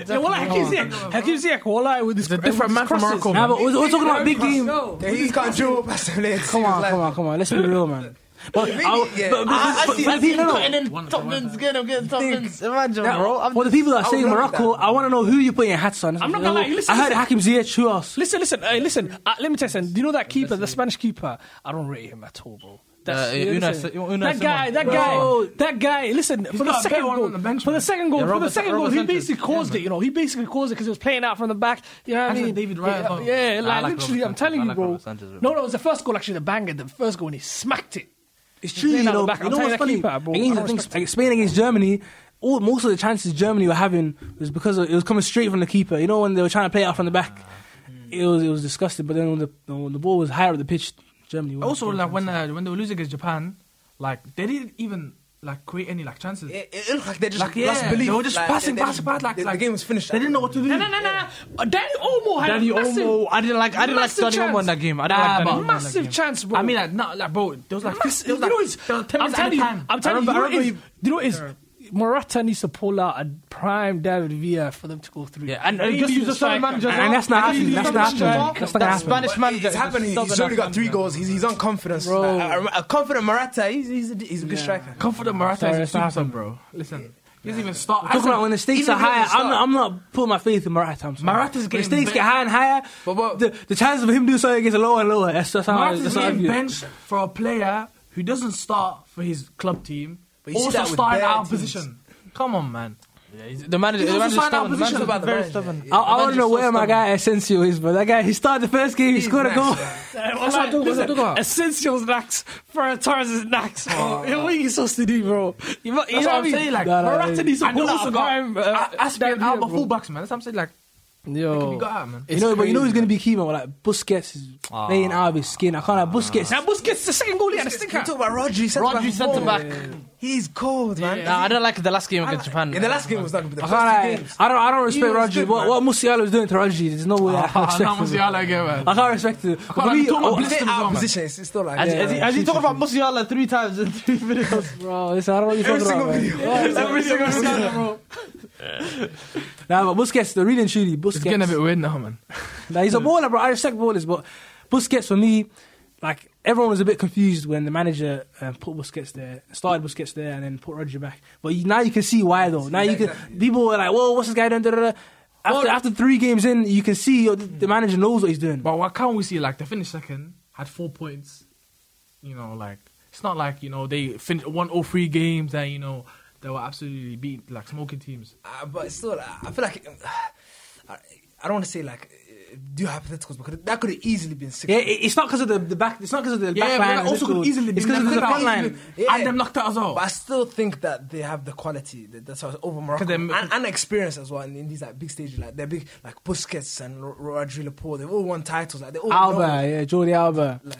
S5: Yeah, well, Hakim Ziyech, Hakim Ziyech, Wallahi, with this,
S4: a different man from Morocco,
S9: Nah,
S4: man.
S9: but we're, we're talking about big game. Come
S3: Yeah, he can't dribble past the legs. He was
S9: on,
S3: like-
S9: come on, come on. Let's be real, man. But, I,
S3: yeah.
S9: but, but,
S1: I, I
S9: but-
S1: see,
S9: but
S1: I see
S9: people
S1: him
S9: know.
S1: cutting in top bins, getting him getting top bins. Imagine,
S9: Now,
S1: bro. I'm
S9: for the people that
S3: I
S9: say
S3: would love
S9: Morocco,
S3: that.
S9: I want to know who you're putting your hats on.
S5: I'm not gonna lie, you listen,
S9: I heard
S5: listen.
S9: Hakim Ziyech. Who else?
S5: Listen, listen, hey, listen. Uh, let me tell you something. Do you know that keeper, the Spanish keeper? I don't rate him at all, bro. That's,
S6: Uh,
S5: you
S6: Unai
S5: listen.
S6: Si- Unai
S5: that guy,
S6: Simon.
S5: that
S6: Bro.
S5: guy, that guy. Listen for
S4: got
S5: the
S4: a
S5: second
S4: better one
S5: goal,
S4: on the bench,
S5: for the
S4: man.
S5: second goal,
S6: Yeah,
S5: for
S6: Robert-
S5: the second goal,
S6: Robert
S5: he
S6: Sanchez.
S5: basically caused it. You know, he basically caused it because he was playing out from the back. You know what I
S4: That's
S5: mean?
S4: like David Raya as well.
S5: Yeah, yeah,
S6: I
S5: like,
S6: like
S5: literally, I'm
S6: Robert Sanchez.
S5: telling
S6: I
S5: you,
S6: like
S5: bro.
S6: Robert Sanchez, bro.
S5: no, no, it was the first goal actually, the banger, the first goal, and he smacked it.
S9: It's true,
S5: playing
S9: you
S5: out the
S9: know.
S5: back.
S9: You
S5: I'm
S9: know
S5: telling
S9: what's
S5: you,
S9: funny?
S5: keeper, bro. I
S9: Against,
S5: don't
S9: I think,
S5: respect
S9: like, Spain against Germany, all, most of the chances Germany were having was because of, it was coming straight from the keeper. You know, when they were trying to play out from the back, it was it was disgusting. But then when the when the ball was higher up the pitch, Germany. won.
S4: Also, like, when, uh, when they were losing against Japan, like, they didn't even. like create any like chances.
S3: It, it looked like they just
S4: Like, yeah,
S3: lost belief.
S4: they were just
S3: like,
S4: passing,
S3: they- they-
S4: passing, passing, like-
S3: the, the
S4: like-
S3: game was finished.
S7: They didn't know what to do.
S5: No, no, no, no. Uh, Danny Olmo had
S1: Danny
S5: a massive,
S1: Olmo. I didn't like. I didn't like
S5: massive
S1: Danny Olmo in
S5: chance.
S1: that game. I didn't
S5: Nah,
S1: like Danny
S5: but
S1: Olmo. in that
S5: massive
S1: game.
S5: chance, bro.
S4: I mean, like, not like, bro. There was like,
S5: Mass-
S4: fif- there was,
S5: you know
S4: like
S5: it's-
S4: there was ten
S5: I'm
S4: minutes at
S5: telling
S4: a
S5: you,
S4: time.
S5: I'm telling you,
S1: I
S5: you know
S1: remember-
S5: what it is? You know what it is? Morata needs to pull out a prime David Villa for them to go through.
S1: Yeah, and, and
S5: Maybe
S1: just use
S5: the
S1: the seven
S5: striker.
S1: managers.
S9: And that's not happening, that's not happening, that's not
S1: that
S9: happening.
S1: Spanish manager.
S3: It's happening.
S1: Stop
S3: He's
S1: it.
S3: already got three goals. He's, he's on confidence.
S5: Bro.
S3: Like, a, a confident Morata. He's he's a, he's a good striker.
S4: Confident Morata
S9: Sorry,
S4: is a
S9: it's not
S4: superstar,
S9: happening.
S4: bro. Listen, he doesn't even start.
S9: Talking about when the stakes
S3: even
S9: are
S3: if it
S9: higher,
S3: doesn't
S9: I'm not,
S3: start.
S9: I'm not putting my faith in Morata. I'm sorry.
S4: Morata's
S9: When
S4: getting
S9: the stakes
S4: ben-
S9: get higher and higher.
S4: But- but-
S9: the, the chances of him doing something gets lower and lower. That's, that's how I-
S4: Morata's
S9: that's how I
S4: getting
S9: view it.
S4: benched for a player who doesn't start for his club team,
S3: But you see
S4: also
S3: that with
S4: starting
S3: bad
S4: out of
S3: teams.
S4: position. Come on, man.
S1: The manager. The
S4: He's
S1: manager's
S4: also signed out
S1: stubborn. The
S4: position.
S1: manager's very stubborn.
S9: I, I want to know where my guy Asensio is, but that guy he started the first game, he scored a goal.
S5: That's
S4: what I'm talking- that's what I'm talking about.
S5: Essentials knacks. Ferran Torres is knacks. Yo, What are you supposed to do, bro? You, mu- you
S4: That's
S5: know
S4: what
S5: Oh. what
S4: I'm
S5: I mean?
S4: saying, like,
S5: Nah, nah,
S4: Morata
S5: yeah.
S4: needs to
S5: And
S4: pull
S5: they
S4: out
S5: also
S4: a
S5: got
S4: prime,
S5: uh,
S4: Aspirant
S5: David Villa,
S4: Alba
S5: bro.
S4: fullbacks, man. That's what I'm saying. Like, you
S9: Oh.
S5: Yo.
S4: got out, man.
S9: You know, but you know
S5: crazy.
S9: he's going to be key, man. Like Busquets is
S1: Ah.
S9: laying out of his skin. I can't have Busquets.
S5: Now Busquets the second goalie and the
S3: You talk
S5: stinker.
S3: about Rodri.
S1: Rodri centre
S3: forward.
S1: back.
S3: He's cold, man.
S1: Nah, I don't like the last game against Japan.
S3: Yeah, the last game was not good. but The
S9: I,
S3: first
S9: can't,
S3: two
S9: like,
S3: games.
S9: I don't. I don't respect
S3: was
S9: Rodri.
S3: good,
S9: What,
S3: man.
S9: what Musiala is doing to Rodri, there's no way
S4: Ah,
S9: I can respect him. I can't respect him. But
S4: can't
S9: we-
S4: even talk about
S9: oh,
S3: Is it out of position? It's it's still like uh,
S1: As,
S3: Yeah.
S1: as, he, as he talked about Musiala three times in three videos.
S9: Bro, listen, I don't know what you're
S3: every
S9: talking
S3: single
S9: about. man.
S3: video.
S1: Every single video, bro.
S9: Nah, but Busquets, the real and truly, Busquets.
S4: It's getting a bit weird now, man.
S9: Like, he's a baller, bro. I respect ballers, but Busquets for me, like everyone was a bit confused when the manager um, put Busquets there, started Busquets there, and then put Roger back. But you, now you can see why, though. Now you can. People were like, "Whoa, what's this guy doing?" Da, da, da. After, after three games in, you can see yo, the, the manager knows what he's doing.
S4: But why can't we see like they finished second, had four points? You know, like it's not like you know they finished one or three games and you know they were absolutely beat like smoking teams.
S3: Uh, but it's still, I feel like uh, I, I don't want to say like uh, do hypotheticals because that could have easily been six.
S9: yeah, it, it's not because of the, the back. It's not because of the
S4: Yeah,
S9: back
S4: but
S9: line.
S4: that
S9: or
S4: also
S9: the
S4: could
S9: goal.
S4: easily be
S9: It's because of
S4: knocked
S9: the
S4: out.
S9: front line.
S3: Yeah.
S4: And them knocked out as well.
S3: But I still think that they have the quality. That, that's why it's over Morocco
S4: they're-
S3: and, and experience as well. in in these like big stages, like they're big, like Busquets and Ro- Rodri Laporte. They've all won titles. Like they all know,
S9: Alba, yeah, Jordi Alba.
S3: like,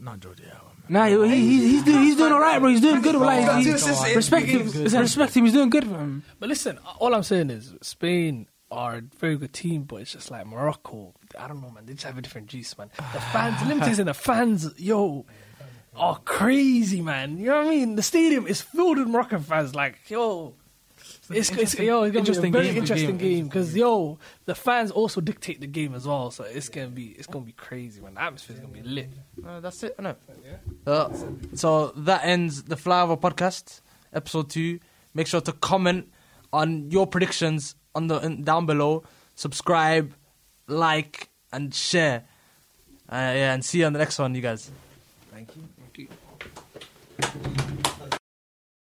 S4: Not Jordi Alba. man.
S9: Nah, he, he, he's doing he's doing all right, bro. He's doing good. Like,
S3: He's
S9: he,
S3: got two assists in
S9: respect
S3: three
S9: him.
S3: games.
S9: Listen, Respect him. He's doing good. Man.
S5: But listen, all I'm saying is Spain are a very good team, but it's just like Morocco. I don't know, man. They just have a different juice, man. The fans, let me tell you something, the fans, yo, are crazy, man. You know what I mean? The stadium is filled with Moroccan fans. Like, yo, it's, it's yo, it's gonna
S4: interesting
S5: be a very
S4: game, good
S5: interesting
S4: game.
S5: game because yo, the fans also dictate the game as well. So it's gonna be it's gonna be crazy, man. The atmosphere's gonna be lit.
S1: No, that's it. No. Uh, so that ends the Flower Podcast, episode two. Make sure to comment on your predictions on the in, down below. Subscribe, like, and share. Uh, yeah, and see you on the next one, you guys.
S3: Thank you.